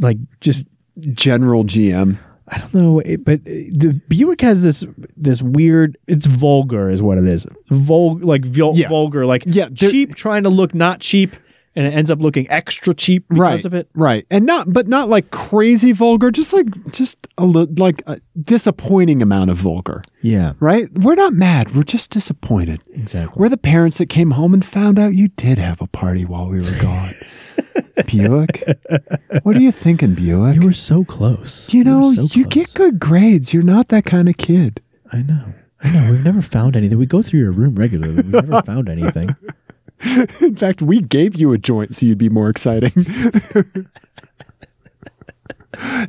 [SPEAKER 3] like just
[SPEAKER 2] General GM.
[SPEAKER 3] I don't know. It, but uh, the Buick has this this weird. It's vulgar, is what it is. Vul like vul-
[SPEAKER 2] Yeah.
[SPEAKER 3] vulgar, like
[SPEAKER 2] Yeah, there-
[SPEAKER 3] cheap, trying to look not cheap, and it ends up looking extra cheap because
[SPEAKER 2] Right.
[SPEAKER 3] of it.
[SPEAKER 2] Right. And not but not like crazy vulgar, just like just a li- like a disappointing amount of vulgar,
[SPEAKER 3] Yeah,
[SPEAKER 2] right? We're not mad, we're just disappointed.
[SPEAKER 3] exactly.
[SPEAKER 2] We're the parents that came home and found out you did have a party while we were gone. Buick? what are you thinking, Buick?
[SPEAKER 3] You
[SPEAKER 2] You,
[SPEAKER 3] were so close.
[SPEAKER 2] know,
[SPEAKER 3] were
[SPEAKER 2] you,
[SPEAKER 3] so close.
[SPEAKER 2] get good grades. You're not that kind of kid.
[SPEAKER 3] I know. I know. We've never found anything. We go through your room regularly. We've never found anything.
[SPEAKER 2] In fact, we gave you a joint so you'd be more exciting.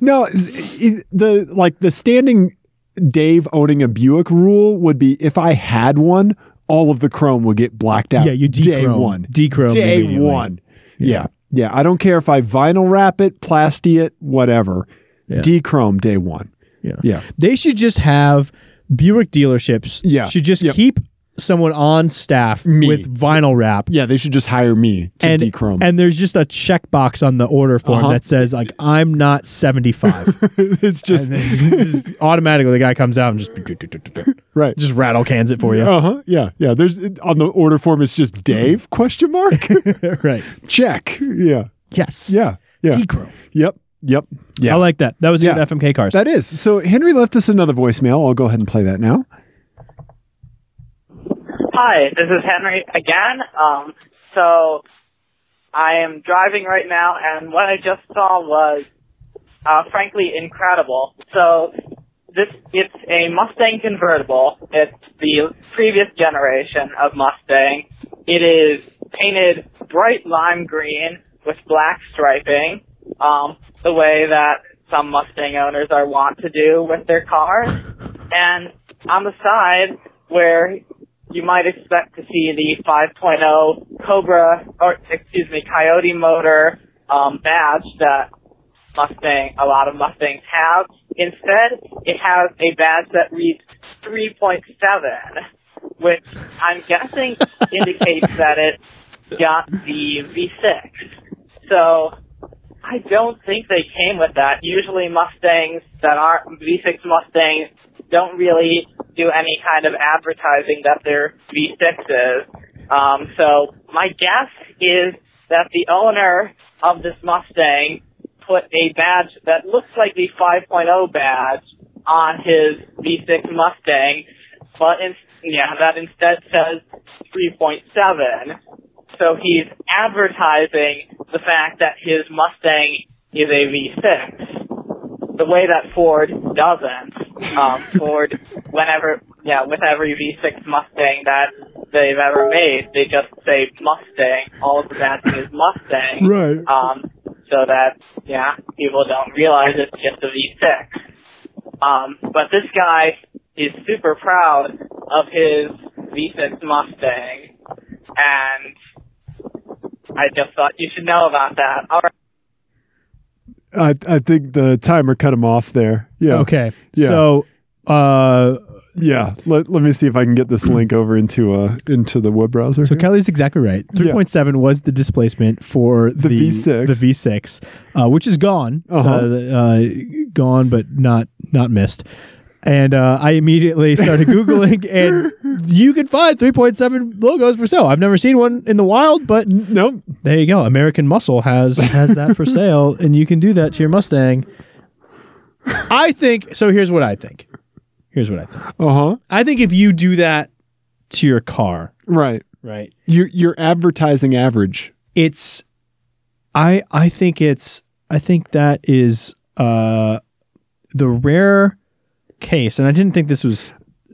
[SPEAKER 2] no, is- is- the like the standing Dave owning a Buick rule would be if I had one, all of the chrome would get blacked out.
[SPEAKER 3] Yeah, you
[SPEAKER 2] day
[SPEAKER 3] dechrome-
[SPEAKER 2] one.
[SPEAKER 3] dechrome
[SPEAKER 2] day
[SPEAKER 3] immediately.
[SPEAKER 2] one.
[SPEAKER 3] Yeah.
[SPEAKER 2] Yeah. yeah. I don't care if I vinyl wrap it, plasti it, whatever.
[SPEAKER 3] Yeah.
[SPEAKER 2] Dechrome day one.
[SPEAKER 3] Yeah.
[SPEAKER 2] Yeah.
[SPEAKER 3] They should just have Buick dealerships.
[SPEAKER 2] Yeah.
[SPEAKER 3] Should just
[SPEAKER 2] Yep.
[SPEAKER 3] keep someone on staff
[SPEAKER 2] Me.
[SPEAKER 3] with vinyl wrap.
[SPEAKER 2] Yeah, they should just hire me to
[SPEAKER 3] And,
[SPEAKER 2] dechrome.
[SPEAKER 3] and there's just a checkbox on the order form
[SPEAKER 2] Uh-huh.
[SPEAKER 3] that says like I'm not 75.
[SPEAKER 2] it's just
[SPEAKER 3] and then just automatically the guy comes out and just
[SPEAKER 2] right.
[SPEAKER 3] just rattle cans it for you.
[SPEAKER 2] Uh huh. Yeah, yeah. There's on the order form. It's just Dave question mark
[SPEAKER 3] right.
[SPEAKER 2] check. Yeah,
[SPEAKER 3] Yes.
[SPEAKER 2] yeah, yeah.
[SPEAKER 3] Decro.
[SPEAKER 2] Yep, yep.
[SPEAKER 3] I
[SPEAKER 2] Yeah,
[SPEAKER 3] like that. That was a
[SPEAKER 2] Yeah.
[SPEAKER 3] good FMK cars.
[SPEAKER 2] that is. So Henry left us another voicemail. I'll go ahead and play that now.
[SPEAKER 4] Hi, this is Henry again. Um, so I am driving right now, and what I just saw was, uh, frankly, incredible. So this it's a Mustang convertible. It's the previous generation of Mustang. It is painted bright lime green with black striping, um, the way that some Mustang owners are wont to do with their cars. And on the side where you might expect to see the 5.0 Cobra, or excuse me, Coyote motor um, badge that Mustang, a lot of Mustangs have. Instead, it has a badge that reads 3.7, which I'm guessing indicates that it got the V6. So I don't think they came with that. Usually Mustangs that aren't V6 Mustangs don't really do any kind of advertising that they're V6s. Um, so my guess is that the owner of this Mustang put a badge that looks like the 5.0 badge on his V6 Mustang, but in, yeah, that instead says 3.7. So he's advertising the fact that his Mustang is a V6, the way that Ford doesn't. Um, Ford, whenever, yeah, with every V6 Mustang that they've ever made, they just say Mustang. All of the badging is Mustang.
[SPEAKER 2] Right.
[SPEAKER 4] Um, so that, yeah, people don't realize it's just a V6. Um, but this guy is super proud of his V6 Mustang, and I just thought you should know about that. All right.
[SPEAKER 2] I I think the timer cut him off there. Yeah.
[SPEAKER 3] Okay.
[SPEAKER 2] Yeah.
[SPEAKER 3] So uh
[SPEAKER 2] Yeah. Let, let me see if I can get this link over into uh into the web browser.
[SPEAKER 3] So Kelly's exactly right.
[SPEAKER 2] Yeah.
[SPEAKER 3] 3.7 was the displacement for the,
[SPEAKER 2] V6.
[SPEAKER 3] the V6, uh, which is gone,
[SPEAKER 2] Uh-huh.
[SPEAKER 3] Uh, uh, gone but not not missed. And uh, I immediately started googling, and you can find 3.7 logos for sale. I've never seen one in the wild, but
[SPEAKER 2] nope.
[SPEAKER 3] there you go. American Muscle has has that for sale, and you can do that to your Mustang. I think so. Here's what I think. Here's what I think.
[SPEAKER 2] Uh huh.
[SPEAKER 3] I think if you do that to your car,
[SPEAKER 2] Right.
[SPEAKER 3] right?
[SPEAKER 2] You you're advertising average.
[SPEAKER 3] it's i i think it's i think that is uh the rare case and i didn't think this was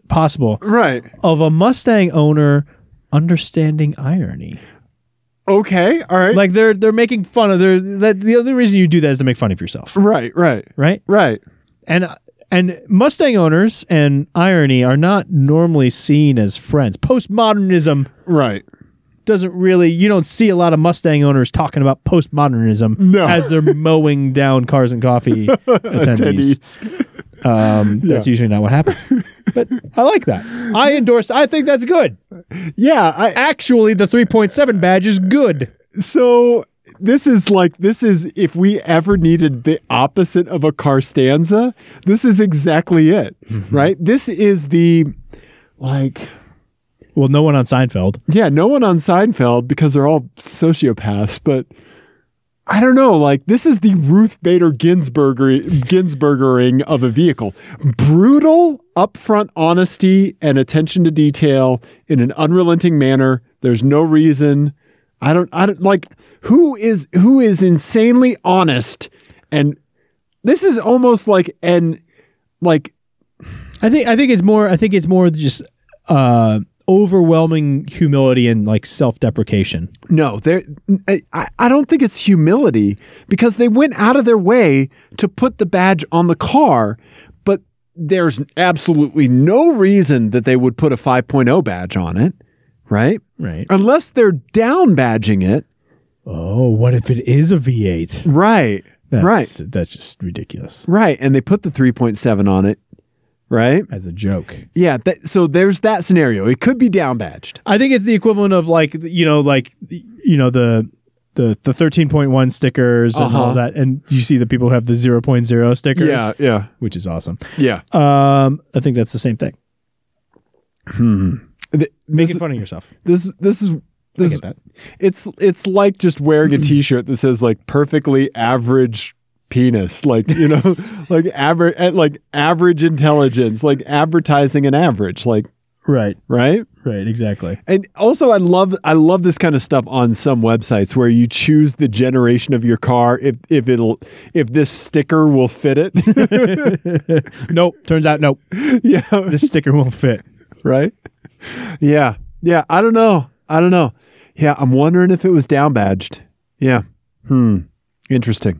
[SPEAKER 3] possible
[SPEAKER 2] Right.
[SPEAKER 3] of a mustang owner understanding irony
[SPEAKER 2] Okay. All right.
[SPEAKER 3] like they're they're making fun of their that the only reason you do that is to make fun of yourself
[SPEAKER 2] right. Right.
[SPEAKER 3] right
[SPEAKER 2] Right.
[SPEAKER 3] and and mustang owners and irony are not normally seen as friends postmodernism
[SPEAKER 2] Right.
[SPEAKER 3] doesn't really you don't see a lot of Mustang owners talking about postmodernism
[SPEAKER 2] No.
[SPEAKER 3] as they're mowing down cars and coffee attendees. Um, That's usually not what happens. But I like that. I endorse. I think that's good.
[SPEAKER 2] Yeah. I,
[SPEAKER 3] Actually, the 3.7 badge is good.
[SPEAKER 2] So this is like this is if we ever needed the opposite of a car stanza, this is exactly it, right? This is the like
[SPEAKER 3] Well, no one on Seinfeld.
[SPEAKER 2] yeah, no one on Seinfeld because they're all sociopaths, but I don't know, like this is the Ruth Bader Ginsburger Ginsburgering of a vehicle. Brutal, upfront honesty and attention to detail in an unrelenting manner. There's no reason I don't I don't like who is who is insanely honest and this is almost like an like
[SPEAKER 3] I think I think it's more I think it's more just uh overwhelming humility and like self-deprecation.
[SPEAKER 2] no there I, I I don't think it's humility because they went out of their way to put the badge on the car but there's absolutely no reason that they would put a 5.0 badge on it right
[SPEAKER 3] Right.
[SPEAKER 2] unless they're down badging it
[SPEAKER 3] Oh, what if it is a V8?
[SPEAKER 2] right
[SPEAKER 3] That's,
[SPEAKER 2] right
[SPEAKER 3] That's just ridiculous.
[SPEAKER 2] right and they put the 3.7 on it right
[SPEAKER 3] As a joke.
[SPEAKER 2] Yeah, that, so there's that scenario. It could be down badged.
[SPEAKER 3] I think it's the equivalent of like you know like you know the the the 13.1 stickers and
[SPEAKER 2] Uh-huh.
[SPEAKER 3] all that and you see the people who have the 0.0 stickers
[SPEAKER 2] yeah,
[SPEAKER 3] which is awesome.
[SPEAKER 2] yeah.
[SPEAKER 3] Um I think that's the same thing.
[SPEAKER 2] Hmm. Th-
[SPEAKER 3] Making
[SPEAKER 2] This,
[SPEAKER 3] fun of yourself.
[SPEAKER 2] this this is
[SPEAKER 3] I
[SPEAKER 2] this
[SPEAKER 3] get that.
[SPEAKER 2] it's it's like just wearing a t-shirt that says like perfectly average penis, like you know, like average like average intelligence, like advertising an average, like
[SPEAKER 3] Right.
[SPEAKER 2] right.
[SPEAKER 3] Right, exactly.
[SPEAKER 2] And also, I love I love this kind of stuff on some websites where you choose the generation of your car if if it'll if this sticker will fit it.
[SPEAKER 3] nope, turns out nope.
[SPEAKER 2] yeah,
[SPEAKER 3] This sticker won't fit.
[SPEAKER 2] right? Yeah. Yeah. I don't know. I don't know. Yeah. I'm wondering if it was down badged. Yeah. Hmm. Interesting.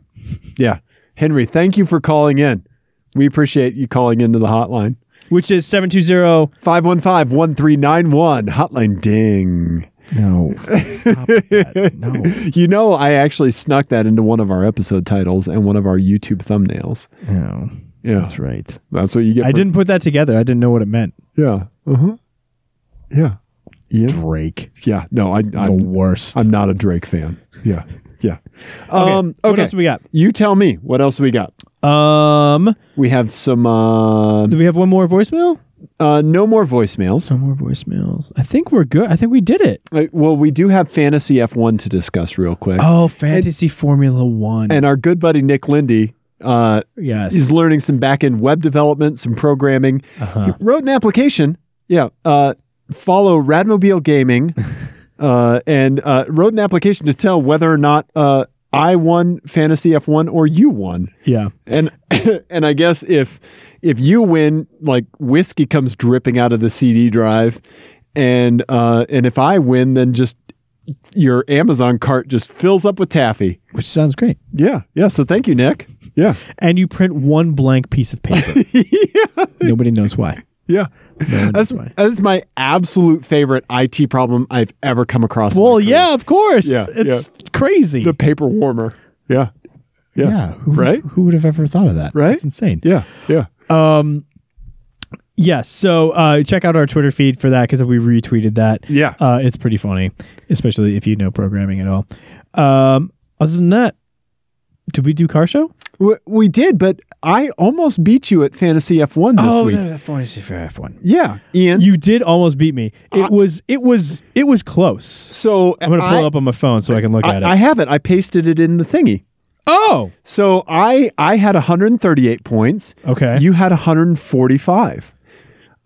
[SPEAKER 2] Yeah. Henry, thank you for calling in. We appreciate you calling into the hotline.
[SPEAKER 3] Which is 720
[SPEAKER 2] 515 1391. Hotline ding.
[SPEAKER 3] No. Stop that. No.
[SPEAKER 2] You know, I actually snuck that into one of our episode titles and one of our YouTube thumbnails.
[SPEAKER 3] No.
[SPEAKER 2] Yeah.
[SPEAKER 3] That's right.
[SPEAKER 2] That's what you get.
[SPEAKER 3] I
[SPEAKER 2] for-
[SPEAKER 3] didn't put that together. I didn't know what it meant.
[SPEAKER 2] Yeah. Uh huh. Yeah. Yeah.
[SPEAKER 3] Drake.
[SPEAKER 2] Yeah. No, I,
[SPEAKER 3] the
[SPEAKER 2] I'm,
[SPEAKER 3] worst.
[SPEAKER 2] I'm not a Drake fan. Yeah. Yeah.
[SPEAKER 3] okay.
[SPEAKER 2] Um,
[SPEAKER 3] What
[SPEAKER 2] okay.
[SPEAKER 3] else do we got?
[SPEAKER 2] You tell me what else we got.
[SPEAKER 3] Um,
[SPEAKER 2] We have some uh,
[SPEAKER 3] do we have one more voicemail?
[SPEAKER 2] uh no more voicemails.
[SPEAKER 3] Some more voicemails. I think we're good. I think we did it.
[SPEAKER 2] Uh, Well, we do have fantasy F1 to discuss real quick.
[SPEAKER 3] Oh, Fantasy Formula One.
[SPEAKER 2] And our good buddy Nick Lindy uh
[SPEAKER 3] yes.
[SPEAKER 2] is learning some back-end web development, some programming.
[SPEAKER 3] uh-huh.
[SPEAKER 2] He wrote an application. Yeah, uh follow Radmobile Gaming uh and uh wrote an application to tell whether or not uh I won fantasy F1 or you won.
[SPEAKER 3] Yeah.
[SPEAKER 2] and and I guess if if you win, like whiskey comes dripping out of the CD drive, and uh, and if I win, then just your Amazon cart just fills up with taffy.
[SPEAKER 3] Which sounds great.
[SPEAKER 2] Yeah, yeah. So thank you, Nick. Yeah,
[SPEAKER 3] And you print one blank piece of paper.
[SPEAKER 2] yeah,
[SPEAKER 3] Nobody knows why.
[SPEAKER 2] yeah.
[SPEAKER 3] No one
[SPEAKER 2] That's
[SPEAKER 3] knows why.
[SPEAKER 2] that's my absolute favorite IT problem I've ever come across. in my
[SPEAKER 3] Well,
[SPEAKER 2] career.
[SPEAKER 3] yeah, of course.
[SPEAKER 2] Yeah,
[SPEAKER 3] it's crazy.
[SPEAKER 2] the paper warmer. Yeah, yeah.
[SPEAKER 3] yeah. Who,
[SPEAKER 2] Right?
[SPEAKER 3] Who would have ever thought of that?
[SPEAKER 2] Right?
[SPEAKER 3] It's insane.
[SPEAKER 2] yeah, yeah.
[SPEAKER 3] Um, yes. so uh, check out our Twitter feed for that because we retweeted that.
[SPEAKER 2] Yeah.
[SPEAKER 3] Uh, it's pretty funny, especially if you know programming at all. Um, other than that, did we do car show?
[SPEAKER 2] We, we did, but I almost beat you at Fantasy F1 this week.
[SPEAKER 3] Oh, was a fantasy for F one.
[SPEAKER 2] Yeah, Ian.
[SPEAKER 3] You did almost beat me. It
[SPEAKER 2] I-
[SPEAKER 3] was it was it was close.
[SPEAKER 2] So
[SPEAKER 3] I'm gonna pull
[SPEAKER 2] I,
[SPEAKER 3] it up on my phone so I can look
[SPEAKER 2] I,
[SPEAKER 3] at it.
[SPEAKER 2] I have it. I pasted it in the thingy.
[SPEAKER 3] oh,
[SPEAKER 2] So I I had 138 points.
[SPEAKER 3] okay.
[SPEAKER 2] You had 145.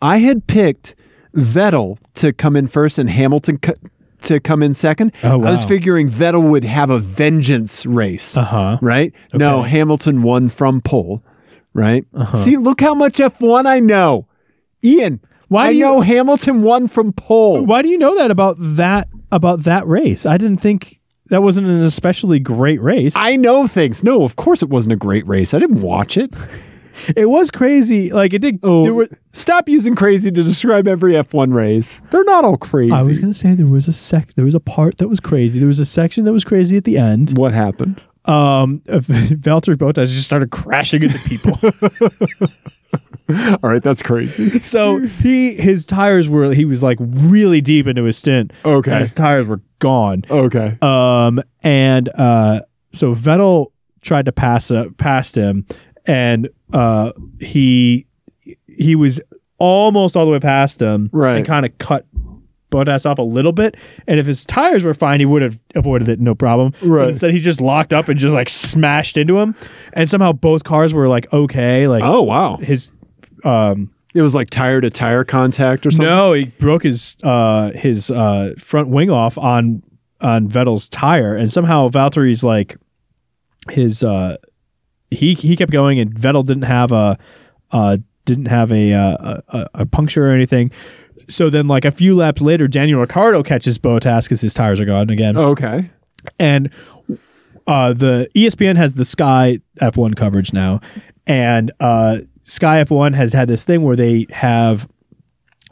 [SPEAKER 2] I had picked Vettel to come in first and Hamilton co- to come in second.
[SPEAKER 3] Oh,
[SPEAKER 2] I was
[SPEAKER 3] wow.
[SPEAKER 2] figuring Vettel would have a vengeance race,
[SPEAKER 3] uh huh.
[SPEAKER 2] right? No,
[SPEAKER 3] Okay.
[SPEAKER 2] Hamilton won from pole, right?
[SPEAKER 3] Uh-huh.
[SPEAKER 2] See, look how much F1 I know. Ian,
[SPEAKER 3] Why
[SPEAKER 2] I
[SPEAKER 3] do you-
[SPEAKER 2] know Hamilton won from pole.
[SPEAKER 3] Why do you know that about that about that race? I didn't think that wasn't an especially great race.
[SPEAKER 2] I know things. No, of course it wasn't a great race. I didn't watch it.
[SPEAKER 3] it was crazy. Like it did.
[SPEAKER 2] Oh,
[SPEAKER 3] there were-
[SPEAKER 2] stop using crazy to describe every F1 race. They're not all crazy.
[SPEAKER 3] I was gonna say there was a sec. There was a part that was crazy. There was a section that was crazy at the end.
[SPEAKER 2] what happened?
[SPEAKER 3] Um, Valtteri Bottas just started crashing into people.
[SPEAKER 2] All right, that's crazy.
[SPEAKER 3] so he his tires were he was like really deep into his stint.
[SPEAKER 2] Okay.
[SPEAKER 3] and his tires were gone.
[SPEAKER 2] Okay.
[SPEAKER 3] Um, and uh, so Vettel tried to pass uh, past him, and uh, he he was almost all the way past him,
[SPEAKER 2] Right.
[SPEAKER 3] And kind of cut Bottas off a little bit. And if his tires were fine, he would have avoided it no problem. But
[SPEAKER 2] Right.
[SPEAKER 3] instead, he just locked up and just like smashed into him, and somehow both cars were like okay, like
[SPEAKER 2] Oh wow,
[SPEAKER 3] his. Um,
[SPEAKER 2] it was like tire to tire contact or something.
[SPEAKER 3] no, he broke his uh, his uh, front wing off on on Vettel's tire, and somehow Valtteri's like his uh, he he kept going, and Vettel didn't have a uh, didn't have a, uh, a a- a puncture or anything. So then, like a few laps later, Daniel Ricciardo catches Botas because his tires are gone
[SPEAKER 2] Oh,
[SPEAKER 3] again,
[SPEAKER 2] Okay.
[SPEAKER 3] and uh, the ESPN has the Sky F1 coverage now, and uh, Sky F1 has had this thing where they have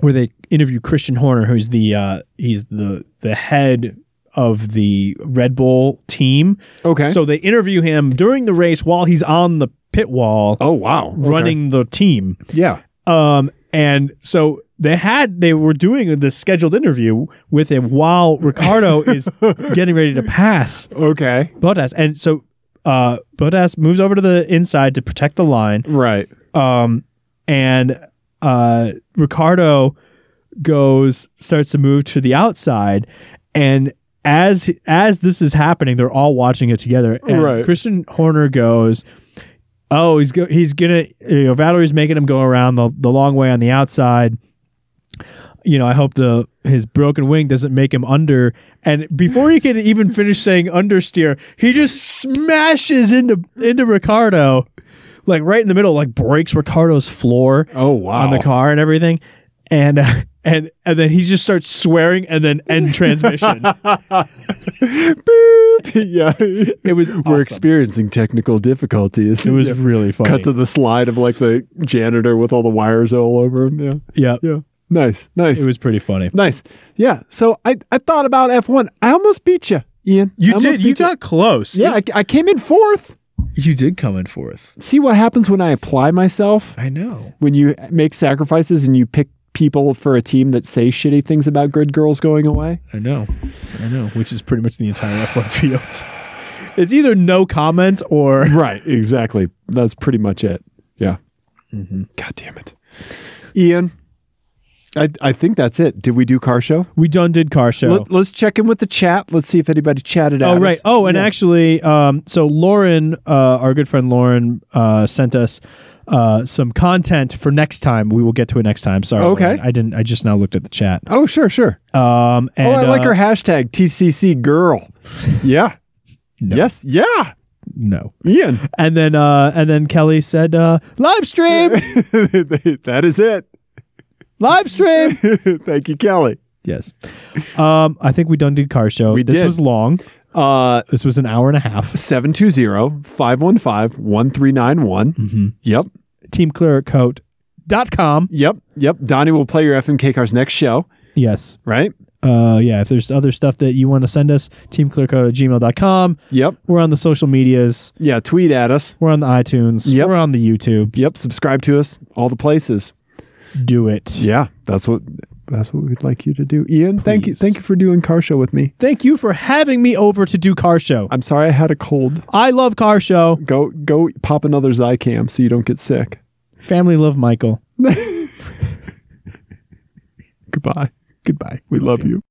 [SPEAKER 3] where they interview Christian Horner, who's the uh, he's the the head of the Red Bull team.
[SPEAKER 2] Okay.
[SPEAKER 3] So they interview him during the race while he's on the pit wall
[SPEAKER 2] oh wow. Okay.
[SPEAKER 3] running the team.
[SPEAKER 2] Yeah.
[SPEAKER 3] Um, and so they had they were doing this scheduled interview with him while Ricardo is getting ready to pass
[SPEAKER 2] Okay.
[SPEAKER 3] Botas. And so uh Botas moves over to the inside to protect the line.
[SPEAKER 2] Right.
[SPEAKER 3] Um and uh Ricardo goes starts to move to the outside and as as this is happening, they're all watching it together. And
[SPEAKER 2] Right.
[SPEAKER 3] Christian Horner goes, "Oh, he's go- he's gonna you know Valerie's making him go around the the long way on the outside. You know, I hope the his broken wing doesn't make him under." And before he can even finish saying understeer, he just smashes into into Ricardo, like right in the middle, like breaks Ricardo's floor
[SPEAKER 2] Oh wow.
[SPEAKER 3] on the car and everything, and. Uh, and, and then he just starts swearing and then end transmission.
[SPEAKER 2] Beep. Yeah.
[SPEAKER 3] It was awesome.
[SPEAKER 2] We're experiencing technical difficulties.
[SPEAKER 3] It was
[SPEAKER 2] Yeah.
[SPEAKER 3] really funny.
[SPEAKER 2] cut to the slide of like the janitor with all the wires all over him. Yeah.
[SPEAKER 3] yeah,
[SPEAKER 2] Yeah. Nice. Nice.
[SPEAKER 3] it was pretty funny.
[SPEAKER 2] nice. Yeah. So I I thought about F1. I almost beat you, Ian. I almost beat
[SPEAKER 3] close.
[SPEAKER 2] Yeah, I, I came in fourth.
[SPEAKER 3] you did come in fourth.
[SPEAKER 2] See what happens when I apply myself,
[SPEAKER 3] I know.
[SPEAKER 2] when you make sacrifices and you pick people for a team that say shitty things about good girls going away.
[SPEAKER 3] I know. I know. Which is pretty much the entire F1 field. It's either no comment or
[SPEAKER 2] Right, exactly. That's pretty much it. Yeah. God damn it. Ian, I, I think that's it. Did we do car show?
[SPEAKER 3] we done did car show.
[SPEAKER 2] Let, us check in with the chat. Let's see if anybody chatted out.
[SPEAKER 3] Oh right. Oh, and actually, um, so Lauren, uh, our good friend Lauren, uh, sent us uh, some content for next time. We will get to it next time. Sorry.
[SPEAKER 2] Okay.
[SPEAKER 3] Lauren. I didn't. I just now looked at the chat.
[SPEAKER 2] Oh, sure, sure.
[SPEAKER 3] Um, and,
[SPEAKER 2] oh, I like
[SPEAKER 3] uh,
[SPEAKER 2] her hashtag TCC girl. yeah.
[SPEAKER 3] No.
[SPEAKER 2] Yes. Yeah.
[SPEAKER 3] No.
[SPEAKER 2] Ian.
[SPEAKER 3] And then, uh, and then Kelly said, uh, "Live stream,
[SPEAKER 2] that is it.
[SPEAKER 3] live stream."
[SPEAKER 2] Thank you, Kelly.
[SPEAKER 3] Yes. Um, I think we done did car show.
[SPEAKER 2] We
[SPEAKER 3] this
[SPEAKER 2] did.
[SPEAKER 3] was long.
[SPEAKER 2] Uh,
[SPEAKER 3] This was an hour and a half.
[SPEAKER 2] 720-515-1391.
[SPEAKER 3] Mm-hmm.
[SPEAKER 2] Yep.
[SPEAKER 3] Teamclearcoat.com.
[SPEAKER 2] Yep. Yep. Donnie will play your FMK cars next show,
[SPEAKER 3] Yes.
[SPEAKER 2] right?
[SPEAKER 3] Uh, yeah. If there's other stuff that you want to send us, teamclearcoat at gmail.com.
[SPEAKER 2] Yep.
[SPEAKER 3] We're on the social medias.
[SPEAKER 2] Yeah. Tweet at us.
[SPEAKER 3] We're on the iTunes.
[SPEAKER 2] Yep.
[SPEAKER 3] We're on the YouTube.
[SPEAKER 2] Yep. Subscribe to us. All the places.
[SPEAKER 3] Do it.
[SPEAKER 2] Yeah. That's what that's what we'd like you to do. Ian, thank you.
[SPEAKER 3] Please.
[SPEAKER 2] Thank you for doing car show with me.
[SPEAKER 3] Thank you for having me over to do car show.
[SPEAKER 2] I'm sorry I had a cold.
[SPEAKER 3] I love car show.
[SPEAKER 2] Go go pop another Zycam so you don't get sick.
[SPEAKER 3] Family love Michael.
[SPEAKER 2] Goodbye.
[SPEAKER 3] Goodbye.
[SPEAKER 2] We love you.